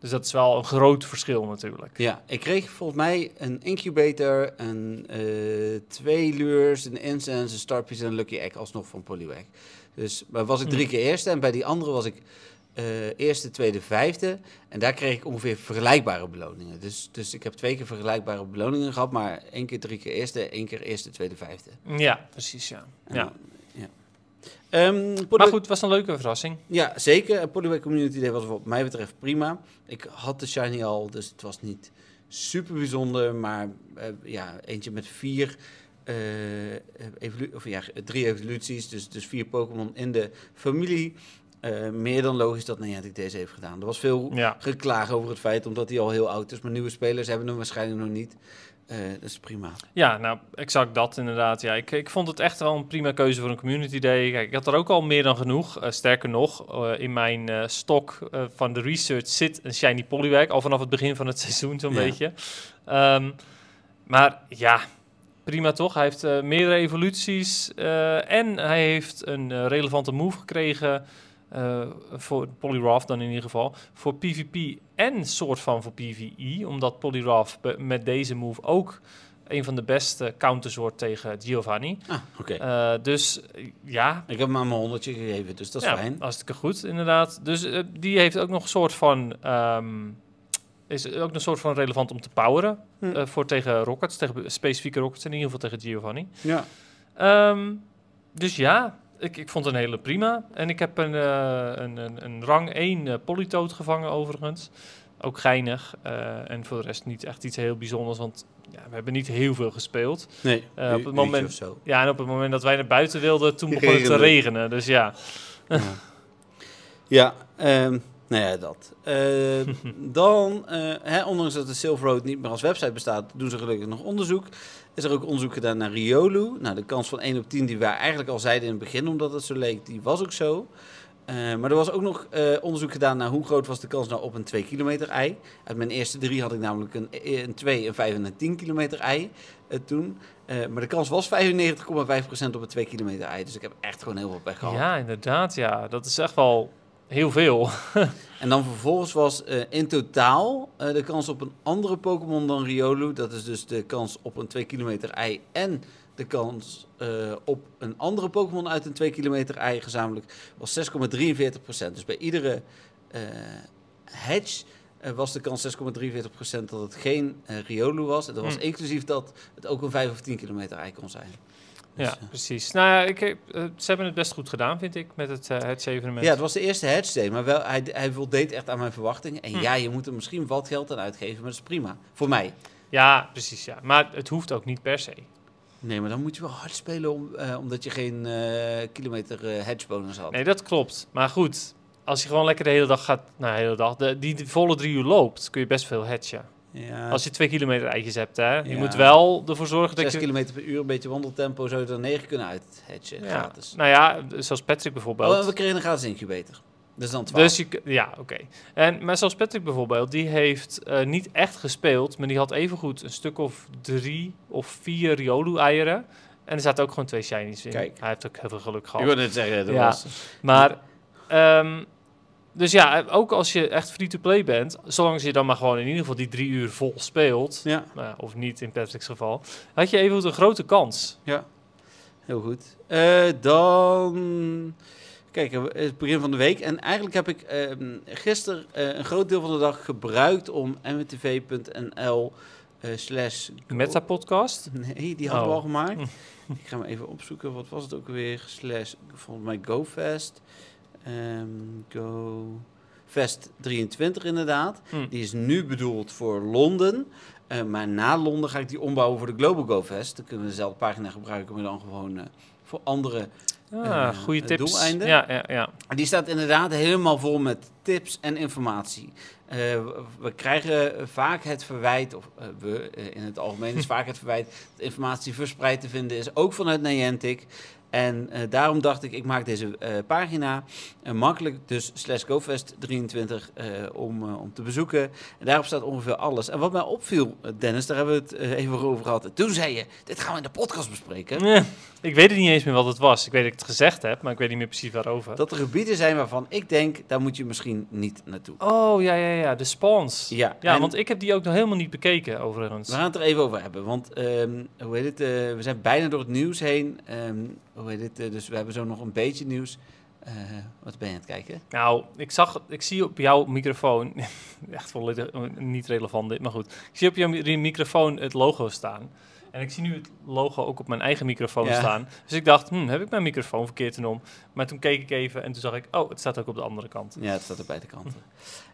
D: Dus dat is wel een groot verschil natuurlijk.
C: ja. Ik kreeg volgens mij een incubator, een, eh, twee lures, een incense, een starpiece en een lucky egg alsnog van Polywag. Dus maar was ik drie
D: Hm.
C: keer eerste en bij die andere was ik eh, eerste, tweede, vijfde. En daar kreeg ik ongeveer vergelijkbare beloningen. Dus, dus ik heb twee keer vergelijkbare beloningen gehad, maar één keer drie keer eerste, één keer eerste, tweede, vijfde.
D: Ja, precies ja.
C: En
D: ja.
C: dan- ja. Ehm,
D: Maar
C: Polywag-
D: goed, het was een leuke verrassing.
C: Ja, zeker. En Polywag Community Day was wat mij betreft prima. Ik had de Shiny al, dus het was niet super bijzonder. Maar eh, ja, eentje met vier, eh, evolu- of ja, drie evoluties. Dus, dus vier Pokémon in de familie. Eh, meer dan logisch dat Niantic deze heeft gedaan. Er was veel
D: Ja.
C: geklaag over het feit, omdat hij al heel oud is. Maar nieuwe spelers hebben hem waarschijnlijk nog niet. Eh, dat is prima.
D: Ja, nou, exact dat inderdaad. Ja, ik, ik vond het echt wel een prima keuze voor een community day. Kijk, ik had er ook al meer dan genoeg. Eh, sterker nog, eh, in mijn eh, stok eh, van de research zit een shiny polywag. Al vanaf het begin van het seizoen zo'n
C: Ja.
D: beetje. Ehm, maar ja, prima toch? Hij heeft eh, meerdere evoluties. eh, en hij heeft een eh, relevante move gekregen. eh, voor Polyrath dan in ieder geval. Voor PvP en soort van voor PvE. Omdat Polyrath be- met deze move ook een van de beste counters wordt tegen Giovanni.
C: Ah, oké.
D: Eh, dus eh, ja,
C: Ik heb hem aan mijn honderdje gegeven, dus dat is
D: ja, Ah.
C: fijn.
D: hartstikke goed inderdaad. Dus eh, die heeft ook nog een soort van... ehm, is ook een soort van relevant om te poweren.
C: Hm.
D: eh, voor tegen Rockets, tegen be- specifieke Rockets. en In ieder geval tegen Giovanni.
C: Ja.
D: Ehm, dus ja, ik, ik vond het een hele prima. En ik heb een, eh, een, een, een rang 1 eh polytoot gevangen overigens. Ook geinig. eh, en voor de rest niet echt iets heel bijzonders, want ja, we hebben niet heel veel gespeeld.
C: Nee,
D: Eh, op
C: u-
D: het moment-
C: uurtje of zo.
D: Ja, en op het moment dat wij naar buiten wilden, toen begon het te
C: Regende.
D: regenen. Dus ja.
C: Ja, ja ehm, nou ja, dat. Eh, dan, eh, hè, ondanks dat de Silver Road niet meer als website bestaat, doen ze gelukkig nog onderzoek. Is er ook onderzoek gedaan naar Riolu. Nou, de kans van 1 op 10 die wij eigenlijk al zeiden in het begin, omdat het zo leek, die was ook zo. Eh, Eh, maar er was ook nog eh, onderzoek gedaan naar hoe groot was de kans nou op een 2 kilometer ei. Uit mijn eerste drie had ik namelijk een, eh, een 2, een 5 en een 10 kilometer ei eh, toen. Eh, maar de kans was 95,5% op een 2 kilometer ei. Dus ik heb echt gewoon heel veel pech gehad.
D: Ja, inderdaad. Ja, dat is echt wel heel veel.
C: En dan vervolgens was eh, in totaal eh, de kans op een andere Pokémon dan Riolu. Dat is dus de kans op een 2 kilometer ei en de kans eh, op een andere Pokémon uit een 2 kilometer ei gezamenlijk was 6,43%. Dus bij iedere eh hatch eh, was de kans 6,43% dat het geen eh, Riolu was. En dat was
D: Hm.
C: inclusief dat het ook een 5 of 10 kilometer ei kon zijn. Dus,
D: Ja,
C: eh,
D: precies. Nou ja, ik, heb- eh, ze hebben het best goed gedaan, vind ik, met het, eh het evenement.
C: Ja, het was de eerste hatch day, maar wel, hij, hij voldeed echt aan mijn verwachtingen. En
D: Hm.
C: ja, je moet er misschien wat geld aan uitgeven, maar dat is prima. Voor mij.
D: Ja, precies. Ja. Maar het hoeft ook niet per se.
C: Nee, maar dan moet je wel hard spelen om, eh, omdat je geen eh, kilometer eh, hedge bonus had.
D: Nee, dat klopt. Maar goed, als je gewoon lekker de hele dag gaat, nou, de hele dag, de, die de volle drie uur loopt, kun je best veel hatchen.
C: Ja,
D: Als je twee kilometer eitjes hebt, hè. Je
C: Ja.
D: moet wel ervoor zorgen dat
C: zes
D: je...
C: kilometer per uur, een beetje wandeltempo, zou je er negen kunnen uithedgen,
D: Ja.
C: gratis.
D: Nou ja, zoals Patrick bijvoorbeeld.
C: Oh, en we kregen een gratis incubator. Dus dan 12.
D: Dus je, k- ja, oké. En Maar zoals Patrick bijvoorbeeld, die heeft eh, niet echt gespeeld, maar die had evengoed een stuk of drie of vier Riolu-eieren. En er zaten ook gewoon twee shinies in.
C: Kijk.
D: Hij heeft ook heel veel geluk
C: ik
D: gehad.
C: wil net zeggen, dat
D: Ja.
C: was...
D: Maar, ehm, dus ja, ook als je echt free-to-play bent, zolang je dan maar gewoon in ieder geval die drie uur vol speelt,
C: Ja,
D: nou ja, of niet in Patrick's geval, had je evengoed een grote kans.
C: heel goed. Eh, dan... Kijk, eh, het begin van de week. En eigenlijk heb ik ehm gisteren eh, een groot deel van de dag gebruikt om mwtv.nl eh, slash...
D: Meta-podcast.
C: Nee, die hadden we
D: Oh.
C: al gemaakt. ik ga hem even opzoeken. Wat was het ook weer? Slash, volgens mij GoFest. Ehm GoFest 23 inderdaad.
D: Hm.
C: Die is nu bedoeld voor Londen. Eh, maar na Londen ga ik die ombouwen voor de Global GoFest. Dan kunnen we dezelfde pagina gebruiken, maar dan gewoon eh, voor andere.
D: Ah,
C: Eh,
D: goede
C: eh,
D: tips.
C: doeleinden?
D: Ja, ja, ja.
C: Die staat inderdaad helemaal vol met tips en informatie. Eh, we- we krijgen vaak het verwijt, of eh, we eh, in het algemeen is vaak het verwijt, dat informatie verspreid te vinden is, ook vanuit Niantic. En eh, daarom dacht ik, ik maak deze eh, pagina eh, makkelijk, dus slash GoFest 23, eh, om, eh, om te bezoeken. En daarop staat ongeveer alles. En wat mij opviel, eh, Dennis, daar hebben we het eh, even over gehad. En Toen zei je, dit gaan we in de podcast bespreken.
D: Eh, Ik weet het niet eens meer wat het was. Ik weet dat ik het gezegd heb, maar ik weet niet meer precies waarover.
C: Dat er gebieden zijn waarvan ik denk, daar moet je misschien niet naartoe.
D: Oh, ja, ja, ja. De spawns. Ja,
C: Ja, en-
D: want ik heb die ook nog helemaal niet bekeken, overigens.
C: We gaan het er even over hebben, want ehm, hoe heet het, eh, we zijn bijna door het nieuws heen. Ehm, hoe heet het, eh, dus we hebben zo nog een beetje nieuws. Eh, wat ben je aan het kijken?
D: Nou, ik, zag, ik zie op jouw microfoon, echt volledig eh, niet relevant dit, maar goed. Ik zie op jouw mi- microfoon het logo staan. En ik zie nu het logo ook op mijn eigen microfoon
C: Ja.
D: staan. Dus ik dacht, hm, heb ik mijn microfoon verkeerd om? Maar toen keek ik even en toen zag ik, oh, het staat ook op de andere kant.
C: Ja, het staat op beide kanten.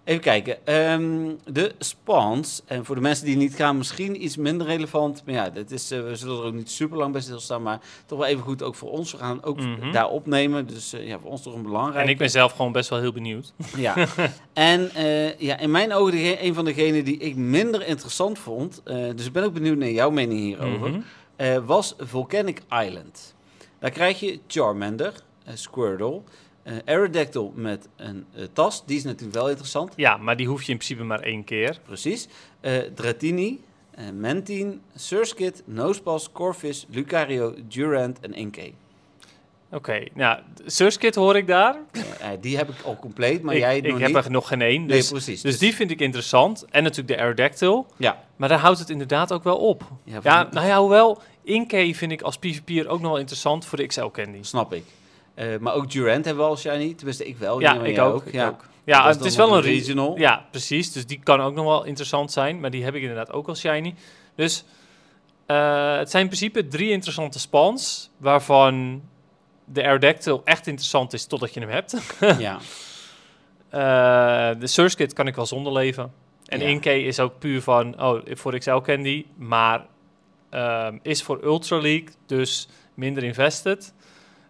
C: Even kijken. ehm, de spawns. En voor de mensen die niet gaan, misschien iets minder relevant. Maar ja, dit is, eh, we zullen er ook niet super lang bij stilstaan. Maar toch wel even goed ook voor ons. We gaan ook
D: Mhm.
C: daar opnemen. Dus eh, ja, voor ons toch een belangrijk.
D: En ik ben zelf gewoon best wel heel benieuwd.
C: Ja. En eh, ja, in mijn ogen dege- een van degenen die ik minder interessant vond. eh, dus ik ben ook benieuwd naar jouw mening hierover.
D: Mhm.
C: eh, was Volcanic Island. Daar krijg je Charmander, eh, Squirtle, eh Aerodactyl met een eh, tas. Die is natuurlijk wel interessant,
D: Ja, maar die hoef je in principe maar één keer.
C: precies. Eh Dratini, eh Mantine, Surskit, Nosepass, Corvus, Lucario, Durant en Inkay.
D: Oké, nou, Surskit hoor ik daar.
C: Eh, eh, die heb ik al compleet, maar
D: ik
C: jij
D: ik
C: nog
D: heb
C: niet.
D: er nog geen één.
C: Nee,
D: Dus,
C: precies.
D: dus die vind ik interessant. En natuurlijk de Aerodactyl.
C: Ja.
D: Maar daar houdt het inderdaad ook wel op.
C: Ja, van-
D: Ja, nou ja, hoewel Inkey vind ik als PvP'er ook nog wel interessant voor de XL Candy.
C: Snap ik. Eh, maar ook Durant hebben we al shiny. Tenminste, ik wel.
D: ja,
C: jij maar
D: ik
C: jij
D: ook. ik
C: Ja.
D: ook. Ja,
C: Dat is
D: het is
C: dan
D: wel een
C: nog een
D: regional.
C: regional.
D: Ja, precies. Dus die kan ook nog wel interessant zijn. Maar die heb ik inderdaad ook als shiny. Dus eh, het zijn in principe drie interessante spawns. Waarvan de Aerodactyl echt interessant is totdat je hem hebt.
C: ja.
D: Eh, de Surskit kan ik wel zonder leven. En
C: Ja.
D: Inkey is ook puur van, oh, voor XL Candy, maar ehm, is voor Ultra League, dus minder invested.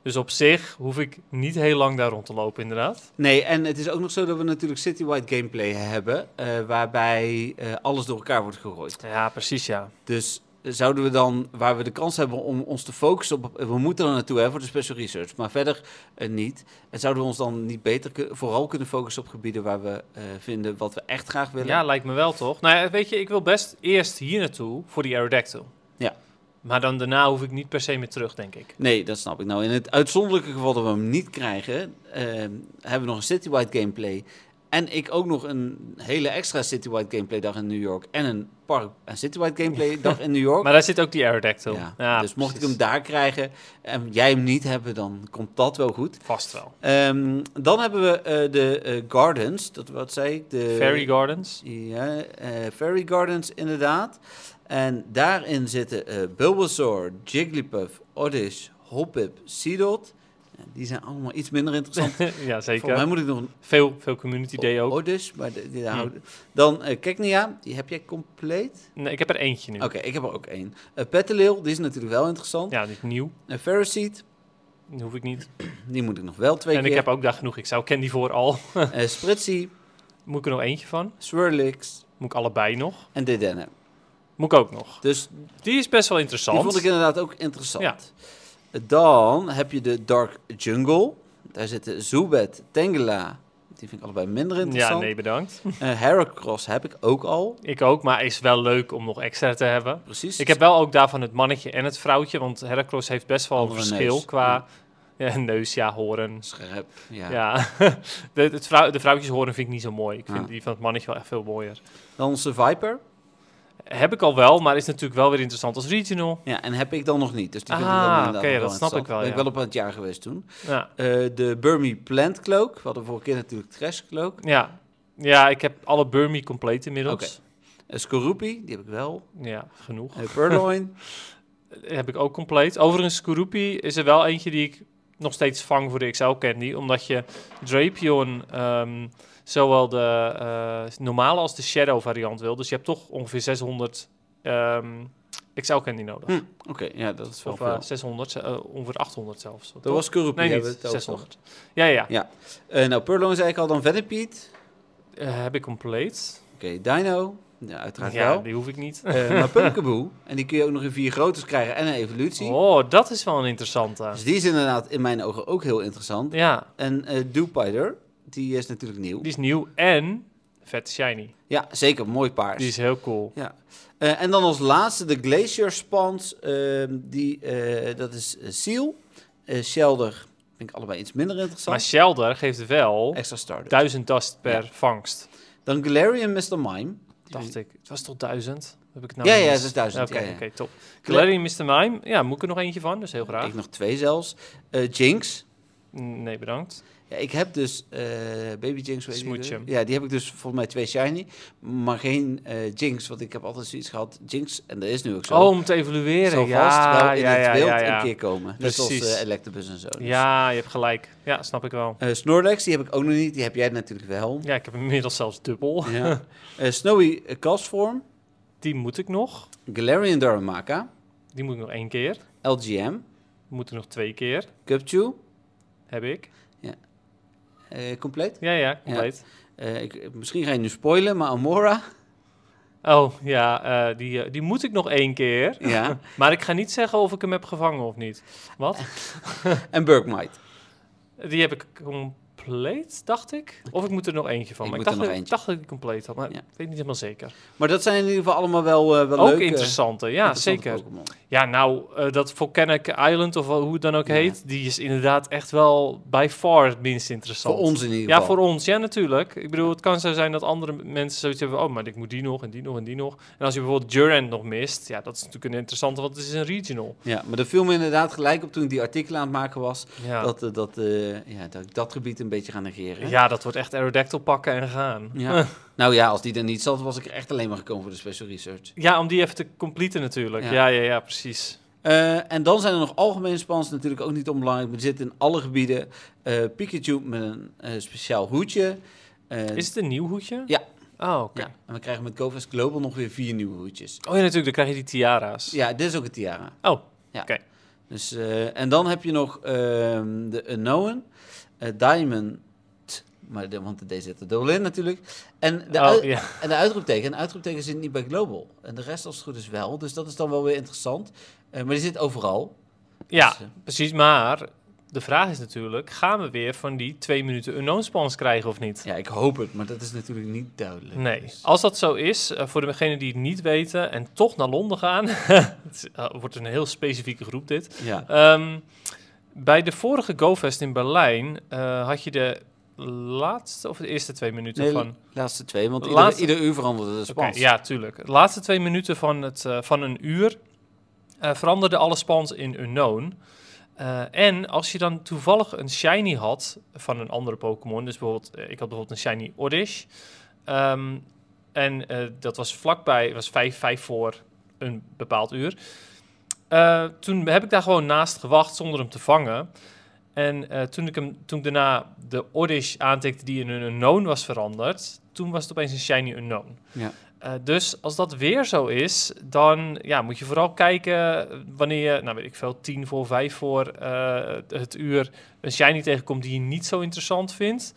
D: Dus op zich hoef ik niet heel lang daar rond te lopen, inderdaad.
C: Nee, en het is ook nog zo dat we natuurlijk citywide gameplay hebben, eh, waarbij eh, alles door elkaar wordt gegooid.
D: Ja, precies, ja.
C: Dus zouden we dan, waar we de kans hebben om ons te focussen op, we moeten er naartoe hè, voor de special research, maar verder eh, niet. En zouden we ons dan niet beter ku- vooral kunnen focussen op gebieden waar we eh, vinden wat we echt graag willen?
D: Ja, lijkt me wel toch? Nou ja, weet je, ik wil best eerst hier naartoe voor die Aerodactyl.
C: Ja.
D: Maar dan daarna hoef ik niet per se meer terug, denk ik.
C: Nee, dat snap ik. Nou, in het uitzonderlijke geval dat we hem niet krijgen, eh, hebben we nog een citywide gameplay. En ik ook nog een hele extra citywide gameplay dag in New York. En een park en citywide gameplay dag in New York.
D: Maar daar zit ook die Aerodactyl.
C: Ja,
D: Ja,
C: dus mocht ik hem
D: precies.
C: daar krijgen en jij hem niet hebben, dan komt dat wel goed.
D: Vast wel.
C: Ehm, dan hebben we eh, de eh, Gardens, dat wat zei ik? De
D: Fairy Gardens.
C: Ja, eh, Fairy Gardens inderdaad. En daarin zitten eh, Bulbasaur, Jigglypuff, Oddish, Hoppip, Seedot. En die zijn allemaal iets minder interessant.
D: ja,
C: Volgens
D: zeker.
C: mij moet ik nog een
D: Veel, veel community day ook.
C: Oddish, maar de- die
D: Hm.
C: houden- Dan eh Keknia, die heb jij compleet.
D: Nee, ik heb er eentje nu.
C: Oké, ik heb er ook één. Eh Petalil, die is natuurlijk wel interessant.
D: Ja, die is nieuw.
C: Eh, Ferroseed,
D: Die hoef ik niet.
C: die moet ik nog wel twee
D: En
C: keer.
D: ik heb ook daar genoeg. Ik zou ken die voor al.
C: Eh, Spritzy,
D: Moet ik er nog eentje van?
C: Swirlix
D: Moet ik allebei nog?
C: en Dedenne.
D: Moet ik ook nog.
C: Dus
D: Die is best wel interessant.
C: Die vond ik inderdaad ook interessant. Dan heb je de Dark Jungle. Daar zitten Zubat, Tangela. Die vind ik allebei minder
D: ja,
C: interessant.
D: nee, bedankt.
C: Eh, Heracross heb ik ook al.
D: Ik ook, maar is wel leuk om nog extra te hebben.
C: Precies.
D: Ik heb wel ook daarvan het mannetje en het vrouwtje, want Heracross heeft best wel een
C: Andere
D: verschil
C: neus.
D: qua ja, neus, ja, horen.
C: Scherp, ja.
D: Ja, de, het vrouw, de vrouwtjes horen vind ik niet zo mooi. Ik vind
C: Ja.
D: die van het mannetje wel echt veel mooier.
C: Dan onze Viper.
D: Heb ik al wel, maar is natuurlijk wel weer interessant als regional.
C: Ja, en heb ik dan nog niet. Dus die vind
D: Ah,
C: ik dan inderdaad
D: oké,
C: nog
D: dat snap ik
C: interessant.
D: wel,
C: Ben ik
D: ja.
C: wel op aan het jaar geweest toen.
D: Ja,
C: Eh, de Burmy Plant Cloak. We hadden vorige keer natuurlijk Trash Cloak.
D: ja. ja ik heb alle Burmy compleet inmiddels.
C: Eh, Skorupi, die heb ik wel.
D: Ja, genoeg.
C: Eh, Purloin.
D: Heb ik ook compleet. Overigens, Kurupi is er wel eentje die ik nog steeds vang voor de XL-candy. Omdat je Drapion ehm, zowel de eh, normale als de Shadow variant wil. Dus je hebt toch ongeveer 600 ehm, XL-candy nodig.
C: Hm, Oké, ja, dat is wel
D: Of eh,
C: veel.
D: 600, eh, ongeveer 800 zelfs.
C: dat was Skorupi.
D: Nee,
C: hebben
D: niet.
C: we het over.
D: 600. Ja, ja.
C: Ja. Eh, nou, Purloin zei ik al. Dan Venipede.
D: Eh, heb ik compleet.
C: Oké, Dino. Ja, uiteraard
D: Ja,
C: wel.
D: die hoef ik niet.
C: Eh, maar Pumpkaboo. En die kun je ook nog in vier groottes krijgen en een evolutie.
D: Oh, dat is wel een interessante.
C: Dus die is inderdaad in mijn ogen ook heel interessant.
D: Ja,
C: En eh Doopider, die is natuurlijk nieuw.
D: die is nieuw en vet shiny.
C: Ja, zeker. Mooi paars.
D: Die is heel cool.
C: Ja. Eh, en dan als laatste de Glacier Spawns. ehm, die, eh, dat is eh, Seal. eh, Shelder vind ik allebei iets minder
D: Maar
C: interessant.
D: Shelder geeft wel
C: Extra starter.
D: duizend dust per vangst.
C: Dan Galarian Mr. Mime. Die
D: Dacht
C: vind-
D: ik. Het was toch duizend? Heb ik het nou
C: Ja,
D: niet
C: ja,
D: eens?
C: dat is duizend.
D: Oké,
C: ja, ja.
D: oké, top. Galarian Mr. Mime. Ja, moet ik er nog eentje van, dus heel graag.
C: Ik nog twee zelfs. Eh, Jinx.
D: Mm, Nee, bedankt.
C: Ja, ik heb dus eh, Baby Jinx. weet je
D: Smooch
C: die?
D: hem.
C: Ja, die heb ik dus volgens mij twee shiny. Maar geen eh, Jinx, want ik heb altijd zoiets gehad. Jinx, en dat is nu ook zo.
D: Oh, om te evolueren.
C: zal
D: ja,
C: vast wel in
D: ja,
C: het
D: ja,
C: wild
D: ja, ja.
C: een keer komen. Net
D: Precies.
C: zoals eh, Electabuzz en zo. Dus.
D: Ja, je hebt gelijk. Ja, snap ik wel.
C: Eh, Snorlax, die heb ik ook nog niet. Die heb jij natuurlijk wel.
D: Ja, ik heb hem inmiddels zelfs dubbel.
C: Ja. Eh, Snowy eh, Castform.
D: Die moet ik nog.
C: Galarian Darumaka.
D: Die moet ik nog één keer.
C: LGM.
D: Moet ik nog twee keer.
C: Cupchew.
D: Heb ik.
C: eh, compleet.
D: Ja, ja, compleet.
C: Eh, ik, misschien ga je nu spoilen, maar Amora.
D: Oh, ja, eh, die, eh, die moet ik nog één keer.
C: ja.
D: Maar ik ga niet zeggen of ik hem heb gevangen of niet. Wat?
C: En Burkmite.
D: Die heb ik compleet, dacht ik. Of ik moet er nog eentje van.
C: Ik
D: maar ik
C: moet
D: dacht,
C: er nog
D: dat,
C: eentje.
D: ik dacht dat ik die compleet had, maar
C: Ja.
D: ik weet niet helemaal zeker.
C: Maar dat zijn in ieder geval allemaal wel, eh wel
D: ook
C: leuke...
D: interessante, ja,
C: interessante
D: zeker.
C: Pokémon.
D: Ja, nou, eh, dat Volcanic Island of hoe het dan ook
C: Ja.
D: heet, die is inderdaad echt wel by far het minst interessant.
C: Voor ons in ieder geval.
D: Ja, voor ons. Ja, natuurlijk. Ik bedoel, het kan zo zijn dat andere mensen zoiets hebben van, oh, maar ik moet die nog en die nog en die nog. En als je bijvoorbeeld Durant nog mist, ja, dat is natuurlijk een interessante, want het is een regional.
C: Ja, maar daar viel me inderdaad gelijk op toen ik die artikelen aan het maken was.
D: Ja, dat,
C: Dat, eh, dat, eh, ja, dat ik dat gebied een beetje ga negeren.
D: ja, dat wordt echt Aerodactyl pakken en gaan.
C: Ja. nou ja, als die er niet zat, was ik er echt alleen maar gekomen voor de special research.
D: Ja, om die even te completen natuurlijk.
C: Ja.
D: Ja, ja, ja, precies.
C: Eh, en dan zijn er nog algemene spans, natuurlijk ook niet onbelangrijk. Maar die zitten in alle gebieden. Eh, Pikachu met een eh, speciaal hoedje. Eh,
D: Is het een nieuw hoedje?
C: Ja.
D: Oh, oké.
C: ja. En we krijgen met GoFest Global nog weer vier nieuwe hoedjes.
D: Oh ja, natuurlijk. Dan krijg je die tiara's.
C: Ja, dit is ook een tiara.
D: Oh,
C: Dus, eh, en dan heb je nog ehm, de Unknown, eh, Diamond Maar de, want de D zit er dubbel in natuurlijk. En de,
D: Oh,
C: ui-
D: ja.
C: en de uitroepteken. En uitroepteken zit niet bij Global. En de rest als het goed is wel. Dus dat is dan wel weer interessant. Eh, maar die zit overal.
D: ja,
C: Dus, eh,
D: precies. Maar de vraag is natuurlijk, gaan we weer van die twee minuten unknown spawns krijgen of niet?
C: Ja, ik hoop het. Maar dat is natuurlijk niet duidelijk.
D: Nee, Oh,
C: Dus-
D: als dat zo is, eh, voor degenen die het niet weten en toch naar Londen gaan, het is- eh, wordt een heel specifieke groep dit,
C: ja.
D: Ehm, bij de vorige GoFest in Berlijn eh, had je de laatste of de eerste twee minuten
C: Nee,
D: van.
C: laatste twee. Want
D: Laatste-
C: ieder, ieder uur veranderde de
D: Oké,
C: spans.
D: ja, tuurlijk. De laatste twee minuten van, het, eh, van een uur eh veranderden alle spans in unknown. Eh, en als je dan toevallig een shiny had van een andere Pokémon, dus bijvoorbeeld, eh, ik had bijvoorbeeld een shiny Oddish. ehm, en eh, dat was vlakbij, was 5, 5 voor een bepaald uur. Eh, toen heb ik daar gewoon naast gewacht zonder hem te vangen. En eh, toen, ik hem, toen ik daarna de Oddish aantikte die in een unknown was veranderd, toen was het opeens een shiny unknown.
C: Ja.
D: Eh, dus als dat weer zo is, dan ja, moet je vooral kijken wanneer je, nou weet ik veel, 10 voor 5 voor eh, het uur een shiny tegenkomt die je niet zo interessant vindt.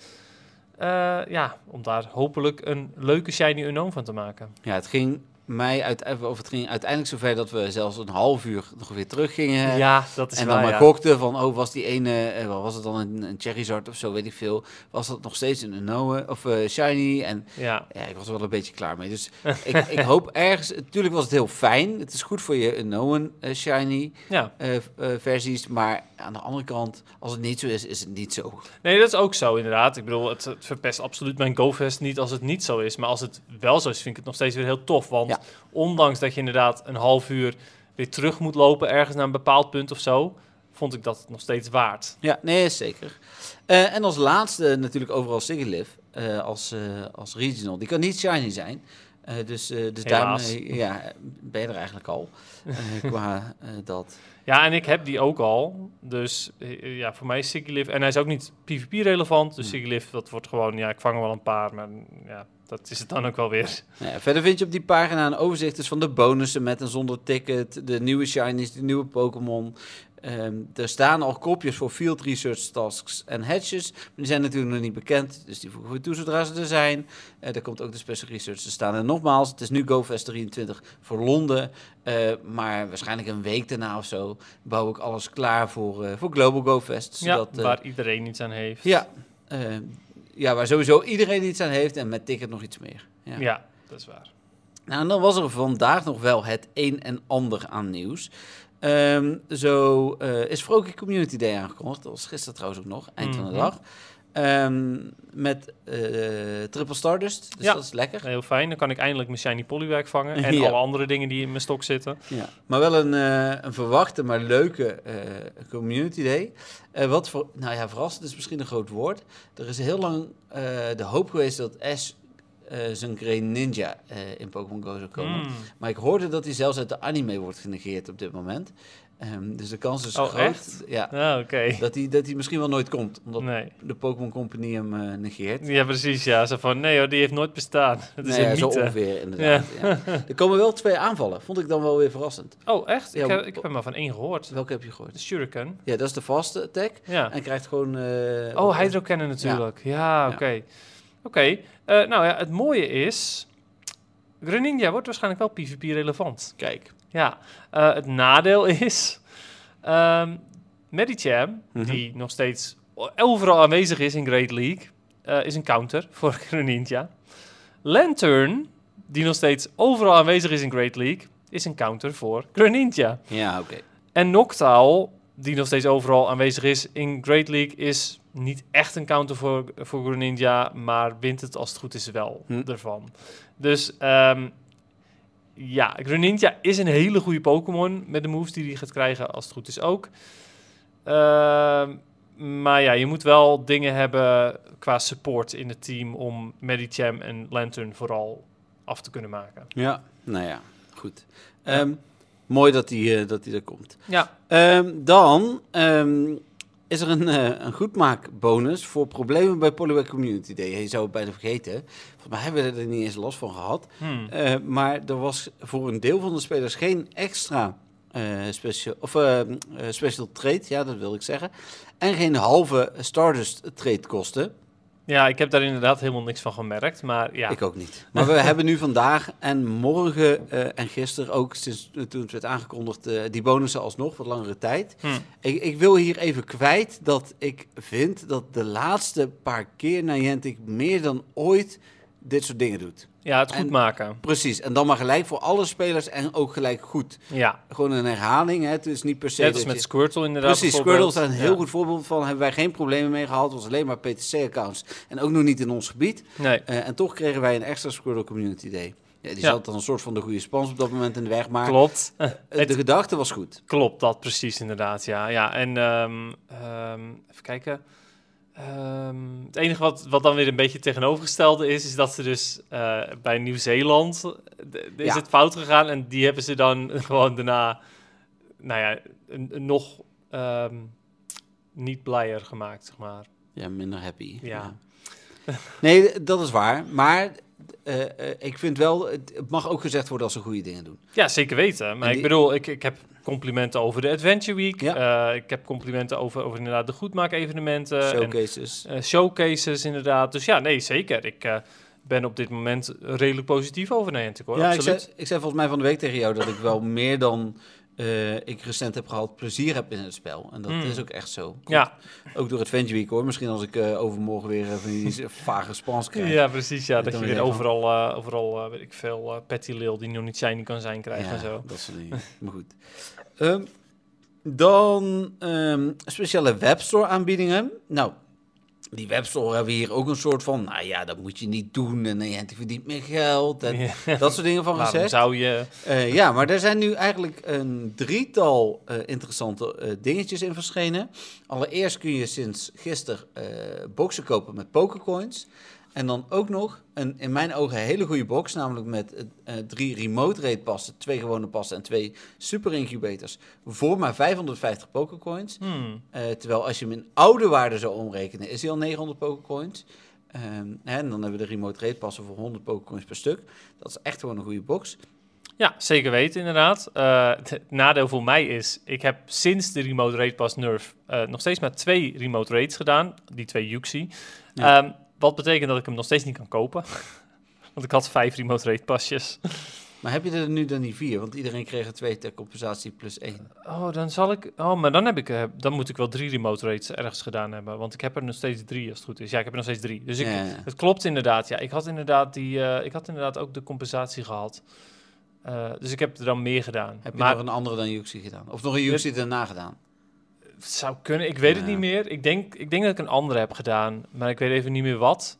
D: Eh, ja, om daar hopelijk een leuke shiny unknown van te maken.
C: Ja, het ging mij uit, of het ging uiteindelijk zover dat we zelfs een half uur nog weer teruggingen.
D: ja, dat is
C: Eh, en dan
D: waar,
C: maar
D: ja.
C: gokten van, oh, was die ene, eh, wel, was het dan een, een Charizard of zo, weet ik veel. Was dat nog steeds een Unknown of eh, Shiny? En
D: Ja,
C: ja, ik was er wel een beetje klaar mee. Dus ik, ik hoop ergens, natuurlijk was het heel fijn. Het is goed voor je Unknown eh, Shiny
D: ja.
C: eh, v- eh, versies. Maar aan de andere kant, als het niet zo is, is het niet zo.
D: Nee, dat is ook zo inderdaad. Ik bedoel, het, het verpest absoluut mijn GoFest niet als het niet zo is. Maar als het wel zo is, vind ik het nog steeds weer heel tof. Want
C: Ja.
D: ondanks dat je inderdaad een half uur weer terug moet lopen ergens naar een bepaald punt of zo, vond ik dat het nog steeds waard.
C: Ja, nee, zeker. Eh, en als laatste natuurlijk overal Sigilif eh, als, eh, als regional. Die kan niet shiny zijn. Eh, dus eh, dus daarom
D: Helaas.
C: eh, ja, ben je er eigenlijk al eh, qua eh, dat.
D: Ja, en ik heb die ook al. Dus eh, ja, voor mij is Sigilift... En hij is ook niet PvP-relevant. Dus
C: Hm.
D: Sigilift, dat wordt gewoon... Ja, ik vang er wel een paar, maar ja, dat is het dan ook wel weer.
C: Nou ja, verder vind je op die pagina een overzicht dus van de bonussen met en zonder ticket, de nieuwe shinies, de nieuwe Pokémon. Ehm, er staan al kopjes voor field research tasks en hatches. Maar die zijn natuurlijk nog niet bekend, dus die voegen we toe zodra ze er zijn. Eh daar komt ook de special research te staan. En nogmaals, het is nu GoFest 23 voor Londen. eh, maar waarschijnlijk een week daarna of zo bouw ik alles klaar voor, eh, voor Global GoFest. Zodat,
D: ja,
C: eh,
D: waar iedereen iets aan heeft.
C: ja, eh, ja, waar sowieso iedereen iets aan heeft en met ticket nog iets meer.
D: Ja, dat is waar.
C: Nou, en dan was er vandaag nog wel het een en ander aan nieuws. Ehm, zo eh, is Froki Community Day aangekondigd. Dat was gisteren trouwens ook nog, eind van
D: Mhm.
C: de dag. Ehm, met eh, Triple Stardust, dus
D: Ja.
C: dat is lekker.
D: Eh, Heel fijn, dan kan ik eindelijk mijn shiny polywag vangen. En
C: Ja.
D: alle andere dingen die in mijn stok zitten.
C: Ja. Maar wel een, eh, een verwachte, maar leuke eh, Community Day. Eh, wat voor, nou ja, verrassend is misschien een groot woord. Er is heel lang eh, de hoop geweest dat Ash eh, zijn Greninja Ninja eh, in Pokémon Go zou komen.
D: Mm.
C: Maar ik hoorde dat hij zelfs uit de anime wordt genegeerd op dit moment. Ehm, dus de kans is
D: Oh,
C: groot
D: echt?
C: Ja,
D: Ah, oké.
C: dat, hij, dat hij misschien wel nooit komt. Omdat
D: Nee.
C: de Pokémon Company hem eh, negeert.
D: Ja, precies. Ja, zo van, nee hoor, die heeft nooit bestaan. Het is
C: Nou ja,
D: een
C: zo
D: mythe.
C: ongeveer inderdaad. Ja. Er komen wel twee aanvallen. Vond ik dan wel weer verrassend.
D: Oh, echt?
C: Ja,
D: ik, heb,
C: w-
D: ik heb er maar van één gehoord.
C: Welke heb je
D: De
C: gehoord?
D: shuriken.
C: Ja, dat is de vaste attack.
D: Ja.
C: En krijgt gewoon... eh,
D: Oh, Hydro Cannon natuurlijk. Ja,
C: Ja.
D: oké. Oké, eh, nou ja, het mooie is... Greninja wordt waarschijnlijk wel PvP-relevant.
C: Kijk.
D: Ja, eh, het nadeel is... ehm Medicham,
C: Mhm.
D: die nog steeds overal aanwezig is in Great League... eh, is een counter voor Greninja. Lantern, die nog steeds overal aanwezig is in Great League... is een counter voor Greninja.
C: Ja, oké.
D: En Noctowl, die nog steeds overal aanwezig is in Great League, is niet echt een counter voor, voor Greninja, maar wint het als het goed is wel
C: Hm.
D: ervan. Dus ehm, ja, Greninja is een hele goede Pokémon met de moves die hij gaat krijgen als het goed is ook. Ehm, maar ja, je moet wel dingen hebben qua support in het team om Medicham en Lantern vooral af te kunnen maken.
C: Ja, nou ja, goed. Ehm, Mooi dat hij eh, dat hij er komt.
D: Ja,
C: Ehm, dan ehm, is er een, eh een goedmaakbonus voor problemen bij Polywag Community Day. Je zou het bijna vergeten. Volgens mij hebben we er niet eens last van gehad.
D: hm.
C: Eh, maar er was voor een deel van de spelers geen extra eh, special, of, eh, eh, special trade, ja, dat wil ik zeggen. En geen halve Stardust trade kosten.
D: Ja, ik heb daar inderdaad helemaal niks van gemerkt. Maar ja,
C: Ik ook niet. Maar we hebben nu vandaag en morgen eh, en gisteren ook, sinds toen het werd aangekondigd, eh, die bonussen alsnog, wat langere tijd.
D: Hm.
C: Ik, ik wil hier even kwijt dat ik vind dat de laatste paar keer Niantic meer dan ooit dit soort dingen doet.
D: ja het goed
C: En-
D: maken.
C: Precies, en dan maar gelijk voor alle spelers en ook gelijk goed.
D: Ja,
C: Gewoon een herhaling, hè? het is niet per se...
D: net als
C: dat
D: met
C: je-
D: Squirtle inderdaad.
C: Precies, Squirtle
D: bijvoorbeeld.
C: is daar een heel
D: Ja.
C: goed voorbeeld van. Hebben wij geen problemen mee gehad. Het was alleen maar PTC-accounts. En ook nog niet in ons gebied.
D: Nee,
C: Eh, en toch kregen wij een extra Squirtle Community Day. Ja, die
D: Ja.
C: zat dan een soort van de goede spans op dat moment in de weg. Maar
D: klopt.
C: eh,
D: Het-
C: de gedachte was goed.
D: Klopt, dat precies inderdaad, ja. ja en ehm, ehm, even kijken. Ehm, het enige wat, wat dan weer een beetje tegenovergestelde is, is dat ze dus eh, bij Nieuw-Zeeland eh, d- is
C: Ja.
D: het fout gegaan en die hebben ze dan gewoon daarna, nou ja, een, een nog ehm, niet blijer gemaakt, zeg maar.
C: Ja, minder happy.
D: Ja.
C: Nee, d- dat is waar. Maar eh, eh, ik vind wel, het het mag ook gezegd worden als ze goede dingen doen.
D: Ja, zeker weten. Maar
C: En
D: ik
C: die-
D: bedoel, ik, ik heb complimenten over de Adventure Week. Eh, ik heb complimenten over, over inderdaad de goedmaak-evenementen. en-
C: Showcases.
D: Eh, showcases inderdaad. Dus ja, nee, zeker. Ik eh, ben op dit moment redelijk positief over Niantic, hoor.
C: ja, ik zei,
D: Absoluut.
C: ik zei volgens mij van de week tegen jou dat ik wel meer dan eh, ik recent heb gehad plezier heb in het spel. En dat
D: Hmm.
C: is ook echt zo. Komt
D: Ja,
C: Ook door Adventure Week hoor. Misschien als ik eh, overmorgen weer eh, van die vage spans krijg.
D: ja, precies. Ja,
C: Dat
D: dat je
C: dan
D: weer
C: weer even-
D: overal, eh, overal eh, weet ik veel, eh, Patty Lil die nog niet shiny kan zijn krijgt en zo.
C: Dat soort dingen. maar goed. Ehm, dan ehm, speciale webstore aanbiedingen. Nou, die webstore hebben we hier ook een soort van, nou ja, dat moet je niet doen en je verdient meer geld en
D: Ja.
C: dat soort dingen van
D: Waarom
C: gezegd.
D: zou je...
C: Eh, ja, maar er zijn nu eigenlijk een drietal eh, interessante eh, dingetjes in verschenen. Allereerst kun je sinds gisteren eh, boxen kopen met pokercoins. En dan ook nog een in mijn ogen hele goede box, namelijk met eh, eh, drie remote rate passen, twee gewone passen en twee super incubators voor maar 550 pokercoins.
D: Hmm,
C: Eh, terwijl als je hem in oude waarde zou omrekenen, is hij al 900 pokercoins. Ehm, hè, en dan hebben we de remote rate passen voor 100 pokercoins per stuk. Dat is echt gewoon een goede box.
D: Ja, zeker weten inderdaad. Eh, het nadeel voor mij is, ik heb sinds de Remote Rate Pass Nerf eh, nog steeds maar twee Remote Rates gedaan. Die twee Yuxi.
C: Ja.
D: Ehm, wat betekent dat ik hem nog steeds niet kan kopen. Want ik had vijf Remote Rate Pasjes.
C: Maar heb je er nu dan niet vier? Want iedereen kreeg er twee ter compensatie plus één.
D: Oh, dan zal ik. Oh, maar dan heb ik. eh, dan moet ik wel drie remote rates ergens gedaan hebben. Want ik heb er nog steeds drie, als het goed is. Ja, ik heb er nog steeds drie. Dus ik,
C: Ja, ja.
D: het klopt inderdaad. Ja, ik had inderdaad, die, eh, ik had inderdaad ook de compensatie gehad. Eh, dus ik heb er dan meer gedaan.
C: Heb je
D: maar
C: nog een andere dan Juxi gedaan? Of nog een Juxi daarna gedaan?
D: het zou kunnen. Ik weet het
C: Ja.
D: niet meer. Ik denk, ik denk dat ik een andere heb gedaan. Maar ik weet even niet meer wat.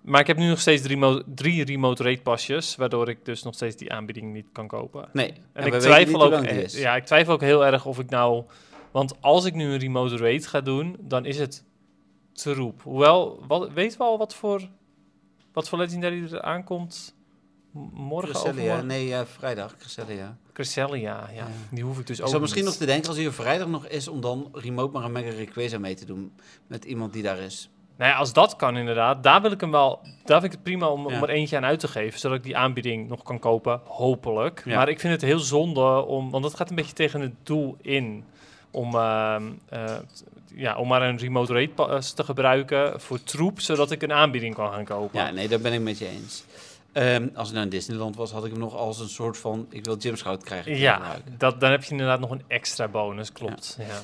D: Maar ik heb nu nog steeds drie, mo- drie remote rate pasjes. Waardoor ik dus nog steeds die aanbieding niet kan kopen.
C: Nee.
D: En,
C: we
D: ik
C: weten
D: twijfel
C: niet hoe
D: ook.
C: lang die
D: eh,
C: is.
D: Ja, ik twijfel ook heel erg of ik nou. Want als ik nu een remote rate ga doen, dan is het troep. Hoewel, wat, weten we al wat voor, wat voor legendary er aankomt? M- Morgen
C: Cresselia.
D: overmorgen?
C: Nee, ja, vrijdag. Cresselia.
D: Cresselia, ja.
C: Ja.
D: Die hoef ik dus
C: Ik
D: ook
C: zou misschien
D: niet.
C: nog te denken als hij er vrijdag nog is... om dan remote maar een mega request aan mee te doen. Met iemand die daar is.
D: Nou ja, als dat kan inderdaad, daar wil ik hem wel. Daar vind ik het prima om, om
C: Ja.
D: er eentje aan uit te geven, zodat ik die aanbieding nog kan kopen, hopelijk.
C: Ja.
D: Maar ik vind het heel zonde om, want dat gaat een beetje tegen het doel in. Om, ehm, eh, t- ja, om maar een remote rate pas te gebruiken voor troep, zodat ik een aanbieding kan gaan kopen.
C: Ja, nee, daar ben ik met je eens. Ehm, als ik nou in Disneyland was, had ik hem nog als een soort van... ik wil Jim Schout krijgen. kunnen
D: Ja,
C: gebruiken.
D: dat, dan heb je inderdaad nog een extra bonus, klopt. Ja.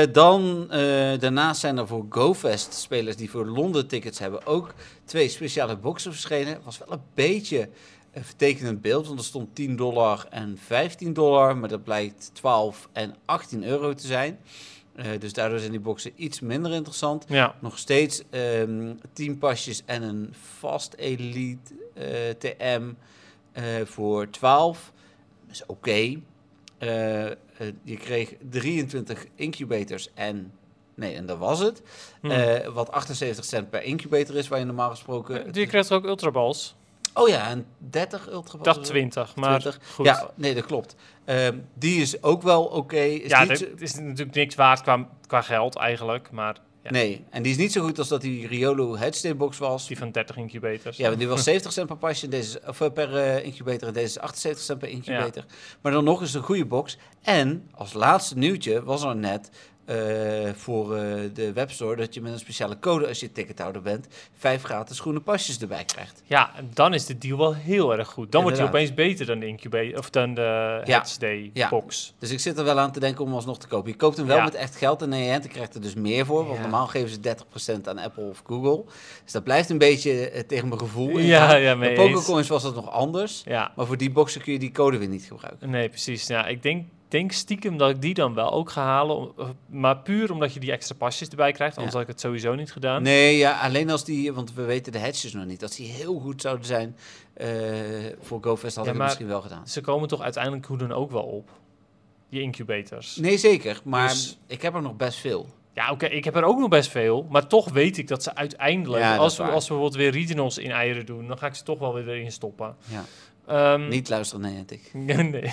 C: Eh, dan, eh, daarnaast zijn er voor GoFest spelers die voor Londen tickets hebben ook twee speciale boxen verschenen. Was wel een beetje een vertekenend beeld, want er stond 10 dollar en 15 dollar, maar dat blijkt 12 en 18 euro te zijn. Eh, dus daardoor zijn die boxen iets minder interessant.
D: Ja.
C: Nog steeds ehm 10 pasjes en een vast Elite eh, TM eh, voor 12. Dat is oké. Eh, eh, je kreeg 23 incubators en... Nee, en dat was het.
D: Hm.
C: Eh, wat 78 cent per incubator is, waar je normaal gesproken...
D: Je krijgt ook ultraballs.
C: Oh ja, en 30 ultra.
D: Dat 20, maar
C: 20.
D: goed.
C: Eh, Ja, nee, dat klopt. Ehm, die is ook wel oké. Is
D: ja,
C: niet
D: dat
C: zo-
D: is natuurlijk niks waard qua, qua geld eigenlijk, maar ja.
C: Nee, en die is niet zo goed als dat die Riolo Headstay box was.
D: die van 30 incubators.
C: Ja, want die was 70 cent per pasje, deze is- of eh, per eh, incubator. En deze is 78 cent per incubator. Maar dan nog is het een goede box. En als laatste nieuwtje was er net eh, voor eh, de webstore dat je met een speciale code als je tickethouder bent vijf gratis groene pasjes erbij krijgt.
D: Ja, en dan is de deal wel heel erg goed. Dan wordt hij
C: Inderdaad.
D: opeens beter dan de incubator of dan de
C: Ja.
D: Heads Day
C: Ja.
D: box.
C: Dus ik zit er wel aan te denken om alsnog te kopen. Je koopt hem wel
D: Ja.
C: met echt geld en de cliënten krijgt er dus meer voor. Want
D: Ja.
C: normaal geven ze 30% aan Apple of Google. Dus dat blijft een beetje eh, tegen mijn gevoel.
D: Ja,
C: ingaan.
D: ja,
C: Met
D: mee eens.
C: Pokécoins was dat nog anders.
D: Ja,
C: Maar voor die boxen kun je die code weer niet gebruiken.
D: nee, precies. Ja, ik denk, denk stiekem dat ik die dan wel ook ga halen. om- eh, maar puur omdat je die extra pasjes erbij krijgt. Anders
C: Ja.
D: had ik het sowieso niet gedaan.
C: Nee, ja, alleen als die, want we weten de hedges nog niet. Als die heel goed zouden zijn eh, voor GoFest, had
D: Ja,
C: ik het
D: maar-
C: misschien wel gedaan.
D: Ze komen toch uiteindelijk hoe dan ook wel op. Die incubators.
C: Nee, zeker. Maar
D: Dus-
C: ik heb er nog best veel.
D: Ja, oké, ik heb er ook nog best veel. Maar toch weet ik dat ze uiteindelijk,
C: Ja, dat
D: als,
C: is
D: we,
C: waar.
D: als we bijvoorbeeld weer regionals in eieren doen, dan ga ik ze toch wel weer erin stoppen.
C: Ja.
D: Ehm,
C: Niet luisteren, nee, ik.
D: nee.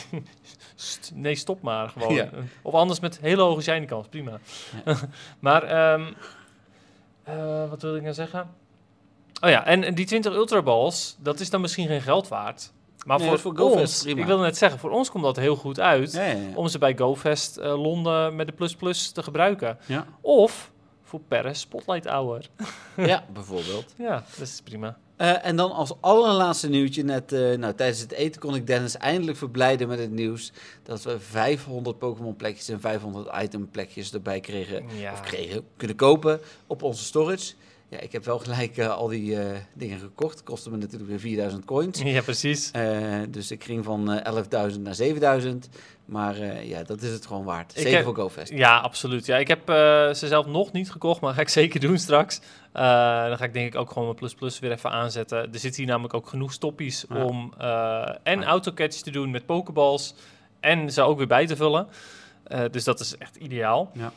D: St- nee, stop maar gewoon.
C: Ja.
D: Of anders met hele hoge zijnekans, prima. maar, ehm, eh, wat wilde ik nou zeggen? Oh ja, en die 20 Ultra Balls, dat is dan misschien geen geld waard. Maar
C: Nee,
D: voor,
C: voor GoFest
D: ons,
C: prima.
D: ik wilde net zeggen, voor ons komt dat heel goed uit.
C: Ja, ja, ja.
D: Om ze bij GoFest eh, Londen met de plus plus te gebruiken.
C: Ja.
D: Of voor Paris Spotlight Hour.
C: ja, bijvoorbeeld.
D: Ja, dat is prima.
C: Eh, en dan als allerlaatste nieuwtje net, eh, nou, tijdens het eten kon ik Dennis eindelijk verblijden met het nieuws dat we 500 Pokémon plekjes en 500 item plekjes erbij kregen,
D: Ja.
C: of kregen, kunnen kopen op onze storage. Ja, ik heb wel gelijk eh, al die eh, dingen gekocht, kostte me natuurlijk weer 4000 coins.
D: Ja, precies.
C: Eh, dus ik ging van eh, 11.000 naar 7000, maar eh, ja, dat is het gewoon waard.
D: Ik
C: Zeker
D: heb-
C: voor GoFest.
D: Ja, absoluut. Ja, ik heb eh, ze zelf nog niet gekocht, maar ga ik zeker doen straks. Eh, dan ga ik denk ik ook gewoon mijn plus plus weer even aanzetten. Er zitten hier namelijk ook genoeg stoppies
C: Ja.
D: om eh en
C: Ja.
D: autocatch te doen met pokeballs en ze ook weer bij te vullen. Eh, dus dat is echt ideaal.
C: Ja.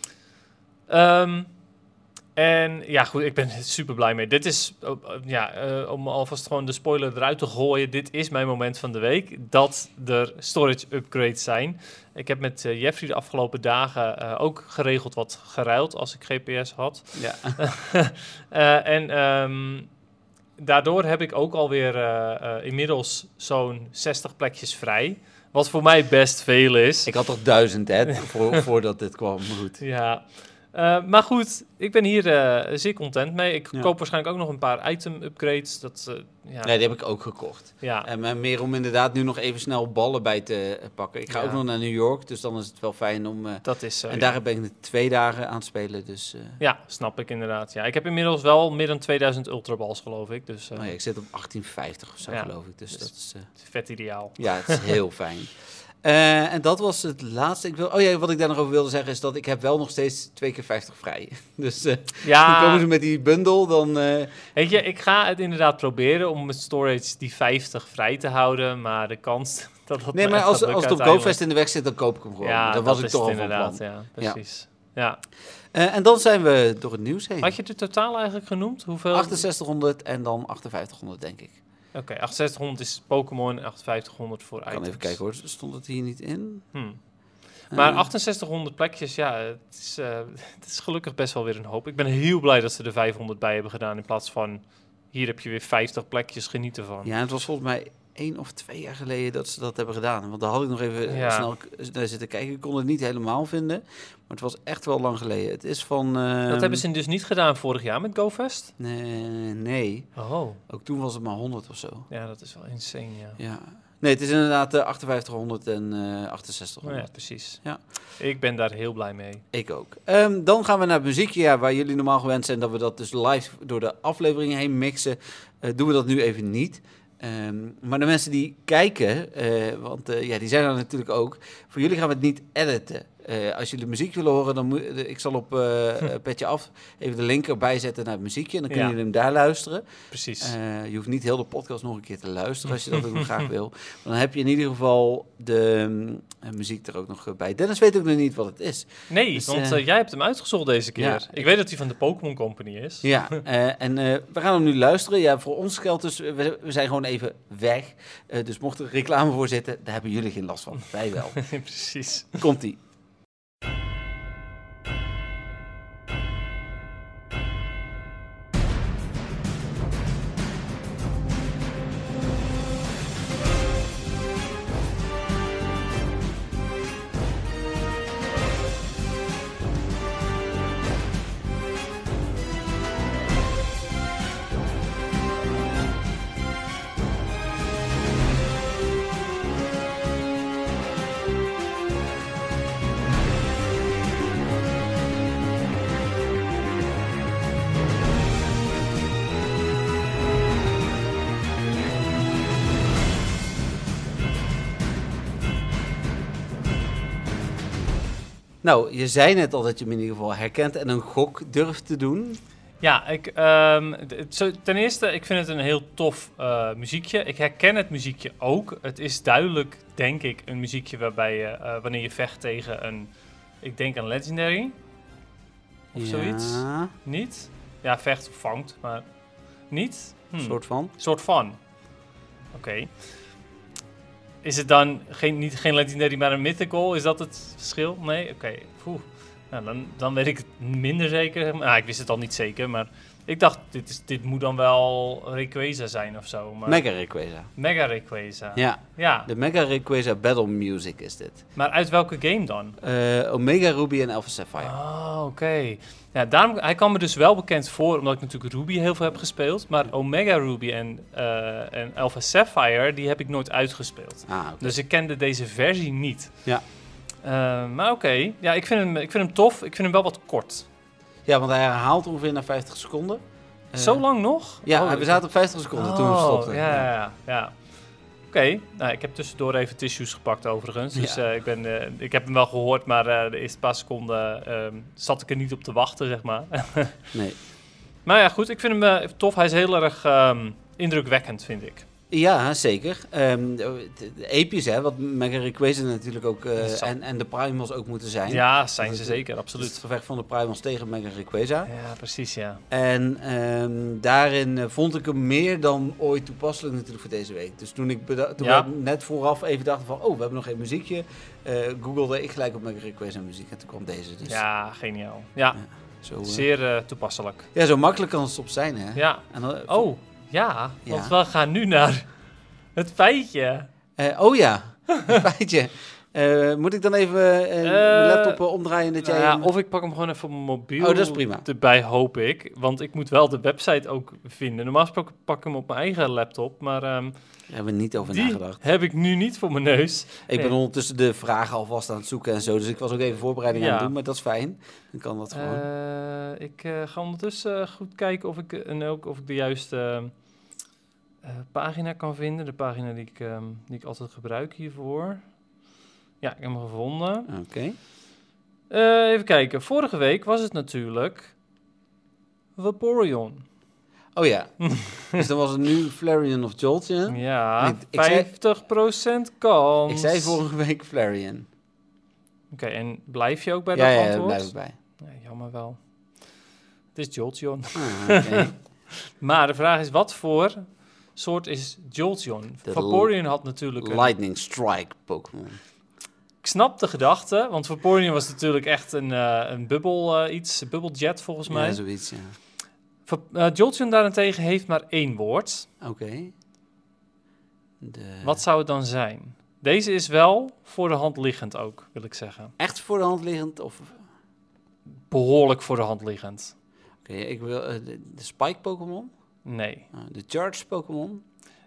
D: Ehm, en ja, goed, ik ben super blij mee. Dit is, oh, oh, ja, eh, om alvast gewoon de spoiler eruit te gooien. Dit is mijn moment van de week dat er storage upgrades zijn. Ik heb met eh, Jeffrey de afgelopen dagen eh, ook geregeld wat geruild als ik GPS had.
C: Ja.
D: Eh, en ehm, daardoor heb ik ook alweer eh, eh, inmiddels zo'n 60 plekjes vrij. Wat voor mij best veel is.
C: Ik had toch 1000 hè, voor, voordat dit kwam, maar goed.
D: Ja. Eh, maar goed, ik ben hier eh, zeer content mee. Ik
C: Ja.
D: koop waarschijnlijk ook nog een paar item upgrades. Dat, eh, ja.
C: Nee, Eh, die heb ik ook gekocht.
D: ja.
C: En maar meer om inderdaad nu nog even snel ballen bij te eh, pakken. Ik ga
D: Ja.
C: ook nog naar New York, dus dan is het wel fijn om... eh,
D: dat is zo.
C: en
D: ja.
C: daar ben ik nu twee dagen aan het spelen, dus... eh,
D: Ja, snap ik inderdaad. Ja, ik heb inmiddels wel meer dan 2000 ultraballs, geloof ik. Dus eh,
C: nou ja, ik zit op 1850 of zo,
D: Ja.
C: geloof ik. Dus
D: Dus-
C: dat is... eh,
D: vet ideaal.
C: ja, het is heel fijn. Eh, en dat was het laatste. Ik wil, oh ja, wat ik daar nog over wilde zeggen is dat ik heb wel nog steeds twee keer 50 vrij. Dus eh nu komen ze
D: Ja,
C: met die bundel, dan... eh,
D: weet je, ik ga het inderdaad proberen om met storage die 50 vrij te houden. Maar de kans dat dat
C: nee,
D: me
C: maar
D: echt
C: als,
D: gaat
C: als
D: lukken
C: het op GoFest
D: uiteindelijk-
C: in de weg zit, dan koop ik hem gewoon.
D: Ja,
C: dan
D: dat
C: was ik
D: is
C: toch al
D: het
C: van plan.
D: inderdaad. Ja, precies. Ja.
C: Eh, en dan zijn we door het nieuws heen.
D: Had je de totaal eigenlijk genoemd? Hoeveel?
C: 6800 en dan 5800, denk ik.
D: Oké, 6800 is Pokémon, 5800 voor
C: Ik kan even kijken hoor, stond het hier niet in?
D: Hmm. Maar
C: Eh,
D: 6800 plekjes, ja, het is, eh, het is gelukkig best wel weer een hoop. Ik ben heel blij dat ze er 500 bij hebben gedaan in plaats van hier heb je weer 50 plekjes genieten van.
C: Ja, het was volgens mij één of twee jaar geleden dat ze dat hebben gedaan. Want daar had ik nog even eh,
D: Ja.
C: snel k- naar zitten kijken. Ik kon het niet helemaal vinden, maar het was echt wel lang geleden. Het is van...
D: Dat
C: ehm,
D: hebben ze dus niet gedaan vorig jaar met GoFest.
C: Nee, nee,
D: Oh,
C: ook toen was het maar 100 of zo.
D: ja, dat is wel insane, ja.
C: Ja. Nee, het is inderdaad eh, 5800 en eh
D: Nou
C: 6800.
D: ja, precies.
C: Ja.
D: Ik ben daar heel blij mee.
C: Ik ook. Ehm, dan gaan we naar het muziekjaar, waar jullie normaal gewend zijn dat we dat dus live door de afleveringen heen mixen. Eh, doen we dat nu even niet. Ehm, maar de mensen die kijken, eh, want eh, ja, die zijn er natuurlijk ook. Voor jullie gaan we het niet editen. Eh, als jullie muziek willen horen, dan moet eh, ik zal op eh, eh, Petje Af even de link erbij zetten naar het muziekje. En dan kunnen
D: Ja.
C: jullie hem daar luisteren.
D: Precies.
C: Eh, je hoeft niet heel de podcast nog een keer te luisteren als je dat ook nog graag wil. Maar dan heb je in ieder geval de mm, muziek er ook nog eh, bij. Dennis weet ook nog niet wat het is.
D: nee,
C: dus,
D: want
C: eh,
D: eh, jij hebt hem uitgezocht deze keer.
C: ja.
D: ik weet dat hij van de Pokémon Company is.
C: Ja, eh, en eh, we gaan hem nu luisteren. Ja, voor ons geldt dus, eh, we, we zijn gewoon even weg. Eh, dus mocht er reclame voor zitten, daar hebben jullie geen last van. Wij wel.
D: precies.
C: Komt-ie. Nou, je zei net al dat je hem in ieder geval herkent en een gok durft te doen.
D: Ja, ik, ehm, d- het- zo- ten eerste, ik vind het een heel tof eh, muziekje. Ik herken het muziekje ook. Het is duidelijk, denk ik, een muziekje waarbij je, eh, wanneer je vecht tegen een, ik denk een legendary of
C: Ja,
D: zoiets. Niet? Ja, vecht of vangt, maar niet. Hm,
C: Een soort van.
D: soort van. Oké. Is het dan geen, niet, geen legendary, maar een mythical? Is dat het verschil? Nee? Oké. Oeh. Nou, dan, dan weet ik het minder zeker. zeg maar. Ah, ik wist het al niet zeker, maar ik dacht, dit, is, dit moet dan wel Rayquaza zijn of zo. Maar
C: Mega Rayquaza.
D: Mega Rayquaza.
C: Ja,
D: Ja,
C: de Mega Rayquaza Battle Music is dit.
D: maar uit welke game dan?
C: Eh, Omega Ruby en Alpha Sapphire.
D: Oh, oké. Ja, daarom, hij kwam me dus wel bekend voor, omdat ik natuurlijk Ruby heel veel heb gespeeld. Maar Omega Ruby en, eh, en Alpha Sapphire, die heb ik nooit uitgespeeld.
C: Ah, oké.
D: Dus ik kende deze versie niet.
C: Ja.
D: Eh, maar oké, ja, ik, vind hem- ik vind hem tof. Ik vind hem wel wat kort.
C: Ja, want hij herhaalt ongeveer na 50 seconden. Eh,
D: Zo lang nog?
C: Ja,
D: Oh,
C: we zaten op 50 seconden
D: oh,
C: toen we stopten.
D: Ja, ja, ja, ja. Oké, nou, ik heb tussendoor even tissues gepakt overigens. Dus
C: Ja.
D: eh, ik, ben, eh, ik heb hem wel gehoord, maar eh, de eerste paar seconden ehm, zat ik er niet op te wachten, zeg maar.
C: Nee.
D: maar ja, goed, ik vind hem eh, tof. Hij is heel erg ehm, indrukwekkend, vind ik.
C: Ja, zeker. Ehm, het- het- episch, hè, wat Mega Rayquaza natuurlijk ook eh,
D: Zo.
C: en, en de Primals ook moeten zijn.
D: Ja, zijn ze
C: het-
D: zeker,
C: Dus het
D: absoluut.
C: gevecht van de Primals tegen Mega Rayquaza.
D: Ja, precies, ja.
C: En ehm, daarin eh, vond ik hem meer dan ooit toepasselijk natuurlijk voor deze week. Dus toen ik beda- toen
D: Ja.
C: we net vooraf even dachten van, oh, we hebben nog geen muziekje. eh googelde ik gelijk op Mega Rayquaza muziek en toen kwam deze. Dus
D: Ja, geniaal. Ja,
C: zo, eh,
D: zeer eh, toepasselijk.
C: ja, zo makkelijk kan het soms zijn, hè.
D: Ja.
C: En dan-
D: Oh, ja. Want
C: Ja.
D: we gaan nu naar het feitje.
C: Eh, oh ja, feitje. Eh, moet ik dan even eh, mijn laptop eh, omdraaien dat jij...
D: Nou ja,
C: hem-
D: of ik pak hem gewoon even op mijn mobiel
C: Oh, dat is prima.
D: erbij, hoop ik. Want ik moet wel de website ook vinden. Normaal gesproken pak ik hem op mijn eigen laptop. Maar ehm,
C: Daar hebben we niet over
D: die
C: nagedacht.
D: heb ik nu niet voor mijn neus.
C: Ik ben
D: Nee.
C: ondertussen de vragen alvast aan het zoeken en zo. Dus ik was ook even voorbereiding aan
D: Ja.
C: het doen, maar dat is fijn. Dan kan dat gewoon.
D: Eh, ik eh, ga ondertussen eh, goed kijken of ik, en ook of ik de juiste eh, eh, pagina kan vinden. De pagina die ik, ehm, die ik altijd gebruik hiervoor. Ja, ik heb hem gevonden.
C: Oké.
D: Eh, even kijken. Vorige week was het natuurlijk Vaporeon.
C: Oh ja. dus dan was het nu Flareon of Jolteon.
D: Ja,
C: Ik- ik zei-
D: 50% kans.
C: Ik zei vorige week Flareon.
D: Oké, en blijf je ook bij
C: ja,
D: dat
C: ja, daar
D: antwoord?
C: blijf ik bij.
D: Nee, jammer wel. Het is Jolteon.
C: Ah, oké.
D: Maar de vraag is, wat voor soort is Jolteon?
C: De
D: Vaporeon had natuurlijk een...
C: Lightning Strike Pokémon.
D: Ik snap de gedachte, want Vaporeon was natuurlijk echt een, eh, een bubbel eh, iets, een bubbeljet volgens mij.
C: Ja, zoiets, ja.
D: Va- eh, Jolteon daarentegen heeft maar één woord.
C: Oké. De...
D: Wat zou het dan zijn? Deze is wel voor de hand liggend ook, wil ik zeggen.
C: Echt voor de hand liggend? Of... Oké,
D: Behoorlijk voor de hand liggend.
C: ik wil eh, de, de Spike Pokémon.
D: Nee,
C: Ah, de Charge Pokémon.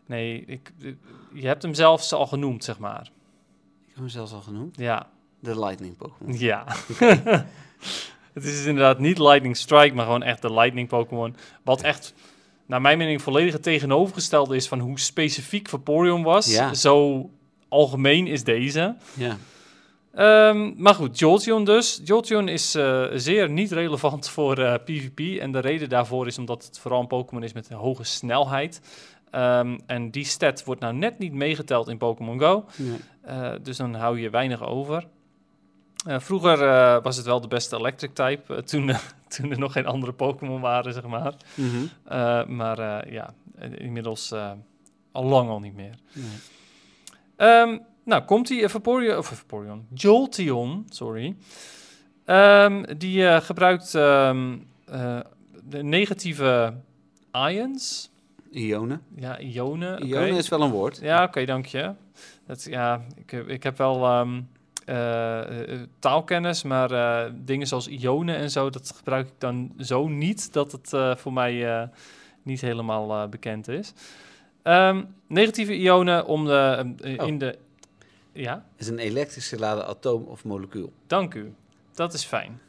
D: nee, ik, eh, je hebt hem zelfs al genoemd, zeg maar.
C: Ik heb hem zelfs al genoemd.
D: Ja,
C: De Lightning Pokémon.
D: ja. het is inderdaad niet Lightning Strike, maar gewoon echt de Lightning Pokémon. Wat echt, naar mijn mening, volledig het tegenovergestelde is van hoe specifiek Vaporeon was.
C: Ja.
D: Zo algemeen is deze.
C: Ja.
D: Ehm, maar goed, Jolteon dus. Jolteon is eh, zeer niet relevant voor eh, PvP. En de reden daarvoor is omdat het vooral een Pokémon is met een hoge snelheid. Ehm, en die stat wordt nou net niet meegeteld in Pokémon Go.
C: ja.
D: Eh, dus dan hou je weinig over. Eh, vroeger eh, was het wel de beste electric type. eh, toen, eh, toen er nog geen andere Pokémon waren, zeg maar.
C: Mhm.
D: Eh, maar eh, ja, eh, inmiddels eh, al lang al niet meer.
C: Nee.
D: Ehm, nou, komt die Vaporeon, of Vaporeon, Jolteon, sorry. Ehm, die eh, gebruikt ehm, eh, de negatieve ions.
C: Ionen.
D: Ja, ionen. oké.
C: Ionen is wel een woord.
D: Ja, oké, dank je. Dat, ja, ik, heb- ik heb wel ehm, eh, eh, taalkennis, maar eh, dingen zoals ionen en zo, dat gebruik ik dan zo niet dat het eh, voor mij eh, niet helemaal eh, bekend is. Ehm, negatieve ionen om de, ehm, eh,
C: Oh.
D: in de. Ja,
C: Is een elektrisch geladen atoom of molecuul.
D: dank u. Dat is fijn.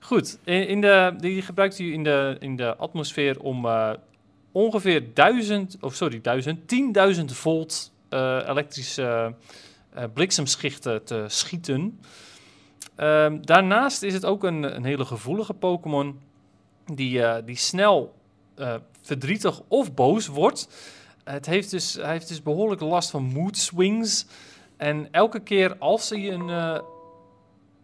D: Goed, in, in de, die gebruikt u in de, in de atmosfeer om eh, ongeveer 1000, of sorry, 1000, 10.000 volt eh, elektrische eh, bliksemschichten te eh, schieten. Ehm, daarnaast is het ook een, een hele gevoelige Pokémon die, eh, die snel eh, verdrietig of boos wordt. Het heeft dus, hij heeft dus behoorlijk last van mood swings. En elke keer als hij een... eh,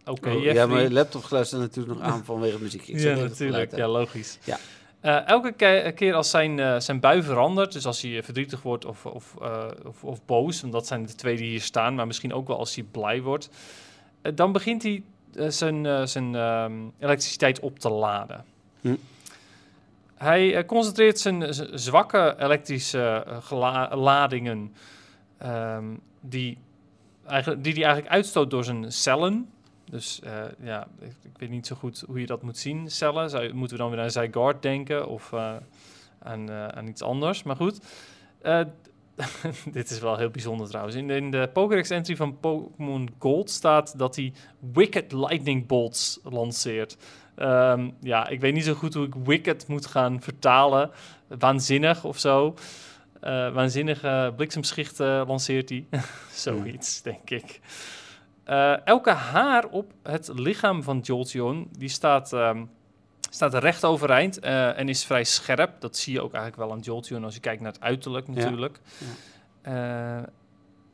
D: Oké,
C: Oh,
D: Jeffrey.
C: ja, mijn laptop geluid staat natuurlijk nog aan vanwege de muziek. Ik zet
D: ja,
C: even het
D: natuurlijk. Ja,
C: geluid
D: logisch.
C: Ja.
D: Eh, elke ke- keer als zijn, eh, zijn bui verandert, dus als hij eh, verdrietig wordt of, of, eh, of, of boos, want dat zijn de twee die hier staan, maar misschien ook wel als hij blij wordt, eh, dan begint hij eh, zijn, eh, zijn ehm, elektriciteit op te laden.
C: Hm.
D: Hij eh, concentreert zijn z- zwakke elektrische eh, gela- ladingen, ehm, die, eigenlijk, die hij eigenlijk uitstoot door zijn cellen. Dus eh, ja, ik, ik weet niet zo goed hoe je dat moet zien, cellen. Zou, moeten we dan weer aan Zygarde denken of eh, aan, eh, aan iets anders? Maar goed, Eh, dit is wel heel bijzonder trouwens. In de, in de Pokédex-entry van Pokémon Gold staat dat hij Wicked Lightning Bolts lanceert. Ehm, ja, ik weet niet zo goed hoe ik Wicked moet gaan vertalen. Waanzinnig of zo. Eh, waanzinnige bliksemschichten lanceert hij. Zoiets, denk ik. Eh, elke haar op het lichaam van Jolteon, die staat, ehm, staat recht overeind eh, en is vrij scherp. Dat zie je ook eigenlijk wel aan Jolteon als je kijkt naar het uiterlijk natuurlijk. Eh,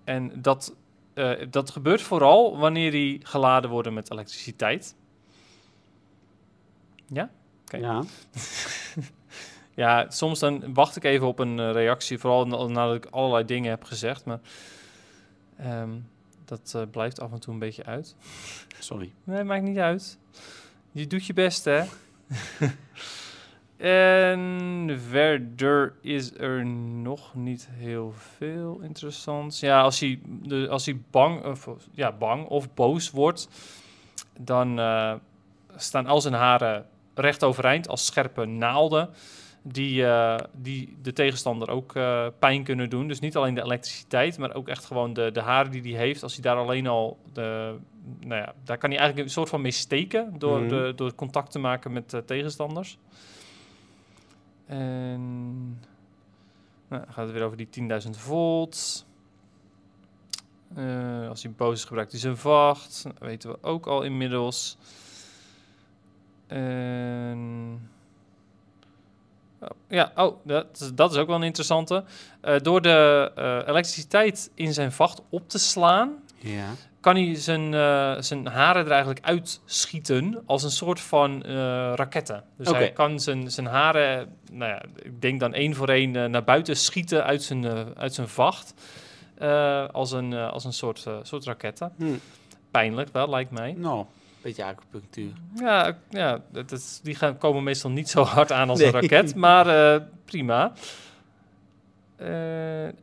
D: en dat, eh, dat gebeurt vooral wanneer die geladen worden met elektriciteit. Ja?
C: Oké. Ja.
D: Ja, soms dan wacht ik even op een eh, reactie, vooral na- nadat ik allerlei dingen heb gezegd. Maar ehm, dat eh, blijft af en toe een beetje uit.
C: Sorry.
D: Nee, maakt niet uit. Je doet je best, hè? en verder is er nog niet heel veel interessants. Ja, als hij, de, als hij bang, of, ja, bang of boos wordt, dan eh, staan al zijn haren recht overeind als scherpe naalden. Die, eh, die de tegenstander ook eh, pijn kunnen doen. Dus niet alleen de elektriciteit, maar ook echt gewoon de, de haren die hij heeft. Als hij daar alleen al de, nou ja, daar kan hij eigenlijk een soort van mee steken door,
C: Mhm.
D: de, door contact te maken met eh, tegenstanders. En nou, dan gaat het weer over die 10.000 volt. Eh, als hij boos is, gebruikt hij zijn vacht. Dat weten we ook al inmiddels. En... Oh, ja, oh, dat, is- dat is ook wel een interessante. Eh, door de eh, elektriciteit in zijn vacht op te slaan,
C: Ja.
D: kan hij zijn, eh, zijn haren er eigenlijk uitschieten als een soort van eh, raketten. Dus
C: Oké.
D: hij kan zijn, zijn haren, nou ja, ik denk dan één voor één eh, naar buiten schieten uit zijn, eh, uit zijn vacht. eh, als, een, eh, als een soort, eh, soort raketten.
C: Hm.
D: Pijnlijk wel, lijkt mij.
C: Nou, beetje acupunctuur.
D: Ja, ja dat is, die gaan, komen meestal niet zo hard aan als een
C: Nee.
D: raket, maar eh, prima. Eh,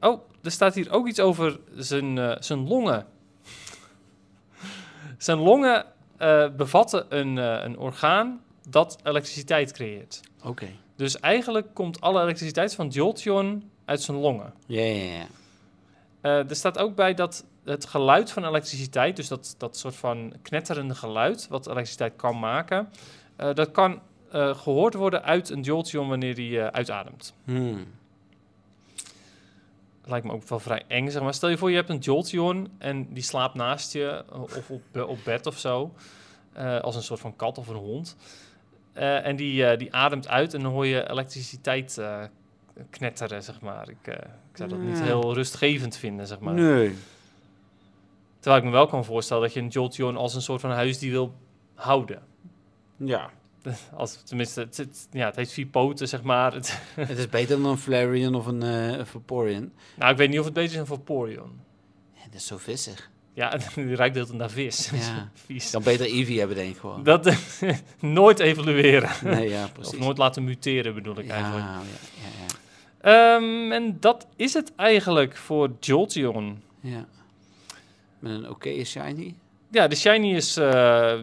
D: oh, er staat hier ook iets over zijn, eh, zijn longen. Zijn longen eh, bevatten een, eh, een orgaan dat elektriciteit creëert.
C: Oké.
D: Dus eigenlijk komt alle elektriciteit van Jolteon uit zijn longen.
C: Ja, ja, ja.
D: Eh, er staat ook bij dat het geluid van elektriciteit, dus dat, dat soort van knetterende geluid wat elektriciteit kan maken, eh, dat kan eh, gehoord worden uit een Jolteon wanneer die eh, uitademt.
C: Hmm.
D: Lijkt me ook wel vrij eng, zeg maar. Stel je voor, je hebt een Jolteon en die slaapt naast je eh, of op, be- op bed of zo, eh, als een soort van kat of een hond. Eh, en die, eh, die ademt uit en dan hoor je elektriciteit eh, knetteren, zeg maar. Ik, eh, ik zou dat niet
C: Ja.
D: heel rustgevend vinden, zeg maar.
C: Nee.
D: Terwijl ik me wel kan voorstellen dat je een Jolteon als een soort van huisdier wil houden.
C: Ja.
D: Als, tenminste, het, het- ja, het heeft vier poten, zeg maar. Het-
C: Het is beter dan een Flareon of een, eh een Vaporeon.
D: nou, ik weet niet of het beter is dan voor Porion.
C: Ja, dat is zo vissig.
D: Ja, die ruikt heel naar vis.
C: Ja.
D: Vies.
C: Dan beter Eevee hebben, denk ik gewoon.
D: Dat nooit evolueren.
C: Nee, ja,
D: Of
C: precies.
D: nooit laten muteren, bedoel ik
C: ja,
D: eigenlijk.
C: ja, ja, ja.
D: Ehm, en dat is het eigenlijk voor Jolteon.
C: Ja. Met een oké is shiny.
D: Ja, de shiny is eh,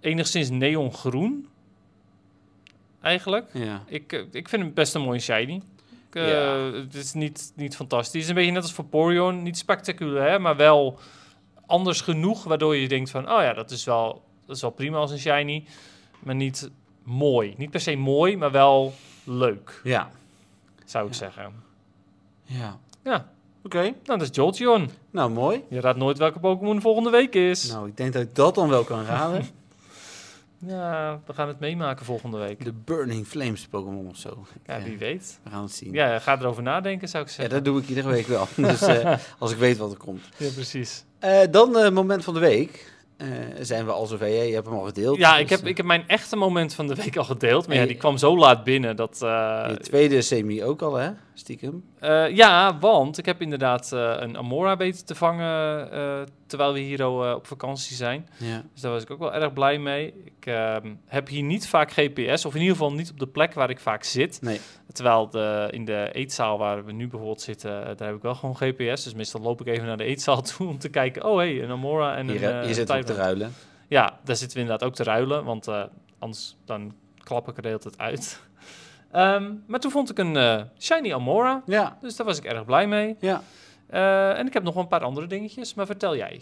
D: enigszins neongroen. Eigenlijk.
C: Ja.
D: Ik, eh, ik vind hem best een mooie shiny. Ik, eh,
C: Ja.
D: Het is niet, niet fantastisch. Het is een beetje net als voor Porion. Niet spectaculair, maar wel anders genoeg. Waardoor je denkt van, oh ja, dat is wel, dat is wel prima als een shiny. Maar niet mooi. Niet per se mooi, maar wel leuk,
C: Ja.
D: zou ik zeggen.
C: Ja.
D: Ja, Nou, dat is Jolteon.
C: Nou, mooi.
D: Je raadt nooit welke Pokémon volgende week is.
C: Nou, ik denk dat ik dat dan wel kan raden.
D: Ja, we gaan het meemaken volgende week.
C: De Burning Flames Pokémon of zo.
D: Ja, wie weet.
C: We gaan het zien. Ja.
D: Ja, ga erover nadenken, zou ik zeggen.
C: dat doe ik iedere week wel. Dus eh, als ik weet wat er komt.
D: Ja, precies.
C: Eh, dan eh, moment van de week. Eh, zijn we al zover. Jij je hebt hem al gedeeld.
D: Ja,
C: dus,
D: ik heb,
C: eh,
D: ik heb mijn echte moment van de week al gedeeld. Maar ja,
C: Hey.
D: die kwam zo laat binnen dat... eh,
C: je tweede semi ook al, hè? Stiekem.
D: eh, ja, want ik heb inderdaad eh, een Amora weten te vangen eh, terwijl we hier al, eh, op vakantie zijn.
C: Ja.
D: Dus daar was ik ook wel erg blij mee. Ik ehm, heb hier niet vaak GPS, of in ieder geval niet op de plek waar ik vaak zit.
C: Nee.
D: Terwijl de, in de eetzaal waar we nu bijvoorbeeld zitten, eh, daar heb ik wel gewoon GPS. Dus meestal loop ik even naar de eetzaal toe om te kijken, oh hey, een Amora en
C: Hier,
D: een
C: eh,
D: eh,
C: hier zitten we op
D: Tyrant.
C: te ruilen.
D: Ja, daar zitten we inderdaad ook te ruilen, want eh, anders dan klap ik er de hele tijd uit. Ehm, maar toen vond ik een eh, shiny Amora,
C: Ja.
D: dus daar was ik erg blij mee.
C: Ja.
D: Eh, en ik heb nog wel een paar andere dingetjes, maar vertel jij.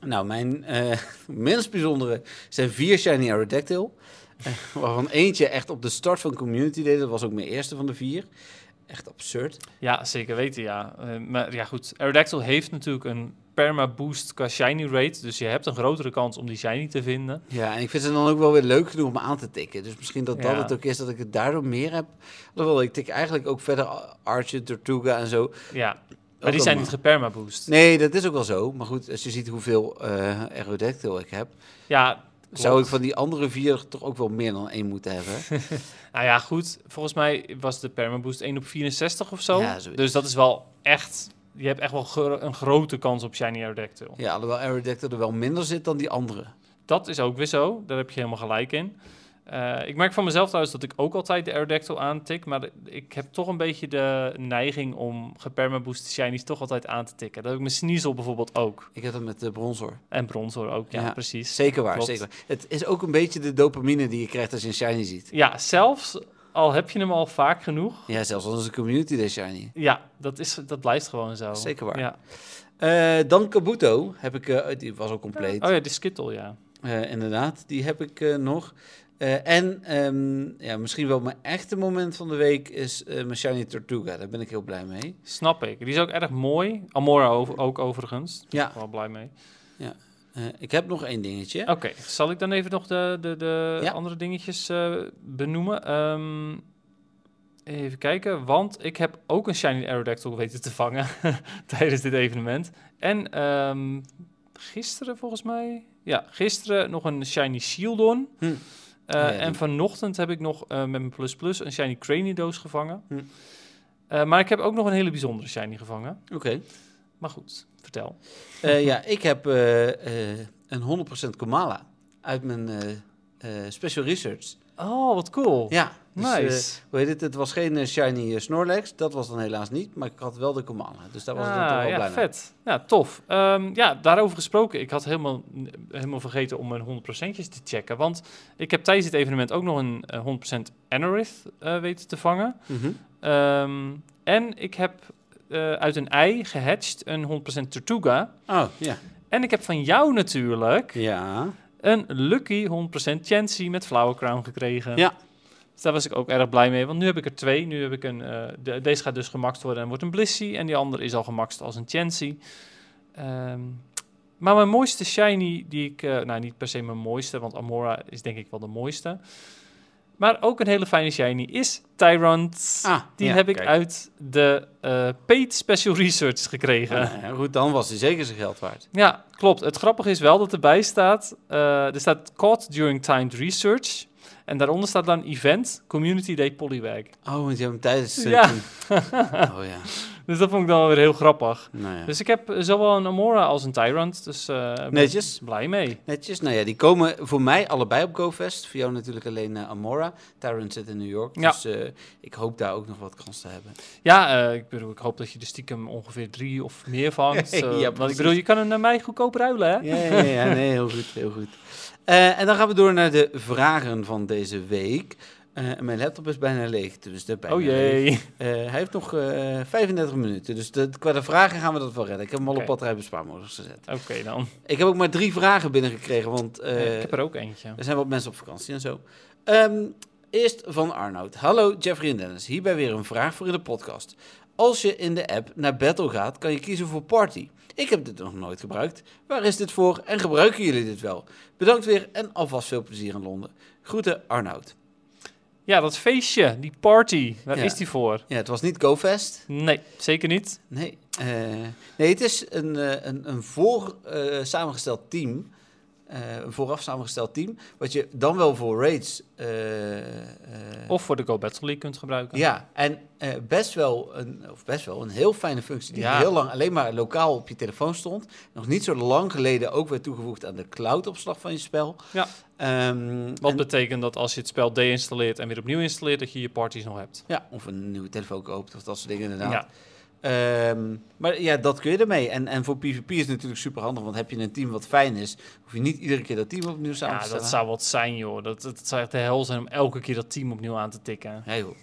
C: Nou, mijn eh, minst bijzondere zijn vier Shiny Aerodactyl. Eh, waarvan eentje echt op de start van Community Day. Dat was ook mijn eerste van de vier. Echt absurd.
D: Ja, zeker weten, ja. Eh, maar ja, goed, Aerodactyl heeft natuurlijk een perma-boost qua shiny rate, dus je hebt een grotere kans om die shiny te vinden.
C: Ja, en ik vind ze dan ook wel weer leuk genoeg om aan te tikken. Dus misschien dat dat
D: Ja.
C: het ook is dat ik het daardoor meer heb. Alhoewel, ik tik eigenlijk ook verder A- Archer, Tortuga en zo.
D: Ja, maar
C: Ook
D: die zijn
C: allemaal.
D: niet geperma-boost.
C: Nee, dat is ook wel zo. Maar goed, als je ziet hoeveel eh Aerodactyl ik heb...
D: Ja,
C: zou
D: klopt.
C: ik van die andere vier toch ook wel meer dan één moeten hebben.
D: Nou ja, goed. Volgens mij was de permaboost 1 op 64 of zo.
C: Ja, zoiets.
D: dus dat is wel echt... Je hebt echt wel gro- een grote kans op Shiny Aerodactyl.
C: ja, alhoewel Aerodactyl er wel minder zit dan die andere.
D: Dat is ook weer zo. Daar heb je helemaal gelijk in. Eh, ik merk van mezelf trouwens dat ik ook altijd de Aerodactyl aantik. Maar de- ik heb toch een beetje de neiging om gepermaboost Shinies toch altijd aan te tikken. Dat heb ik met Sneasel bijvoorbeeld ook.
C: Ik heb dat met de Bronzor.
D: En Bronzor ook, ja,
C: Ja,
D: precies.
C: Zeker waar,
D: Klopt.
C: zeker waar. Het is ook een beetje de dopamine die je krijgt als je een shiny ziet.
D: Ja, zelfs al heb je hem al vaak genoeg.
C: Ja, zelfs als een community day shiny.
D: Ja, dat, is, dat blijft gewoon zo.
C: Zeker waar.
D: Ja.
C: Eh, dan Kabuto heb ik, eh, die was al compleet.
D: Oh ja, de Skittle, ja.
C: Eh, inderdaad, die heb ik eh, nog. Eh, en ehm, ja, misschien wel mijn echte moment van de week is eh, mijn shiny Tortuga. Daar ben ik heel blij mee.
D: Snap ik. Die is ook erg mooi. Amora over- ook overigens. Daar ben
C: Ja.
D: ik wel blij mee.
C: Eh, ik heb nog één dingetje.
D: Oké, zal ik dan even nog de, de, de
C: Ja.
D: andere dingetjes eh, benoemen? Ehm, even kijken, want ik heb ook een Shiny Aerodactyl weten te vangen tijdens dit evenement. En ehm, gisteren volgens mij... Ja, gisteren nog een Shiny Shieldon.
C: Hm.
D: Eh,
C: ja, die-
D: En vanochtend heb ik nog eh, met mijn Plus Plus een Shiny Cranidos gevangen.
C: Hm.
D: Eh, maar ik heb ook nog een hele bijzondere Shiny gevangen.
C: Oké.
D: Maar goed, vertel.
C: Eh, ja, ik heb eh, eh, een 100% Komala uit mijn eh, eh, special research.
D: Oh, wat cool.
C: Ja, dus, eh,
D: nice.
C: Hoe heet het? Het was geen eh, shiny eh, Snorlax. Dat was dan helaas niet. Maar ik had wel de Commander. Dus daar was ik dan toch wel
D: ah, ja,
C: blij mee.
D: vet. Ja, tof. Ehm, ja, daarover gesproken. Ik had helemaal, n- helemaal vergeten om mijn 100%'tjes te checken. Want ik heb tijdens dit evenement ook nog een eh, 100% Anorith eh, weten te vangen.
C: Mhm.
D: Ehm, en ik heb eh, uit een ei gehatcht een 100% Tortuga.
C: Oh, ja.
D: En ik heb van jou natuurlijk
C: Ja.
D: een Lucky 100% Chansey met Flower Crown gekregen.
C: Ja.
D: Dus daar was ik ook erg blij mee, want nu heb ik er twee. Nu heb ik een, eh, de- deze gaat dus gemaxt worden en wordt een Blissey. En die andere is al gemaxt als een Chansey. Ehm, maar mijn mooiste shiny die ik... eh, nou, niet per se mijn mooiste, want Amora is denk ik wel de mooiste. Maar ook een hele fijne shiny is Tyrant.
C: Ah,
D: die
C: ja,
D: heb ik
C: kijk.
D: uit de eh, Paid Special Research gekregen.
C: Ja, nou ja, goed, dan was hij zeker zijn geld waard.
D: Ja, klopt. Het grappige is wel dat erbij staat... eh, er staat Caught During Timed Research. En daaronder staat dan Event Community Day Polywag.
C: Oh, want je hebt hem tijdens... eh,
D: Ja.
C: toen- Oh ja.
D: Dus dat vond ik dan wel weer heel grappig.
C: Nou ja.
D: Dus ik heb eh, zowel een Amora als een Tyrant. Dus eh, ben ik
C: Netjes.
D: blij mee.
C: Netjes. Nou ja, die komen voor mij allebei op GoFest. Voor jou natuurlijk alleen eh, Amora. Tyrant zit in New York.
D: Ja.
C: Dus eh, ik hoop daar ook nog wat kans te hebben.
D: Ja, eh, ik bedoel, ik hoop dat je er stiekem ongeveer drie of meer vangt. eh,
C: Ja,
D: want ik
C: precies.
D: bedoel, je kan hem naar mij goedkoop ruilen, hè?
C: Ja, ja, ja, nee, heel goed, heel goed. Eh, en dan gaan we door naar de vragen van deze week. Eh, en mijn laptop is bijna leeg, dus de bijna
D: oh
C: leeg.
D: jee.
C: Eh, hij heeft nog eh, 35 minuten, dus de, qua de vragen gaan we dat wel redden. Ik heb hem al
D: Oké.
C: op batterij bespaarmodus gezet.
D: Oké dan.
C: Ik heb ook maar drie vragen binnengekregen, want eh,
D: ik heb er ook eentje.
C: er zijn wat mensen op vakantie en zo. Ehm, Eerst van Arnoud. Hallo Jeffrey en Dennis, hierbij weer een vraag voor in de podcast. Als je in de app naar Battle gaat, kan je kiezen voor Party. Ik heb dit nog nooit gebruikt. Waar is dit voor en gebruiken jullie dit wel? Bedankt weer en alvast veel plezier in Londen. Groeten Arnoud.
D: Ja, dat feestje, die party, waar
C: Ja.
D: is die voor?
C: Ja, het was niet GoFest.
D: Nee, zeker niet.
C: Nee, eh, nee het is een, eh, een, een voor eh, samengesteld team. Eh, een vooraf samengesteld team. Wat je dan wel voor raids. eh, eh,
D: Of voor de Go Battle League kunt gebruiken.
C: ja, en eh, best, wel een, of best wel een heel fijne functie die
D: Ja.
C: heel lang alleen maar lokaal op je telefoon stond. Nog niet zo lang geleden ook weer toegevoegd aan de cloud-opslag van je spel.
D: Ja.
C: Ehm,
D: Wat
C: en-
D: betekent dat als je het spel deinstalleert en weer opnieuw installeert, dat je je parties nog hebt?
C: ja, of een nieuwe telefoon koopt of dat soort dingen inderdaad.
D: Ja.
C: Ehm, maar ja, dat kun je ermee. En, en voor PvP is het natuurlijk super handig, want heb je een team wat fijn is, hoef je niet iedere keer dat team opnieuw samen te
D: ja,
C: stellen.
D: dat eh, zou wat zijn, joh. Dat, dat zou echt de hel zijn om elke keer dat team opnieuw aan te tikken.
C: Ja, joh.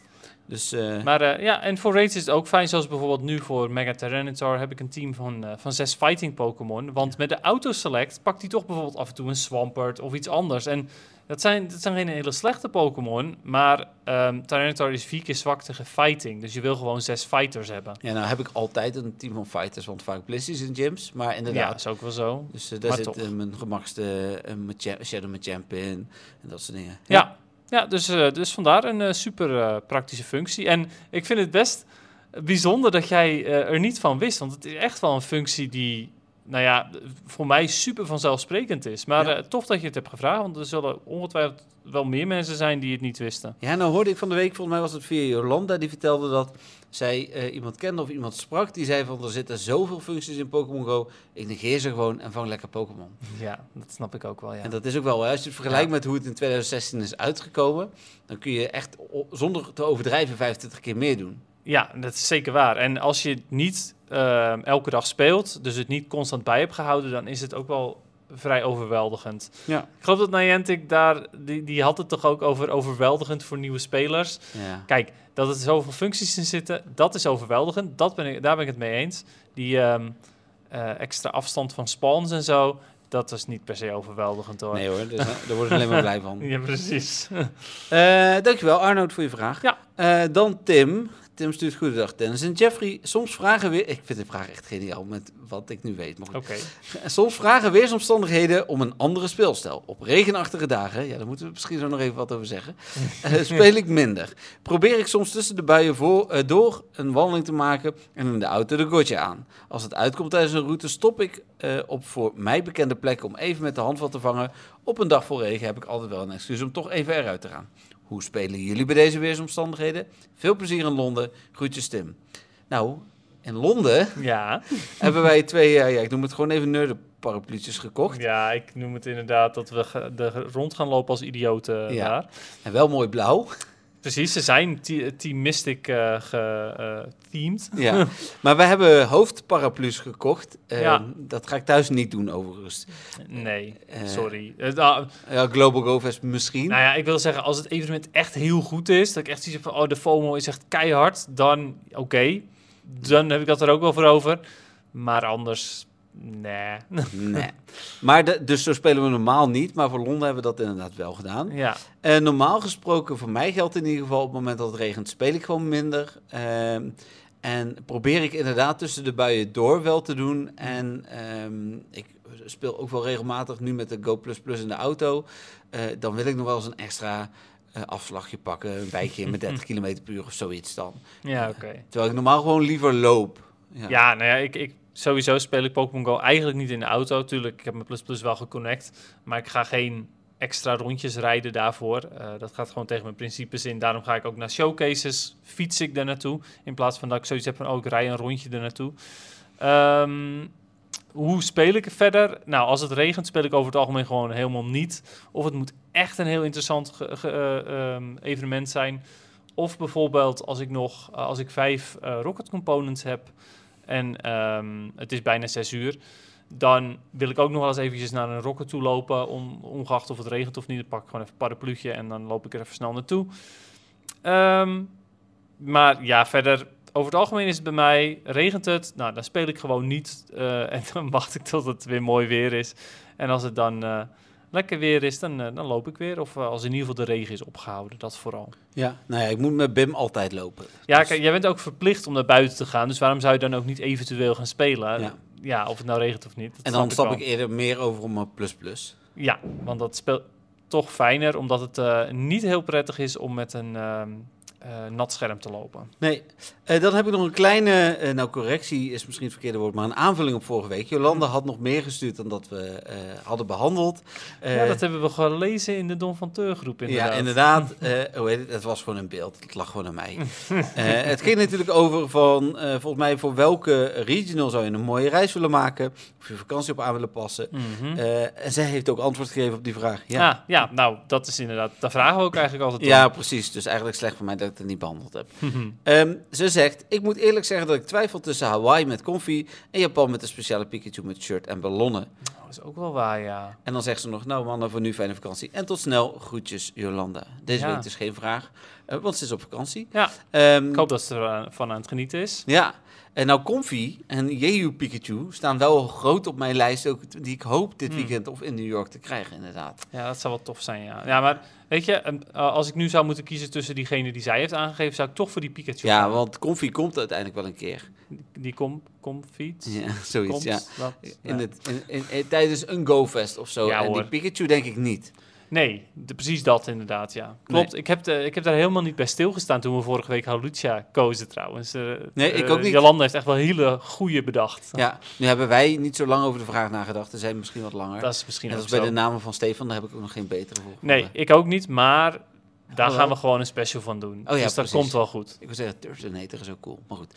C: Dus eh,
D: Maar eh, ja, en voor raids is het ook fijn. Zoals bijvoorbeeld nu voor Mega Tyranitar heb ik een team van, eh, van zes fighting Pokémon. Want met de auto-select pakt hij toch bijvoorbeeld af en toe een Swampert of iets anders. En dat zijn, dat zijn geen hele slechte Pokémon. Maar ehm Tyranitar is vier keer zwak tegen fighting. Dus je wil gewoon zes fighters hebben.
C: ja, nou heb ik altijd een team van fighters, want vaak blissies in gyms, maar
D: Ja,
C: inderdaad.
D: dat is ook wel zo.
C: Dus eh, daar
D: Maar
C: zit
D: toch.
C: eh, mijn gemakste eh, mijn cha- Shadow mijn Champion en dat soort dingen.
D: Ja, ja dus, eh, dus vandaar een eh, super eh, praktische functie. En ik vind het best bijzonder dat jij eh, er niet van wist. Want het is echt wel een functie die, nou ja, voor mij super vanzelfsprekend is. Maar
C: Ja.
D: eh, tof dat je het hebt gevraagd, want er zullen ongetwijfeld wel meer mensen zijn die het niet wisten.
C: Ja, nou hoorde ik van de week, volgens mij was het via Jolanda, die vertelde dat zij eh, iemand kende of iemand sprak. Die zei van, er zitten zoveel functies in Pokémon Go, ik negeer ze gewoon en vang lekker Pokémon.
D: Ja, dat snap ik ook wel, ja.
C: En dat is ook wel, hè, als je het vergelijkt met hoe het in 2016 is uitgekomen, dan kun je echt o- zonder te overdrijven 25 keer meer doen.
D: Ja, dat is zeker waar. En als je het niet ehm, elke dag speelt, dus het niet constant bij hebt gehouden, dan is het ook wel vrij overweldigend.
C: Ja.
D: Ik geloof dat Niantic daar, die, die had het toch ook over overweldigend voor nieuwe spelers.
C: Ja,
D: Kijk, dat er zoveel functies in zitten, dat is overweldigend. Dat ben ik, daar ben ik het mee eens. Die ehm, eh, extra afstand van spawns en zo, dat is niet per se overweldigend hoor.
C: nee hoor, dus, eh, daar worden ze alleen maar blij van.
D: Ja, precies.
C: Eh, dankjewel Arnoud voor je vraag.
D: Ja.
C: Eh, dan Tim. Tim stuurt goedendag Dennis en Jeffrey. Soms vragen weer... Ik vind de vraag echt geniaal met wat ik nu weet. Maar goed.
D: Oké.
C: Soms vragen weersomstandigheden om een andere speelstijl. Op regenachtige dagen, ja, daar moeten we misschien zo nog even wat over zeggen, eh, speel ik minder. Probeer ik soms tussen de buien voor, eh, door een wandeling te maken en in de auto de gotje aan. Als het uitkomt tijdens een route, stop ik eh, op voor mij bekende plekken om even met de hand wat te vangen. Op een dag vol regen heb ik altijd wel een excuus om toch even eruit te gaan. Hoe spelen jullie bij deze weersomstandigheden? Veel plezier in Londen. Groetjes Tim. Nou, in Londen
D: Ja.
C: hebben wij twee, eh, ja, ik noem het gewoon even nerdenparapluutjes gekocht.
D: ja, ik noem het inderdaad dat we ge- de, rond gaan lopen als idioten
C: Ja.
D: daar.
C: En wel mooi blauw.
D: Precies, ze zijn te- Team Mystic eh, ge- eh, themed.
C: Ja. maar we hebben hoofdparaplu's gekocht. Eh,
D: Ja.
C: Dat ga ik thuis niet doen overigens.
D: Nee,
C: Eh,
D: sorry. Eh, ah,
C: Ja, Global GoFest misschien.
D: Nou ja, ik wil zeggen, als het evenement echt heel goed is, dat ik echt zoiets heb van, oh, de FOMO is echt keihard, dan oké, dan heb ik dat er ook wel voor over. Maar anders, nee.
C: Nee. Maar de- dus zo spelen we normaal niet. Maar voor Londen hebben we dat inderdaad wel gedaan.
D: ja,
C: Eh, normaal gesproken, voor mij geldt in ieder geval, op het moment dat het regent, speel ik gewoon minder. Ehm, en probeer ik inderdaad tussen de buien door wel te doen. En ehm, ik speel ook wel regelmatig nu met de Go in de auto. Eh, dan wil ik nog wel eens een extra eh, afslagje pakken. Een wijkje met 30 km per uur of zoiets dan.
D: ja oké.
C: Terwijl ik normaal gewoon liever loop. Ja.
D: Ja, nou ja, ik, ik, sowieso speel ik Pokémon Go eigenlijk niet in de auto. Tuurlijk, ik heb mijn Plus Plus wel geconnect, maar ik ga geen extra rondjes rijden daarvoor. Eh, dat gaat gewoon tegen mijn principes in. Daarom ga ik ook naar showcases, fiets ik daar naartoe, in plaats van dat ik zoiets heb van, oh, ik rij een rondje er naartoe. Ehm, hoe speel ik verder? Nou, als het regent speel ik over het algemeen gewoon helemaal niet. Of het moet echt een heel interessant ge- ge- eh, ehm, evenement zijn. Of bijvoorbeeld als ik nog, eh, als ik vijf eh, rocket components heb, en ehm, het is bijna zes uur. Dan wil ik ook nog wel eens eventjes naar een rocker toe lopen. Om, ongeacht of het regent of niet. Dan pak ik gewoon even een parapluutje en dan loop ik er even snel naartoe. Ehm, maar ja, verder. Over het algemeen is het bij mij, regent het, nou dan speel ik gewoon niet. eh, en dan wacht ik tot het weer mooi weer is. En als het dan eh, lekker weer is, dan, eh, dan loop ik weer. Of eh, als in ieder geval de regen is opgehouden, dat vooral.
C: Ja, nou ja, ik moet met Bim altijd lopen.
D: Ja,
C: Dus-
D: kijk, jij bent ook verplicht om naar buiten te gaan. Dus waarom zou je dan ook niet eventueel gaan spelen?
C: Ja.
D: Ja, of het nou regent of niet. dat
C: En dan stap ik
D: wel.
C: eerder meer over op mijn plus plus.
D: Ja, want dat speelt toch fijner, omdat het eh, niet heel prettig is om met een ehm, eh, nat scherm te lopen.
C: Nee, eh, dan heb ik nog een kleine, eh, nou correctie is misschien het verkeerde woord, maar een aanvulling op vorige week.
D: Mhm.
C: Jolanda had nog meer gestuurd dan dat we eh, hadden behandeld. Eh,
D: ja, dat hebben we gelezen in de Don van Teur groep inderdaad.
C: Ja, inderdaad. Eh, hoe heet het? het was gewoon een beeld. Het lag gewoon aan mij. Eh, het ging natuurlijk over van, eh, volgens mij, voor welke regional zou je een mooie reis willen maken? Of je vakantie op aan willen passen?
D: Mhm.
C: Eh, en zij heeft ook antwoord gegeven op die vraag. Ja,
D: ja. Ah, ja, nou, dat is inderdaad. Daar vragen we ook eigenlijk altijd
C: ja precies. Dus eigenlijk slecht van mij dat ik het niet behandeld heb. Ehm, ze zegt, ik moet eerlijk zeggen dat ik twijfel tussen Hawaii met koffie en Japan met een speciale Pikachu met shirt en ballonnen.
D: Oh, dat is ook wel waar, ja.
C: En dan zegt ze nog, nou mannen, voor nu fijne vakantie. En tot snel, groetjes Jolanda. Deze
D: Ja.
C: week dus geen vraag, eh, want ze is op vakantie.
D: Ja,
C: Ehm,
D: ik hoop dat ze ervan aan het genieten is.
C: Ja, en nou Comfy en Jeju Pikachu staan wel groot op mijn lijst, ook die ik hoop dit
D: Hmm.
C: weekend of in New York te krijgen, inderdaad.
D: Ja, dat zou wel tof zijn, ja. Ja, maar weet je, ehm, eh, als ik nu zou moeten kiezen tussen diegene die zij heeft aangegeven, zou ik toch voor die Pikachu
C: Ja,
D: gaan.
C: want Comfy komt uiteindelijk wel een keer.
D: Die kom, kom fiets.
C: Ja, zoiets,
D: Komt,
C: ja.
D: dat,
C: In
D: ja.
C: het, in, in- in- tijdens een GoFest of zo.
D: Ja,
C: en die
D: hoor.
C: Pikachu denk ik niet.
D: Nee, de- precies dat inderdaad, ja. Klopt, ik, heb de, ik heb daar helemaal niet bij stilgestaan toen we vorige week Halucha kozen trouwens. Eh,
C: Nee, ik
D: eh,
C: ook niet.
D: Jolanda heeft echt wel hele goede bedacht.
C: Ja, nu hebben wij niet zo lang over de vraag nagedacht. Er zijn misschien wat langer.
D: Dat is misschien
C: Net
D: ook
C: als bij
D: zo.
C: de namen van Stefan, daar heb ik ook nog geen betere voor.
D: Nee,
C: gevonden.
D: ik ook niet, maar daar
C: Hallo.
D: gaan we gewoon een special van doen.
C: Oh, ja,
D: dus dat
C: precies.
D: komt wel goed.
C: Ik wil zeggen, Turtonator is ook cool. Maar goed.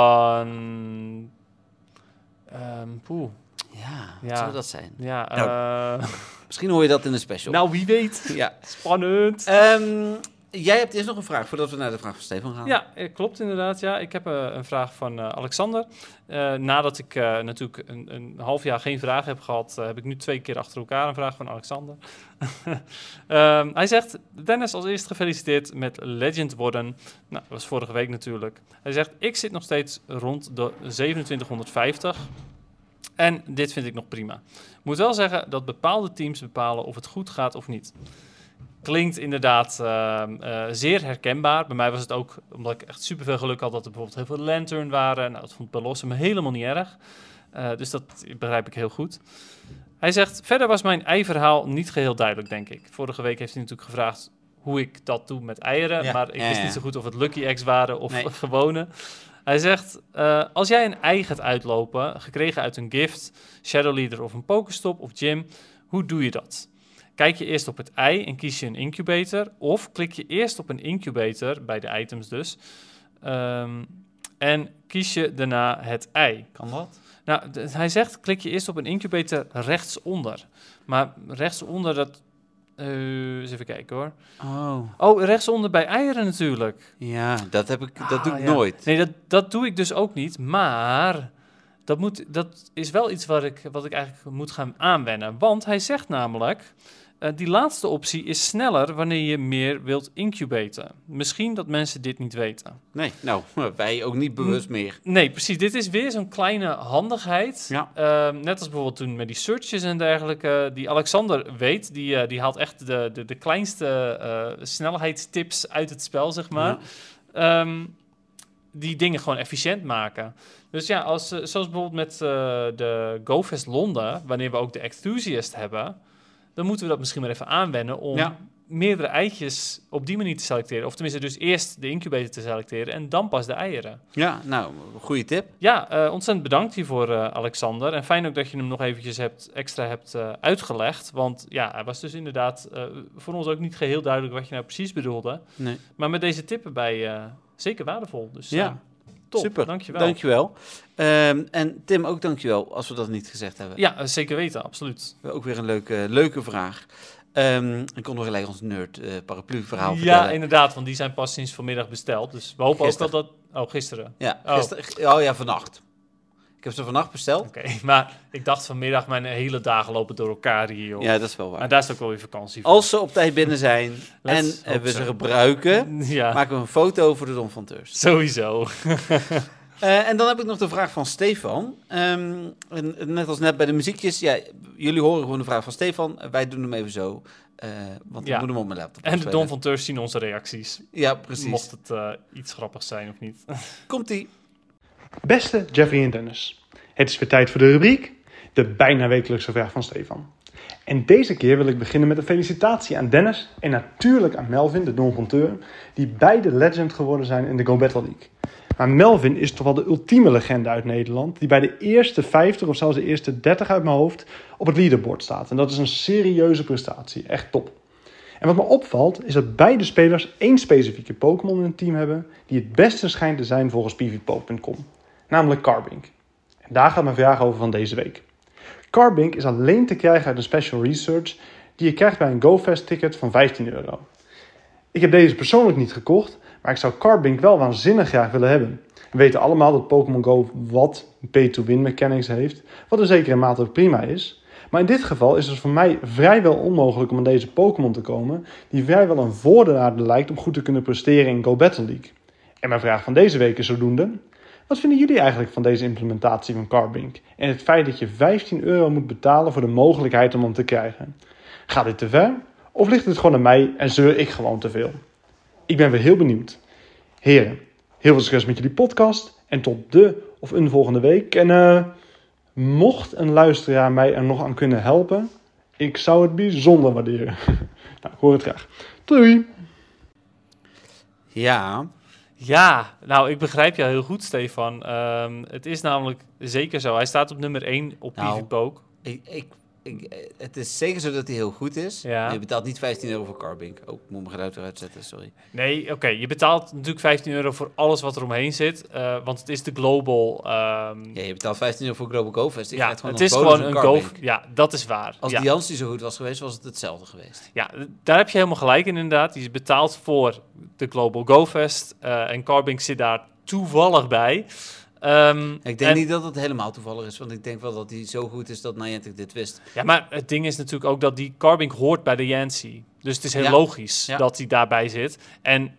D: van... ehm poeh,
C: Ja, wat
D: Ja.
C: zou dat zijn?
D: ja. eh,
C: Nou.
D: Nou,
C: Misschien hoor je dat in een special.
D: wie weet.
C: Ja.
D: Spannend.
C: Ehm, jij hebt eerst nog een vraag voordat we naar de vraag van Stefan gaan.
D: Ja, eh, klopt inderdaad. Ja. Ik heb eh, een vraag van eh, Alexander. Eh, nadat ik eh, natuurlijk een, een half jaar geen vraag heb gehad, eh, heb ik nu twee keer achter elkaar een vraag van Alexander. Ehm, hij zegt, Dennis als eerst gefeliciteerd met legend worden. Nou, dat was vorige week natuurlijk. Hij zegt, ik zit nog steeds rond de 2750. En dit vind ik nog prima. Moet wel zeggen dat bepaalde teams bepalen of het goed gaat of niet. Klinkt inderdaad ehm, eh, zeer herkenbaar. Bij mij was het ook omdat ik echt superveel geluk had dat er bijvoorbeeld heel veel Lantern waren. Nou, dat vond Belossum helemaal niet erg. Eh, dus dat begrijp ik heel goed. Hij zegt: Verder was mijn ei-verhaal niet geheel duidelijk, denk ik. Vorige week heeft hij natuurlijk gevraagd hoe ik dat doe met eieren.
C: Ja,
D: Maar ik
C: ja,
D: wist
C: ja.
D: niet zo goed of het Lucky Eggs waren of
C: Nee.
D: gewone. Hij zegt: eh, Als jij een ei gaat uitlopen, gekregen uit een gift, Shadow Leader of een Pokestop of Gym, hoe doe je dat? Kijk je eerst op het ei en kies je een incubator. Of klik je eerst op een incubator, bij de items dus. ehm, en kies je daarna het ei.
C: Kan dat?
D: Nou, d- hij zegt, klik je eerst op een incubator rechtsonder. Maar rechtsonder, dat... eh, eens even kijken hoor.
C: Oh,
D: Oh, rechtsonder bij eieren natuurlijk.
C: ja, dat, heb ik, dat
D: Ah,
C: doe ik
D: ja.
C: nooit.
D: Nee, dat, dat doe ik dus ook niet. Maar dat, moet, dat is wel iets wat ik, wat ik eigenlijk moet gaan aanwennen. Want hij zegt namelijk. eh, die laatste optie is sneller wanneer je meer wilt incubaten. Misschien dat mensen dit niet weten.
C: Nee, nou, wij ook
D: Hm.
C: niet bewust meer.
D: Nee, precies. Dit is weer zo'n kleine handigheid.
C: Ja.
D: Ehm, net als bijvoorbeeld toen met die searches en dergelijke. eh, Die Alexander weet, die, eh, die haalt echt de, de, de kleinste eh, snelheidstips uit het spel, zeg maar. ehm, die dingen gewoon efficiënt maken. Dus ja, als, eh, zoals bijvoorbeeld met eh, de GoFest Londen, wanneer we ook de Enthusiast hebben, dan moeten we dat misschien maar even aanwennen om
C: Ja.
D: meerdere eitjes op die manier te selecteren. Of tenminste, dus eerst de incubator te selecteren en dan pas de eieren.
C: Ja, nou, goede tip.
D: Ja, eh, ontzettend bedankt hiervoor, eh, Alexander. En fijn ook dat je hem nog eventjes hebt, extra hebt eh, uitgelegd. Want ja, hij was dus inderdaad eh, voor ons ook niet geheel duidelijk wat je nou precies bedoelde.
C: Nee.
D: Maar met deze tippen bij eh, zeker waardevol. Dus
C: Ja,
D: ja, top.
C: Super,
D: Dankjewel.
C: Dankjewel. Ehm, en Tim, ook dankjewel als we dat niet gezegd hebben.
D: Ja, eh, zeker weten, absoluut.
C: Ook weer een leuke, leuke vraag. Ehm, ik kon nog gelijk ons nerd eh, paraplu verhaal
D: Ja,
C: vertellen.
D: inderdaad, want die zijn pas sinds vanmiddag besteld. Dus we hopen
C: Gisteren.
D: ook dat dat... Oh, gisteren.
C: Ja,
D: Oh.
C: gister- oh ja, vannacht. Ik heb ze vannacht besteld.
D: Oké, maar ik dacht vanmiddag mijn hele dagen lopen door elkaar hier, joh.
C: Ja, dat is wel
D: Maar
C: waar.
D: daar is ook wel weer vakantie voor.
C: Als ze op tijd binnen zijn en
D: Let's
C: eh, we
D: hope
C: ze
D: so.
C: gebruiken,
D: Ja,
C: maken we een foto voor de Don van Teurs.
D: sowieso.
C: Eh, en dan heb ik nog de vraag van Stefan. Ehm, en, en net als net bij de muziekjes. Ja, jullie horen gewoon de vraag van Stefan. Wij doen hem even zo. eh, want
D: Ja.
C: ik moet hem op mijn laptop
D: En de
C: afspelen.
D: Don van Teurs zien onze reacties.
C: Ja, precies.
D: Mocht het eh, iets grappigs zijn of niet.
C: Komt-ie.
A: Beste Jeffrey en Dennis, het is weer tijd voor de rubriek De bijna wekelijkse vraag van Stefan. En deze keer wil ik beginnen met een felicitatie aan Dennis en natuurlijk aan Melvin, de Don van Teuren, die beide legend geworden zijn in de Go Battle League. Maar Melvin is toch wel de ultieme legende uit Nederland, die bij de eerste 50 of zelfs de eerste 30 uit mijn hoofd op het leaderboard staat. En dat is een serieuze prestatie, echt top. En wat me opvalt is dat beide spelers één specifieke Pokémon in hun team hebben die het beste schijnt te zijn volgens pvpo.com, namelijk Carbink. En daar gaat mijn vraag over van deze week. Carbink is alleen te krijgen uit een special research die je krijgt bij een GoFest ticket van 15 euro. Ik heb deze persoonlijk niet gekocht, maar ik zou Carbink wel waanzinnig graag willen hebben. We weten allemaal dat Pokémon Go wat pay-to-win mechanics heeft, wat in zekere mate ook prima is. Maar in dit geval is het voor mij vrijwel onmogelijk om aan deze Pokémon te komen, die vrijwel een voordeelhaarde lijkt om goed te kunnen presteren in Go Battle League. En mijn vraag van deze week is zodoende: wat vinden jullie eigenlijk van deze implementatie van Carbink en het feit dat je 15 euro moet betalen voor de mogelijkheid om hem te krijgen? Gaat dit te ver? Of ligt het gewoon aan mij en zeur ik gewoon te veel? Ik ben weer heel benieuwd. Heren, heel veel succes met jullie podcast en tot de of een volgende week. En eh, mocht een luisteraar mij er nog aan kunnen helpen, ik zou het bijzonder waarderen. nou, ik hoor het graag. Doei!
C: Ja.
D: Ja, nou, ik begrijp jou heel goed, Stefan. Ehm, het is namelijk zeker zo. Hij staat op nummer 1 op
C: Nou.
D: PvPoke.
C: Ik, ik, ik- eh, het is zeker zo dat hij heel goed is.
D: Ja.
C: Maar Je betaalt niet 15 euro voor Carbink. Oh, ik moet mijn geluid eruit zetten, sorry.
D: Nee, oké. je betaalt natuurlijk 15 euro voor alles wat er omheen zit. eh, want het is de global. ehm,
C: Ja, je betaalt 15 euro voor Global GoFest. Ik
D: ja,
C: krijg gewoon
D: het
C: als
D: is
C: bonus
D: gewoon een go.
C: Carbink.
D: Ja, dat is waar.
C: Als
D: ja.
C: die Jansi zo goed was geweest, was het hetzelfde geweest.
D: Ja, daar heb je helemaal gelijk in inderdaad. Die is betaald voor de Global GoFest. eh en Carbink zit daar toevallig bij. Ehm,
C: Ik denk
D: en-
C: niet dat het helemaal toevallig is, want ik denk wel dat hij zo goed is dat Niantic dit wist.
D: Ja, maar het ding is natuurlijk ook dat die Carbink hoort bij de Yancy. Dus het is heel
C: Ja.
D: logisch
C: Ja.
D: dat hij daarbij zit. En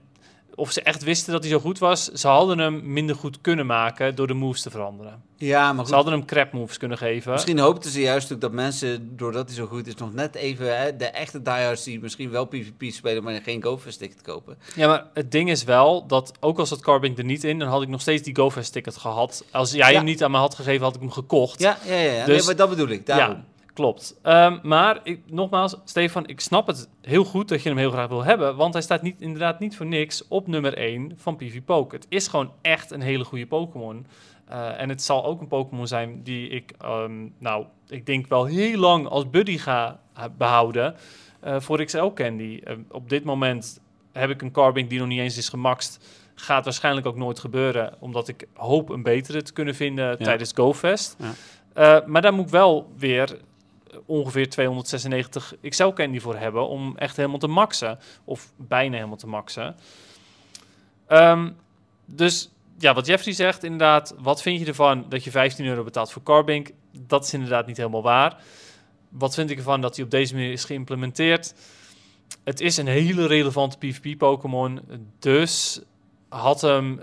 D: of ze echt wisten dat hij zo goed was, ze hadden hem minder goed kunnen maken door de moves te veranderen.
C: Ja, maar
D: Ze hadden hem crap moves kunnen geven.
C: Misschien hoopten ze juist ook dat mensen, doordat hij zo goed is, nog net even hè, de echte diehards die misschien wel PvP spelen, maar geen GoFest ticket kopen.
D: Ja, maar het ding is wel dat ook als dat Carbink er niet in, dan had ik nog steeds die GoFest ticket gehad. Als jij
C: Ja.
D: hem niet aan me had gegeven, had ik hem gekocht.
C: Ja, ja, ja. ja. nee,
D: Dus-
C: maar dat bedoel ik. Daarom.
D: Ja, klopt. Ehm, maar ik, nogmaals, Stefan, ik snap het heel goed dat je hem heel graag wil hebben. Want hij staat niet, inderdaad niet voor niks op nummer 1 van PvPoke. Het is gewoon echt een hele goede Pokémon. Eh, en het zal ook een Pokémon zijn die ik, ehm, nou, ik denk wel heel lang als buddy ga eh, behouden eh, voor XL Candy. Eh, op dit moment heb ik een Carbink die nog niet eens is gemaxt. Gaat waarschijnlijk ook nooit gebeuren, omdat ik hoop een betere te kunnen vinden tijdens GoFest. Eh, maar daar moet ik wel weer eh, ongeveer 296 XL Candy voor hebben om echt helemaal te maxen. Of bijna helemaal te maxen. Ehm, dus ja, wat Jeffrey zegt inderdaad, wat vind je ervan dat je 15 euro betaalt voor Carbink? Dat is inderdaad niet helemaal waar. Wat vind ik ervan dat hij op deze manier is geïmplementeerd? Het is een hele relevante PvP-Pokémon, dus had hem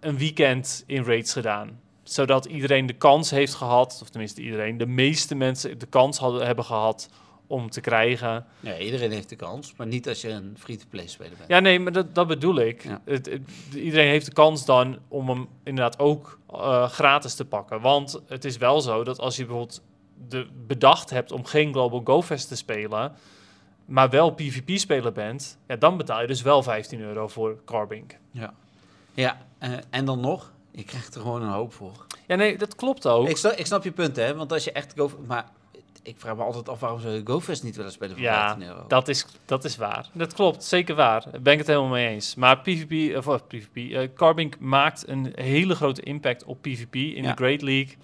D: een weekend in raids gedaan. Zodat iedereen de kans heeft gehad, of tenminste iedereen, de meeste mensen de kans hadden, hebben gehad om te krijgen.
C: Ja, iedereen heeft de kans, maar niet als je een free-to-play speler bent.
D: Ja, nee, maar dat, dat bedoel ik.
C: Ja.
D: Het, het- iedereen heeft de kans dan om hem inderdaad ook eh, gratis te pakken. Want het is wel zo dat als je bijvoorbeeld de, bedacht hebt om geen Global GoFest te spelen, maar wel PvP-speler bent, ja, dan betaal je dus wel 15 euro voor Carbink.
C: Ja. Ja, eh, en dan nog, je krijgt er gewoon een hoop voor.
D: Ja, nee, dat klopt ook.
C: Ik snap, ik snap je punten, hè? Want als je echt Go, maar ik vraag me altijd af waarom zou je GoFest niet willen spelen voor
D: Ja,
C: 15 euro.
D: dat is, dat is waar. Dat klopt, zeker waar. Daar ben ik het helemaal mee eens. Maar PvP, of eh, PvP, eh, Carbink maakt een hele grote impact op PvP in
C: Ja.
D: de Great League.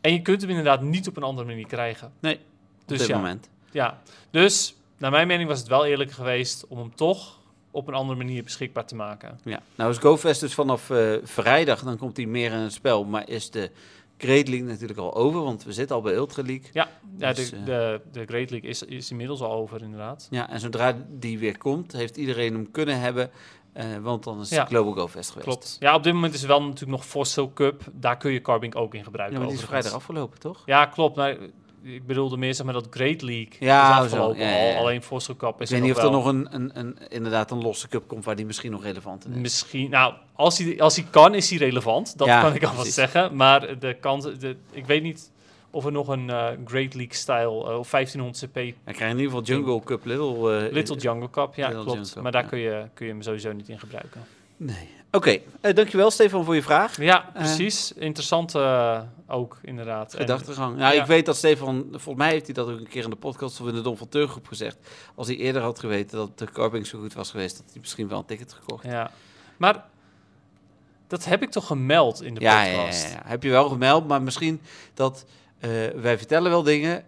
D: En je kunt hem inderdaad niet op een andere manier krijgen.
C: Nee, op
D: Dus
C: dit
D: ja.
C: moment.
D: Ja, dus naar mijn mening was het wel eerlijk geweest om hem toch op een andere manier beschikbaar te maken.
C: Ja. Nou is GoFest dus vanaf eh, vrijdag, dan komt hij meer in het spel. Maar is de Great League natuurlijk al over, want we zitten al bij Ultra League.
D: Ja, ja
C: Dus,
D: de,
C: eh,
D: de, de Great League is, is inmiddels al over inderdaad.
C: Ja, en zodra die weer komt, heeft iedereen hem kunnen hebben. Eh, Eh, want dan is
D: Ja.
C: de Global Go Fest geweest.
D: Klopt. Ja, op dit moment is er wel natuurlijk nog Fossil Cup. Daar kun je Carbink ook in
C: Ja,
D: gebruiken.
C: maar die is
D: overigens.
C: vrijdag afgelopen, toch?
D: Ja, klopt. Maar ik bedoelde meer zeg maar dat Great League
C: Ja,
D: is afgelopen.
C: zo, ja, ja, ja.
D: al. Alleen Fossil Cup is
C: Ik weet niet of er
D: wel-
C: nog een, een, een, inderdaad een losse cup komt waar die misschien nog relevant in is.
D: Misschien, nou, als hij, als hij kan, is hij relevant. Dat
C: Ja,
D: kan ik alvast
C: precies.
D: zeggen. Maar de kans, de, ik weet niet of er nog een eh, Great League-stijl eh, of 1500 cp
C: Dan krijg je in ieder geval Jungle Cup Little... eh,
D: Little Jungle Cup, ja,
C: Little
D: klopt.
C: Jungle Cup,
D: maar daar
C: ja.
D: kun, je, kun je hem sowieso niet in gebruiken.
C: Nee. Oké, eh, dankjewel Stefan voor je vraag.
D: Ja,
C: Eh.
D: precies. Interessant eh, ook, inderdaad. En-
C: Gedachtegang. Nou,
D: ja.
C: ik weet dat Stefan, volgens mij heeft hij dat ook een keer in de podcast of in de Don van Teuggroep gezegd. Als hij eerder had geweten dat de Carbink zo goed was geweest, dat hij misschien wel een ticket gekocht.
D: ja. Maar dat heb ik toch gemeld in de
C: Ja, ja, ja,
D: podcast?
C: ja. heb je wel gemeld, maar misschien dat eh, wij vertellen wel dingen.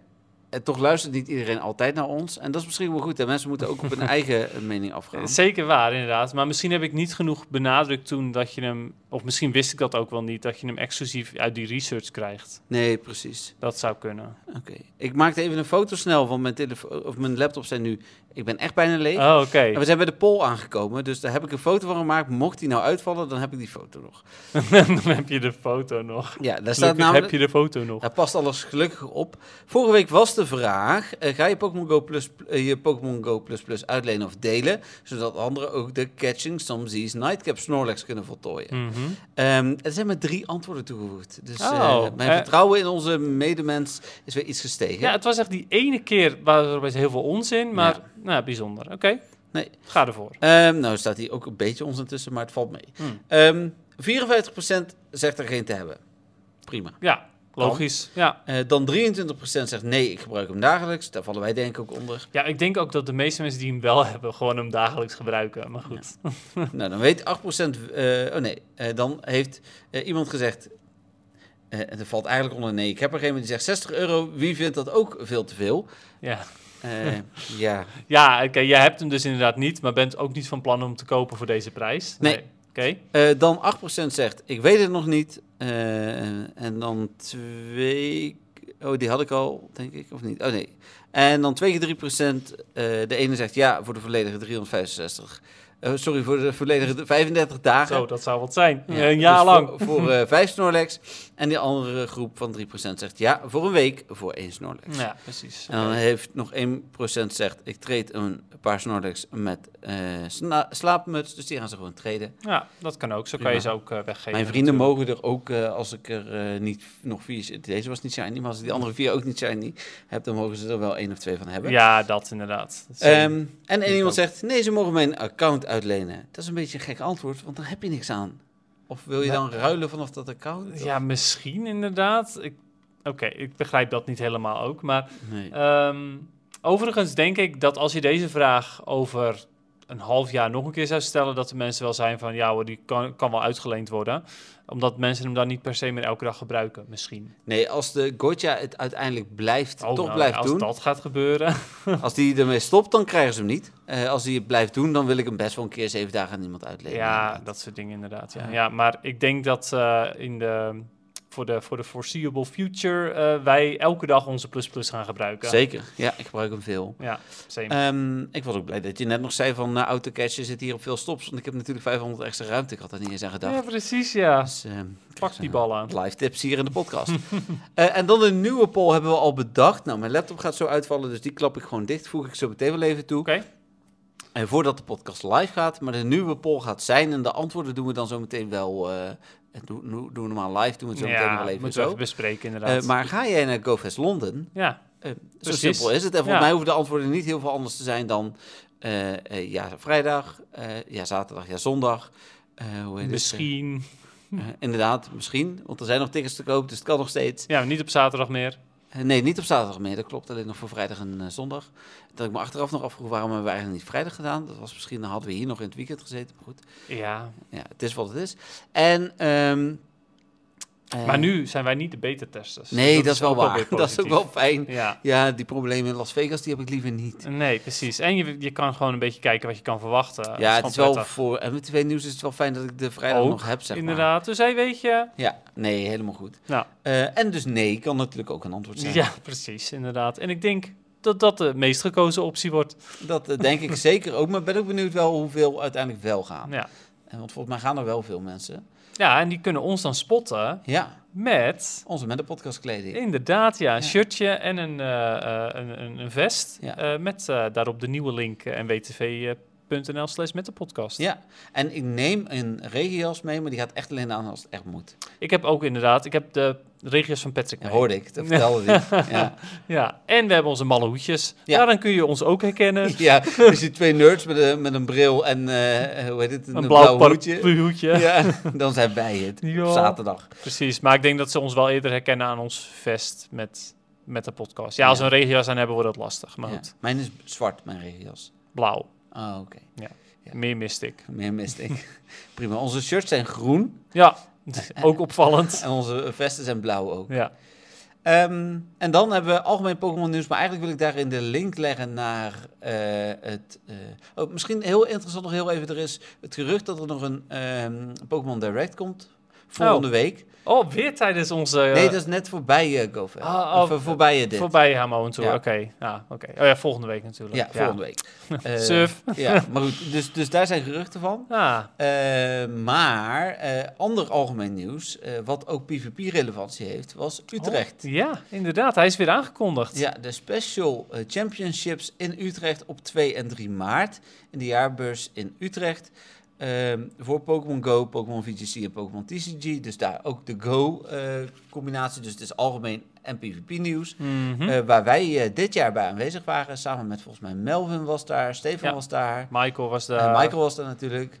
C: En toch luistert niet iedereen altijd naar ons. En dat is misschien wel goed. En mensen moeten ook op hun eigen eh, mening afgaan.
D: Zeker waar, inderdaad. Maar misschien heb ik niet genoeg benadrukt toen dat je hem, of misschien wist ik dat ook wel niet, dat je hem exclusief uit die research krijgt.
C: Nee, precies.
D: Dat zou kunnen.
C: Oké. Ik maakte even een foto snel van mijn telefoon of mijn laptop zijn nu. Ik ben echt bijna leeg.
D: Oh, oké.
C: En we zijn bij de poll aangekomen, dus daar heb ik een foto van gemaakt. Mocht die nou uitvallen, dan heb ik die foto nog.
D: Dan heb je de foto nog.
C: Ja, daar staat
D: Gelukkig
C: namelijk...
D: heb je de foto nog.
C: Daar past alles gelukkig op. Vorige week was de vraag: eh, ga je Pokémon Go Plus, eh, je Pokémon Go Plus Plus uitlenen of delen, zodat anderen ook de Catching Some Z's Nightcap Snorlax kunnen voltooien?
D: Mhm.
C: Ehm, er zijn maar drie antwoorden toegevoegd, dus eh,
D: Oh,
C: mijn
D: eh.
C: vertrouwen in onze medemens is weer iets gestegen.
D: Ja, het was echt die ene keer waar er best heel veel onzin, maar nou, bijzonder. Oké,
C: Nee.
D: ga ervoor.
C: Ehm, nou staat hier ook een beetje ons intussen, maar het valt mee.
D: Hmm.
C: Ehm 54% zegt er geen te hebben. Prima.
D: Ja, logisch. Ja.
C: Eh, dan 23% zegt nee, ik gebruik hem dagelijks. Daar vallen wij denk ik ook onder.
D: ja, ik denk ook dat de meeste mensen die hem wel hebben, gewoon hem dagelijks gebruiken. Maar goed.
C: Nou, dan weet 8%. eh, oh nee, eh, dan heeft eh, iemand gezegd. eh, en dat valt eigenlijk onder nee. Ik heb er geen die zegt 60 euro. Wie vindt dat ook veel te veel?
D: Ja,
C: Eh, ja.
D: ja. oké, jij hebt hem dus inderdaad niet, maar bent ook niet van plan om te kopen voor deze prijs.
C: Nee.
D: Oké.
C: Eh, dan 8% zegt: Ik weet het nog niet. Eh, en dan twee. Oh, die had ik al, denk ik, of niet? Oh nee. En dan 2 keer 3%. eh, de ene zegt ja voor de volledige 365. Eh, sorry, voor de volledige 35 dagen.
D: Zo, dat zou wat zijn. een
C: dus
D: jaar lang.
C: Voor, voor eh, vijf Snorlax. En die andere groep van 3% zegt ja, voor een week voor één Snorlax.
D: Ja, precies.
C: En dan heeft nog 1% zegt, ik treed een paar Snorlax met eh, sna- slaapmuts. Dus die gaan ze gewoon treden.
D: Ja, dat kan ook. Zo kan
C: Prima.
D: je ze ook eh, weggeven.
C: Mijn vrienden
D: natuurlijk.
C: mogen er ook, eh, als ik er eh, niet nog vier... zit- Deze was niet shiny, maar als ik die andere vier ook niet shiny heb... dan mogen ze er wel één of twee van hebben.
D: Ja, dat inderdaad. Dat zijn-
C: Ehm, en één
D: Ik
C: iemand
D: ook.
C: zegt, nee, ze mogen mijn account uitlenen. Dat is een beetje een gek antwoord, want daar heb je niks aan. Of wil je
D: Nou,
C: dan ruilen vanaf dat account?
D: ja, misschien inderdaad. Ik... Oké, ik begrijp dat niet helemaal ook. Maar
C: Nee.
D: Ehm, overigens denk ik dat als je deze vraag over een half jaar nog een keer zou stellen, dat de mensen wel zijn van ja hoor, die kan, kan wel uitgeleend worden. Omdat mensen hem dan niet per se meer elke dag gebruiken, misschien.
C: Nee, als de Goja het uiteindelijk blijft,
D: Oh,
C: toch
D: nou,
C: blijft
D: als
C: doen.
D: dat gaat gebeuren.
C: Als die ermee stopt, dan krijgen ze hem niet. Eh, als die het blijft doen, dan wil ik hem best wel een keer zeven dagen aan iemand uitlenen.
D: ja, dat soort dingen inderdaad. Ja,
C: Ja.
D: ja maar ik denk dat eh, in de, voor, de, voor de foreseeable future eh, wij elke dag onze plus plus gaan gebruiken.
C: Zeker. Ja, ik gebruik hem veel.
D: Ja, same.
C: Ehm, ik was ook blij dat je net nog zei van... Uh, autocash zit hier op veel stops. Want ik heb natuurlijk 500 extra ruimte. Ik had daar niet eens aan gedacht.
D: ja, precies, ja.
C: Dus, ehm,
D: Pak die bal aan.
C: Live tips hier in de podcast. Eh, en dan een nieuwe poll hebben we al bedacht. Nou, mijn laptop gaat zo uitvallen, dus die klap ik gewoon dicht. Voeg ik zo meteen wel even toe.
D: Oké.
C: En voordat de podcast live gaat, maar de nieuwe poll gaat zijn. En de antwoorden doen we dan zo meteen wel. eh, en doen doen doen we maar live, doen we het zo meteen nog
D: Ja,
C: wel even
D: moeten
C: zo.
D: we even bespreken
C: Eh,
D: inderdaad.
C: maar ga jij naar GoFest Londen?
D: ja,
C: Eh, zo
D: Precies.
C: simpel is het. En volgens
D: Ja.
C: mij hoeven de antwoorden niet heel veel anders te zijn dan eh, eh, ja, vrijdag, eh, ja, zaterdag, ja, zondag. Eh, hoe heet het?
D: misschien.
C: Eh, inderdaad, misschien. Want er zijn nog tickets te koop, dus het kan nog steeds.
D: Ja, maar niet op zaterdag meer.
C: Eh, Nee, niet op zaterdag meer. Dat klopt alleen nog voor vrijdag en eh, zondag. Dat ik me achteraf nog afvroeg waarom hebben we eigenlijk niet vrijdag gedaan. Dat was misschien, dan hadden we hier nog in het weekend gezeten. Maar goed,
D: Ja,
C: ja, het is wat het is. En, ehm, eh,
D: maar nu zijn wij niet de beta-testers.
C: Nee, dat, is wel
D: ook alweer
C: waar. Dat is ook wel
D: positief.
C: fijn.
D: Ja,
C: Ja, die problemen in Las Vegas, die heb ik liever niet.
D: nee, precies. En je, je kan gewoon een beetje kijken wat je kan verwachten. Dat
C: Ja, het
D: gewoon
C: is wel
D: prettig.
C: voor MTV Nieuws is het wel fijn dat ik de vrijdag
D: Ook,
C: nog heb, zeg maar.
D: Inderdaad, dus hij weet je.
C: Ja, nee, helemaal goed.
D: Nou,
C: Eh, en dus nee kan natuurlijk ook een antwoord zijn.
D: ja, precies, inderdaad. En ik denk dat dat de meest gekozen optie wordt.
C: Dat eh, denk ik zeker ook. Maar ben ook benieuwd wel hoeveel uiteindelijk wel gaan.
D: Ja.
C: En Want volgens mij gaan er wel veel mensen.
D: ja, en die kunnen ons dan spotten
C: Ja,
D: met,
C: onze met de podcastkleding.
D: inderdaad, ja, een
C: Ja.
D: shirtje en een, eh, eh, een, een, een vest.
C: Ja.
D: eh, met eh, daarop de nieuwe link eh, en nwtv.nl slash met de podcast.
C: Ja, en ik neem een regenjas mee, maar die gaat echt alleen aan als het echt moet.
D: Ik heb ook inderdaad, ik heb de regio's van Patrick
C: Dat
D: mee.
C: hoorde ik, dat vertelde hij. Ja.
D: Ja, en we hebben onze malle hoedjes.
C: Ja.
D: Ja, dan kun je ons ook herkennen.
C: ja, dus die twee nerds met een, met een bril en eh, hoe heet het, een,
D: Een
C: blauw,
D: blauw
C: hoedje.
D: paraplu hoedje.
C: Ja, dan zijn wij het,
D: Ja.
C: op zaterdag.
D: Precies, maar ik denk dat ze ons wel eerder herkennen aan ons vest met, met de podcast. Ja, als we
C: Ja.
D: een regenjas aan hebben, wordt dat lastig. Maar
C: Ja.
D: goed,
C: Mijn is zwart, mijn regenjas.
D: blauw,
C: Oh, oké. Ja.
D: meer mystic.
C: Meer miste ik. Prima. Onze shirts zijn groen
D: Ja, ook opvallend.
C: en onze vesten zijn blauw ook.
D: Ja,
C: Ehm, en dan hebben we algemeen Pokémon nieuws, maar eigenlijk wil ik daarin de link leggen naar eh, het... eh, oh, misschien heel interessant nog heel even, er is het gerucht dat er nog een ehm, Pokémon Direct komt, volgende week.
D: oh, weer tijdens onze eh,
C: nee, dat is net voorbij eh GoFest,
D: Ah, oh,
C: Of, eh, voorbij eh, dit.
D: voorbij Hamo en Tour.
C: Ja.
D: Oké, ja, oké. Oh ja, volgende week natuurlijk.
C: Ja, volgende week. Eh,
D: Surf.
C: Ja, maar goed, dus, dus daar zijn geruchten van.
D: Ah,
C: Eh, maar eh, ander algemeen nieuws, eh, wat ook PvP-relevantie heeft, was Utrecht.
D: oh, ja, inderdaad, hij is weer aangekondigd.
C: Ja, de Special eh, Championships in Utrecht op 2 en 3 maart. In de jaarbeurs in Utrecht. Ehm, voor Pokémon Go, Pokémon VGC en Pokémon TCG. Dus daar ook de Go-combinatie. dus het is algemeen en PvP-nieuws.
D: Mhm.
C: waar wij eh, dit jaar bij aanwezig waren. Samen met volgens mij Melvin was daar, Stefan
D: Ja. Eh,
C: was daar.
D: Michael was de...
C: en eh, Michael was daar natuurlijk.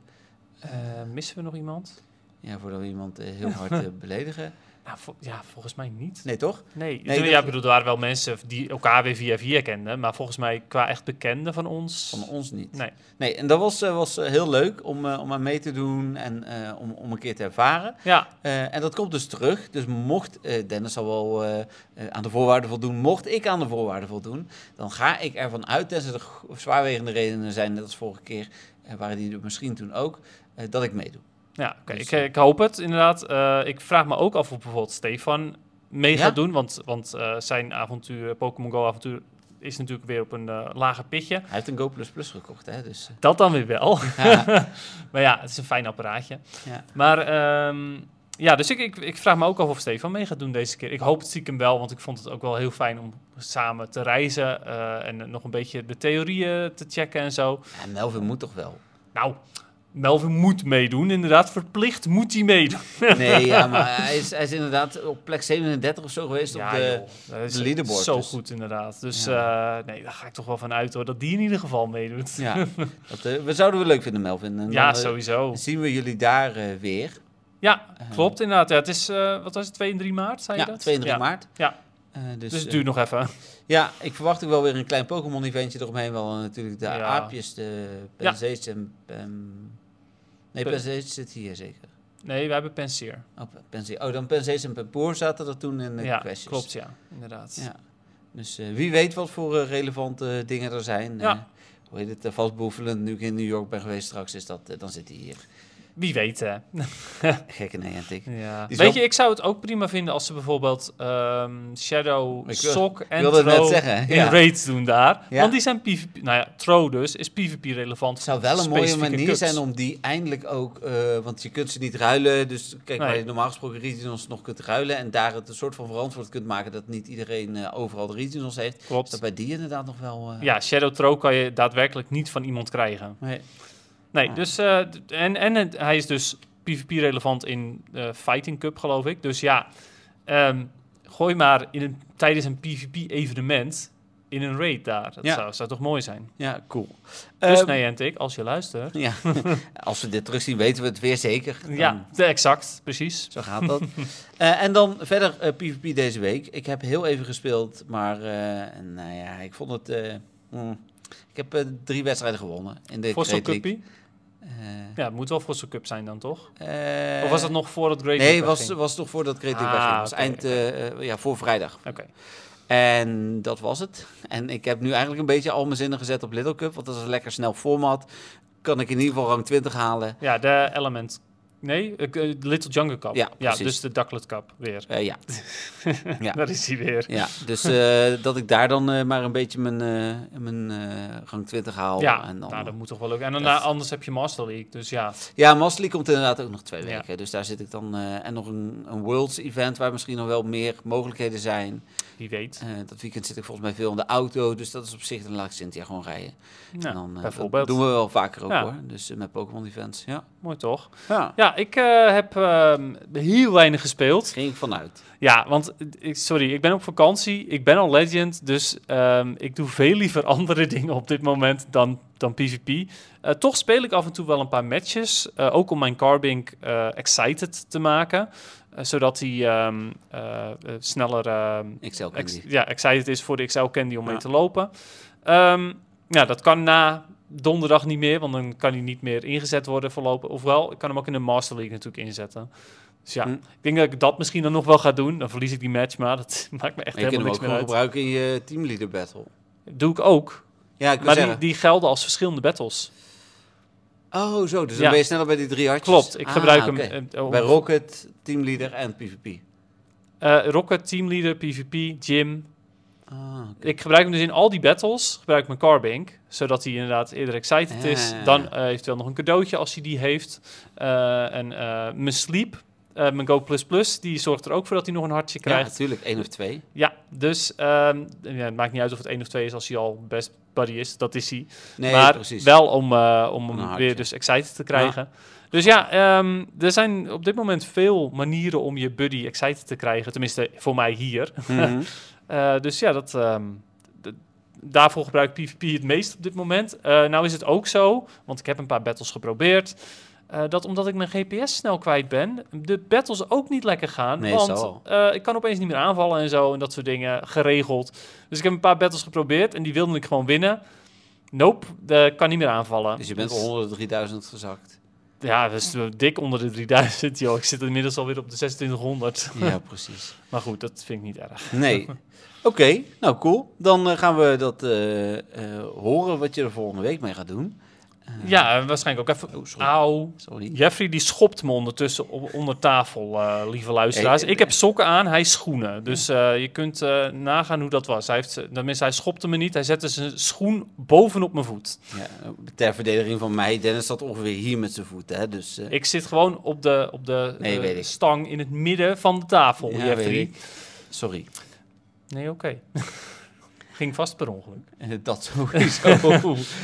D: Eh, missen we nog iemand?
C: Ja, voordat we iemand eh, heel hard eh, beledigen.
D: Nou, vo- ja, volgens mij niet.
C: Nee, toch?
D: Nee,
C: Nee, dus-
D: ja,
C: dat-
D: ik bedoel, er waren wel mensen die elkaar weer via via kenden, maar volgens mij qua echt bekenden van ons.
C: Van ons niet.
D: Nee.
C: Nee, en dat was, eh, was eh, heel leuk om, eh, om aan mee te doen en eh, om, om een keer te ervaren.
D: Ja,
C: Eh, en dat komt dus terug. Dus mocht eh, Dennis al wel eh, eh, aan de voorwaarden voldoen, mocht ik aan de voorwaarden voldoen, dan ga ik ervan uit, tenzij er g- zwaarwegende redenen zijn, net als vorige keer, eh, waren die er misschien toen ook, eh, dat ik meedoe.
D: ja oké,
C: Dus,
D: ik, ik hoop het inderdaad. Eh, ik vraag me ook af of bijvoorbeeld Stefan mee
C: Ja?
D: gaat doen, want, want eh, zijn avontuur, Pokémon Go avontuur, is natuurlijk weer op een eh, lager pitje.
C: Hij heeft een Go Plus Plus gekocht, hè? Dus, eh,
D: Dat dan weer wel.
C: ja,
D: maar ja, het is een fijn apparaatje.
C: ja.
D: Maar ehm, ja, dus ik, ik, ik vraag me ook af of Stefan mee gaat doen deze keer. Ik hoop het stiekem wel, want ik vond het ook wel heel fijn om samen te reizen eh, en nog een beetje de theorieën te checken en zo.
C: Ja, Melvin moet toch wel?
D: Nou, Melvin moet meedoen, inderdaad. Verplicht moet hij meedoen.
C: Nee, ja, maar hij is, hij is inderdaad op plek 37 of zo geweest op de...
D: joh, dat is
C: de leaderboard
D: Zo
C: dus.
D: goed, inderdaad. Dus eh, nee, daar ga ik toch wel van uit hoor, dat die in ieder geval meedoet. Ja,
C: Ja, dat eh, we zouden we leuk vinden, Melvin. En dan, eh,
D: sowieso.
C: zien we jullie daar eh, weer.
D: Ja,
C: Eh,
D: klopt inderdaad. Ja, het is, eh, wat was het, 2 en 3 maart, zei
C: Ja,
D: je dat?
C: 2 en 3
D: Ja.
C: maart.
D: Ja.
C: Eh, dus
D: Dus het
C: eh,
D: duurt nog even.
C: ja, ik verwacht ook wel weer een klein Pokémon-eventje eromheen. Wel eh, natuurlijk de
D: Ja.
C: aapjes, de Penzage en... ehm, nee,
D: Pe-
C: Penzage zit hier zeker.
D: Nee, we hebben Pensier.
C: Oh, Penzage. oh dan Penzage en Pempoer zaten er toen in de
D: Ja,
C: kwesties.
D: klopt ja, inderdaad.
C: Ja. Dus eh, wie weet wat voor eh, relevante dingen er zijn.
D: Ja.
C: Eh, hoe heet het, eh, vastboevelend. Nu ik in New York ben geweest straks, is dat, eh, dan zit hij hier.
D: Wie weet hè.
C: Gekke nee en ik.
D: Ja.
C: Die
D: Weet
C: is wel-
D: je, ik zou het ook prima vinden als ze bijvoorbeeld ehm, Shadow,
C: Ik wil-
D: Sock en
C: Ik wilde het net
D: Throw
C: zeggen.
D: in
C: ja.
D: raids doen daar.
C: Ja.
D: Want die zijn PvP... Nou ja, Throw dus, is PvP relevant.
C: Het zou wel een mooie
D: Specifieke
C: manier
D: cups.
C: zijn om die eindelijk ook, eh, want je kunt ze niet ruilen. Dus kijk, waar
D: Nee.
C: je normaal gesproken regionals nog kunt ruilen en daar het een soort van verantwoord kunt maken dat niet iedereen eh, overal de regionals heeft. Is
D: Klopt.
C: dat bij die inderdaad nog wel. eh,
D: Ja, Shadow Throw kan je daadwerkelijk niet van iemand krijgen.
C: nee.
D: Nee,
C: Ah.
D: dus... eh, d- en en het- hij is dus PvP-relevant in eh, Fighting Cup, geloof ik. Dus ja, ehm, gooi maar in een, tijdens een PvP-evenement in een raid daar. Dat
C: Ja.
D: zou, zou toch mooi zijn.
C: ja, cool.
D: Dus
C: Ehm,
D: nee, Entik, als je luistert...
C: Ja, als we dit terugzien, weten we het weer zeker. Dan-
D: Ja, de- exact, precies.
C: Zo gaat dat. Eh, en dan verder eh, PvP deze week. Ik heb heel even gespeeld, maar eh, nou ja, ik vond het. eh, mm. ik heb eh, drie wedstrijden gewonnen in de
D: Voor zo'n
C: Great League.
D: cupie?
C: Eh,
D: Ja, het moet wel voor zo'n cup zijn dan, toch?
C: Eh,
D: of was dat nog voor het Great
C: Nee,
D: League
C: was,
D: wegging?
C: was toch voordat Great League
D: Ah,
C: wegging. Was
D: oké,
C: eind,
D: oké.
C: eh, eh, ja, voor vrijdag.
D: Oké.
C: En dat was het. En ik heb nu eigenlijk een beetje al mijn zinnen gezet op Little Cup. Want dat is een lekker snel format. Kan ik in ieder geval rang 20 halen.
D: Ja, de Element Nee, eh, de Little Jungle Cup.
C: Ja, precies.
D: dus de Ducklet Cup weer.
C: Eh, ja. Ja.
D: Daar is hij weer.
C: ja, dus eh, dat ik daar dan eh, maar een beetje mijn, eh, mijn eh, rang 20 haal.
D: Ja,
C: en dan, eh,
D: nou, dat moet toch wel leuk. En dan,
C: Dat-
D: anders heb je Master League, dus ja.
C: Ja, Masterly komt inderdaad ook nog twee
D: Ja.
C: weken. Dus daar zit ik dan. eh, en nog een, een Worlds event waar misschien nog wel meer mogelijkheden zijn.
D: Wie weet.
C: Eh, dat weekend zit ik volgens mij veel in de auto. Dus dat is op zich. Dan laat ik Cynthia gewoon rijden. en
D: Ja,
C: dan, eh, dat
D: bijvoorbeeld.
C: doen we wel vaker ook
D: Ja.
C: hoor. Dus eh, met Pokémon events. Ja.
D: Mooi toch?
C: ja.
D: Ja, ik eh, heb ehm, heel weinig gespeeld.
C: Ging ik vanuit.
D: Ja, want eh, ik, sorry, ik ben op vakantie. Ik ben al legend. Dus ehm, ik doe veel liever andere dingen op dit moment dan, dan PvP. Eh, toch speel ik af en toe wel een paar matches. eh, ook om mijn Carbink eh, excited te maken. eh, zodat hij ehm, eh, eh, sneller ehm,
C: XL
D: ex-
C: Candy.
D: ja, excited is voor de XL Candy om
C: Ja.
D: mee te lopen. Ehm ja, dat kan na donderdag niet meer, want dan kan hij niet meer ingezet worden voorlopig. Ofwel, ik kan hem ook in de Master League natuurlijk inzetten. Dus ja,
C: Hm.
D: ik denk dat ik dat misschien dan nog wel ga doen. Dan verlies ik die match, maar dat maakt me echt
C: En je kunt hem
D: helemaal
C: ook
D: niks meer
C: gewoon
D: uit.
C: gebruiken in je teamleader battle.
D: Doe ik ook,
C: Ja, ik wil
D: maar die,
C: zeggen.
D: die gelden als verschillende battles.
C: Oh, zo. Dus dan
D: Ja.
C: ben je sneller bij die drie hartjes.
D: Klopt, ik
C: Ah,
D: gebruik hem
C: oké.
D: eh, om-
C: Bij Rocket, teamleader en PvP.
D: eh, Rocket, Teamleader, PvP, Gym.
C: Ah, oké.
D: Ik gebruik hem dus in al die battles, gebruik ik mijn Carbink, zodat hij inderdaad eerder excited
C: Ja,
D: is.
C: ja, ja.
D: Dan eh eventueel nog een cadeautje als hij die heeft. Eh, en eh, mijn Sleep, eh, mijn Go++, die zorgt er ook voor dat hij nog een hartje
C: Ja,
D: krijgt.
C: natuurlijk. één of twee.
D: Ja, dus ehm, ja, het maakt niet uit of het één of twee is als hij al best buddy is. Dat is hij.
C: Nee,
D: maar
C: precies.
D: wel om, eh, om
C: Een
D: hem
C: hartje.
D: weer dus excited te krijgen. Dus ja, ehm, er zijn op dit moment veel manieren om je buddy excited te krijgen. Tenminste, voor mij hier.
C: Mhm.
D: Eh, dus ja, dat, ehm, d- daarvoor gebruik ik PvP het meest op dit moment. Eh, nou is het ook zo, want ik heb een paar battles geprobeerd... eh, dat omdat ik mijn GPS snel kwijt ben, de battles ook niet lekker gaan.
C: Nee,
D: want
C: zal.
D: eh, ik kan opeens niet meer aanvallen en zo en dat soort dingen geregeld. Dus ik heb een paar battles geprobeerd en die wilde ik gewoon winnen. Nope, eh, kan niet meer aanvallen.
C: Dus je bent al 103.000 gezakt.
D: Ja, dat is dik onder de 3000, joh. Ik zit inmiddels alweer op de 2600.
C: Ja, precies.
D: Maar goed, dat vind ik niet erg.
C: Nee. Oké, nou cool. Dan eh, gaan we dat eh, eh, horen wat je er volgende week mee gaat doen. Eh,
D: Ja, eh, waarschijnlijk ook even...
C: Oh, sorry.
D: Auw.
C: Sorry.
D: Jeffrey die schopt me ondertussen o- onder tafel, eh, lieve luisteraars.
C: Hey, eh,
D: ik heb sokken aan, hij schoenen. Dus eh, je kunt eh, nagaan hoe dat was. Hij, heeft, tenminste, hij schopte me niet, hij zette zijn schoen bovenop mijn voet.
C: Ja, ter verdediging van mij, Dennis zat ongeveer hier met zijn voeten. Hè, dus, eh,
D: Ik zit gewoon op de, op de
C: Nee,
D: eh,
C: weet ik.
D: stang in het midden van de tafel,
C: ja,
D: Jeffrey.
C: weet ik. Sorry.
D: Nee, oké. Ging vast per ongeluk. Oh. Eh,
C: Eh, dat sowieso. ik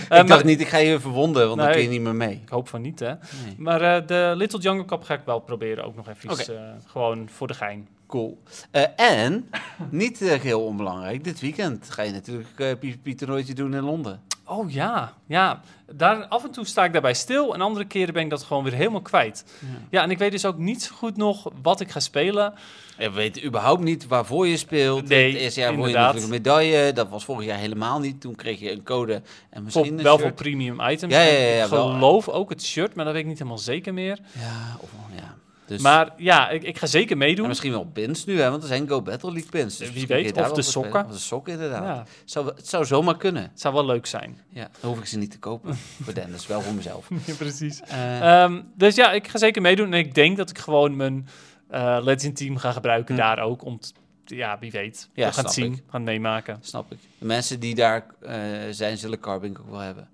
C: dacht
D: maar-
C: niet, ik ga je verwonden, want dan
D: Nee.
C: kun je niet meer mee.
D: Ik hoop van niet, hè.
C: Nee.
D: Maar eh, de Little Jungle Cup ga ik wel proberen ook nog even. eh, gewoon voor de gein.
C: Cool. Eh, en, niet eh, heel onbelangrijk, dit weekend ga je natuurlijk eh PvP-toernooitje doen in Londen.
D: Oh ja, ja. Daar, af en toe sta ik daarbij stil en andere keren ben ik dat gewoon weer helemaal kwijt. Ja, en ik weet dus ook niet zo goed nog wat ik ga spelen.
C: Ja, We weten überhaupt niet waarvoor je speelt.
D: Nee,
C: het eerste jaar won je
D: inderdaad.
C: natuurlijk een medaille. Dat was vorig jaar helemaal niet. Toen kreeg je een code en misschien
D: Voor,
C: een
D: wel voor
C: shirt.
D: premium items.
C: Ja, ja, ja, ja,
D: ik
C: wel. Dus-
D: geloof ook het shirt, maar dat weet ik niet helemaal zeker meer.
C: Ja, of, ja. Dus, maar,
D: Maar ja, ik, ik ga zeker meedoen.
C: misschien wel pins nu, hè, want er zijn Go Battle League pins. Dus
D: Wie
C: misschien kun je
D: weet,
C: daar
D: of
C: wel
D: de
C: voor
D: sokken.
C: spelen. Of de sokken, inderdaad.
D: Ja,
C: Zou, we- het zou zomaar kunnen.
D: het zou wel leuk zijn.
C: Ja, dan hoef ik ze niet te kopen voor Dennis, wel voor mezelf.
D: ja, precies.
C: Eh,
D: Ehm, dus ja, ik ga zeker meedoen. En ik denk dat ik gewoon mijn eh Legend Team ga gebruiken
C: Hm.
D: daar ook. Om t- ja, wie weet.
C: Ja,
D: we gaan het
C: snap
D: zien.
C: ik.
D: Gaan het meemaken.
C: snap ik. De mensen die daar eh, zijn, zullen Carbink ook wel hebben.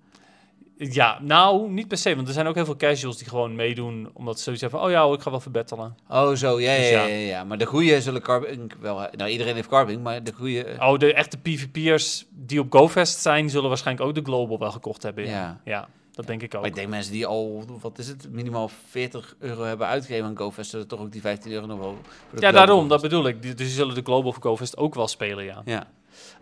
D: Ja, nou, niet per se. Want er zijn ook heel veel casuals die gewoon meedoen. Omdat ze zoiets hebben van, oh ja, hoor, ik ga wel verbettelen.
C: Oh, zo, ja,
D: Dus
C: ja, ja.
D: ja.
C: ja, ja. Maar de goeie zullen Carbink wel hebben. Nou, iedereen heeft Carbink, maar de goeie... eh,
D: Oh, de echte PvP'ers die op GoFest zijn... zullen waarschijnlijk ook de Global wel gekocht hebben.
C: Ja.
D: dat denk ik ook.
C: Maar ik denk mensen die al, wat is het, minimaal 40 euro hebben uitgegeven aan GoFest, zullen toch ook die 15 euro nog wel... voor de
D: ja,
C: Global
D: daarom. Dat
C: kosten.
D: bedoel ik. Die- Dus die zullen de Global voor GoFest ook wel spelen, ja.
C: Ja.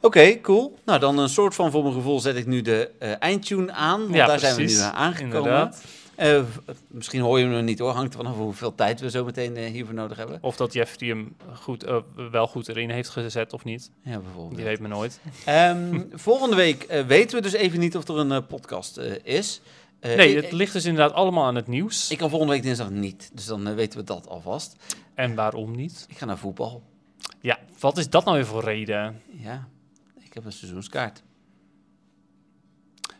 C: Oké, cool. Nou, dan een soort van, voor mijn gevoel, zet ik nu de eh, eindtune aan, want
D: ja,
C: daar zijn we nu aan aangekomen.
D: Inderdaad.
C: Eh, v- misschien hoor je hem nog niet hoor, hangt er vanaf hoeveel tijd we zo meteen eh, hiervoor nodig hebben.
D: Of dat Jeffrey hem goed, eh, wel goed erin heeft gezet of niet.
C: Ja, bijvoorbeeld.
D: Je weet me nooit.
C: Ehm, volgende week eh, weten we dus even niet of er een eh, podcast eh, is. Eh,
D: Nee,
C: ik-
D: het ligt dus inderdaad allemaal aan het nieuws.
C: Ik kan volgende week dinsdag niet, dus dan eh, weten we dat alvast.
D: En waarom niet?
C: Ik ga naar voetbal.
D: Ja, wat is dat nou weer voor reden?
C: Ja, ik heb een seizoenskaart.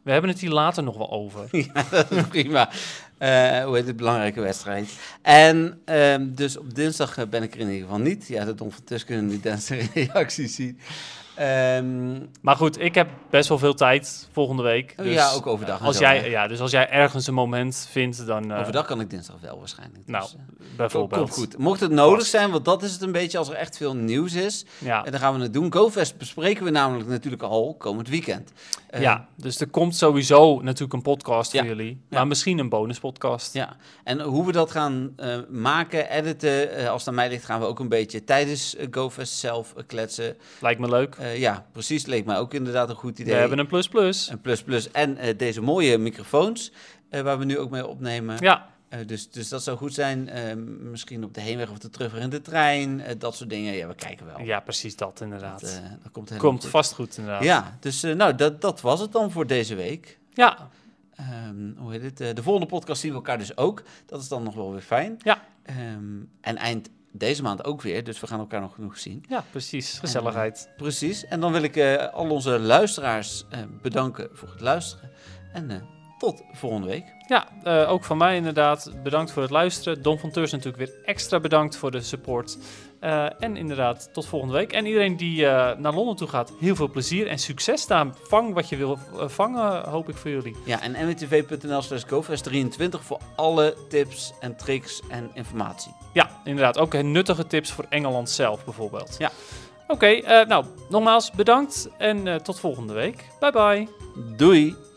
D: We hebben het hier later nog wel over.
C: Dat is prima. Eh, hoe heet het? Belangrijke wedstrijd. En ehm, dus op dinsdag eh, ben ik er in ieder geval niet. Ja, de Don van Tus kunnen die Dense reacties zien. Ehm,
D: Maar goed, ik heb best wel veel tijd volgende week.
C: Oh
D: Dus,
C: ja, ook overdag
D: eh,
C: en
D: Als
C: zo, hè?
D: jij, ja, dus als jij ergens een moment vindt, dan... eh,
C: overdag kan ik dinsdag wel waarschijnlijk.
D: Nou,
C: Dus, eh,
D: bijvoorbeeld.
C: Komt goed. Mocht het nodig zijn, want dat is het een beetje als er echt veel nieuws is.
D: Ja.
C: En dan gaan we het doen. GoFest bespreken we namelijk natuurlijk al komend weekend. Eh,
D: ja, dus er komt sowieso natuurlijk een podcast
C: Ja.
D: voor jullie. Maar misschien een bonuspodcast.
C: Ja, en hoe we dat gaan eh, maken, editen, eh, als het aan mij ligt, gaan we ook een beetje tijdens eh, GoFest zelf eh, kletsen.
D: Lijkt me leuk.
C: Eh, ja, precies, leek mij ook inderdaad een goed idee.
D: We hebben een plus plus.
C: een plus plus en eh, deze mooie microfoons, eh, waar we nu ook mee opnemen.
D: Ja,
C: Eh, dus, dus dat zou goed zijn, Eh, misschien op de heenweg of de terugweg in de trein, eh, dat soort dingen. Ja, we kijken wel.
D: ja precies dat
C: dat,
D: inderdaad.
C: eh, dat komt helemaal
D: komt
C: goed.
D: vast goed inderdaad.
C: Ja, dus eh, nou, dat, dat was het dan voor deze week.
D: ja.
C: Ehm, hoe heet het? Eh, de volgende podcast zien we elkaar dus ook. Dat is dan nog wel weer fijn.
D: Ja.
C: Ehm, en eind deze maand ook weer. Dus we gaan elkaar nog genoeg zien.
D: Ja, precies. Gezelligheid.
C: Precies. En dan wil ik eh, al onze luisteraars eh, bedanken voor het luisteren. En eh, tot volgende week.
D: Ja, eh, ook van mij inderdaad. Bedankt voor het luisteren. Don van Teurs natuurlijk weer extra bedankt voor de support. Eh, en inderdaad, tot volgende week. En iedereen die eh, naar Londen toe gaat, heel veel plezier en succes daar. Vang wat je wil eh, vangen, hoop ik voor jullie.
C: Ja, en mwtv.nl slash GoFest23 voor alle tips en tricks en informatie.
D: Ja, inderdaad. Ook eh, nuttige tips voor Engeland zelf bijvoorbeeld.
C: Ja.
D: Oké, eh, nou, nogmaals bedankt en eh, tot volgende week. Bye bye.
C: Doei!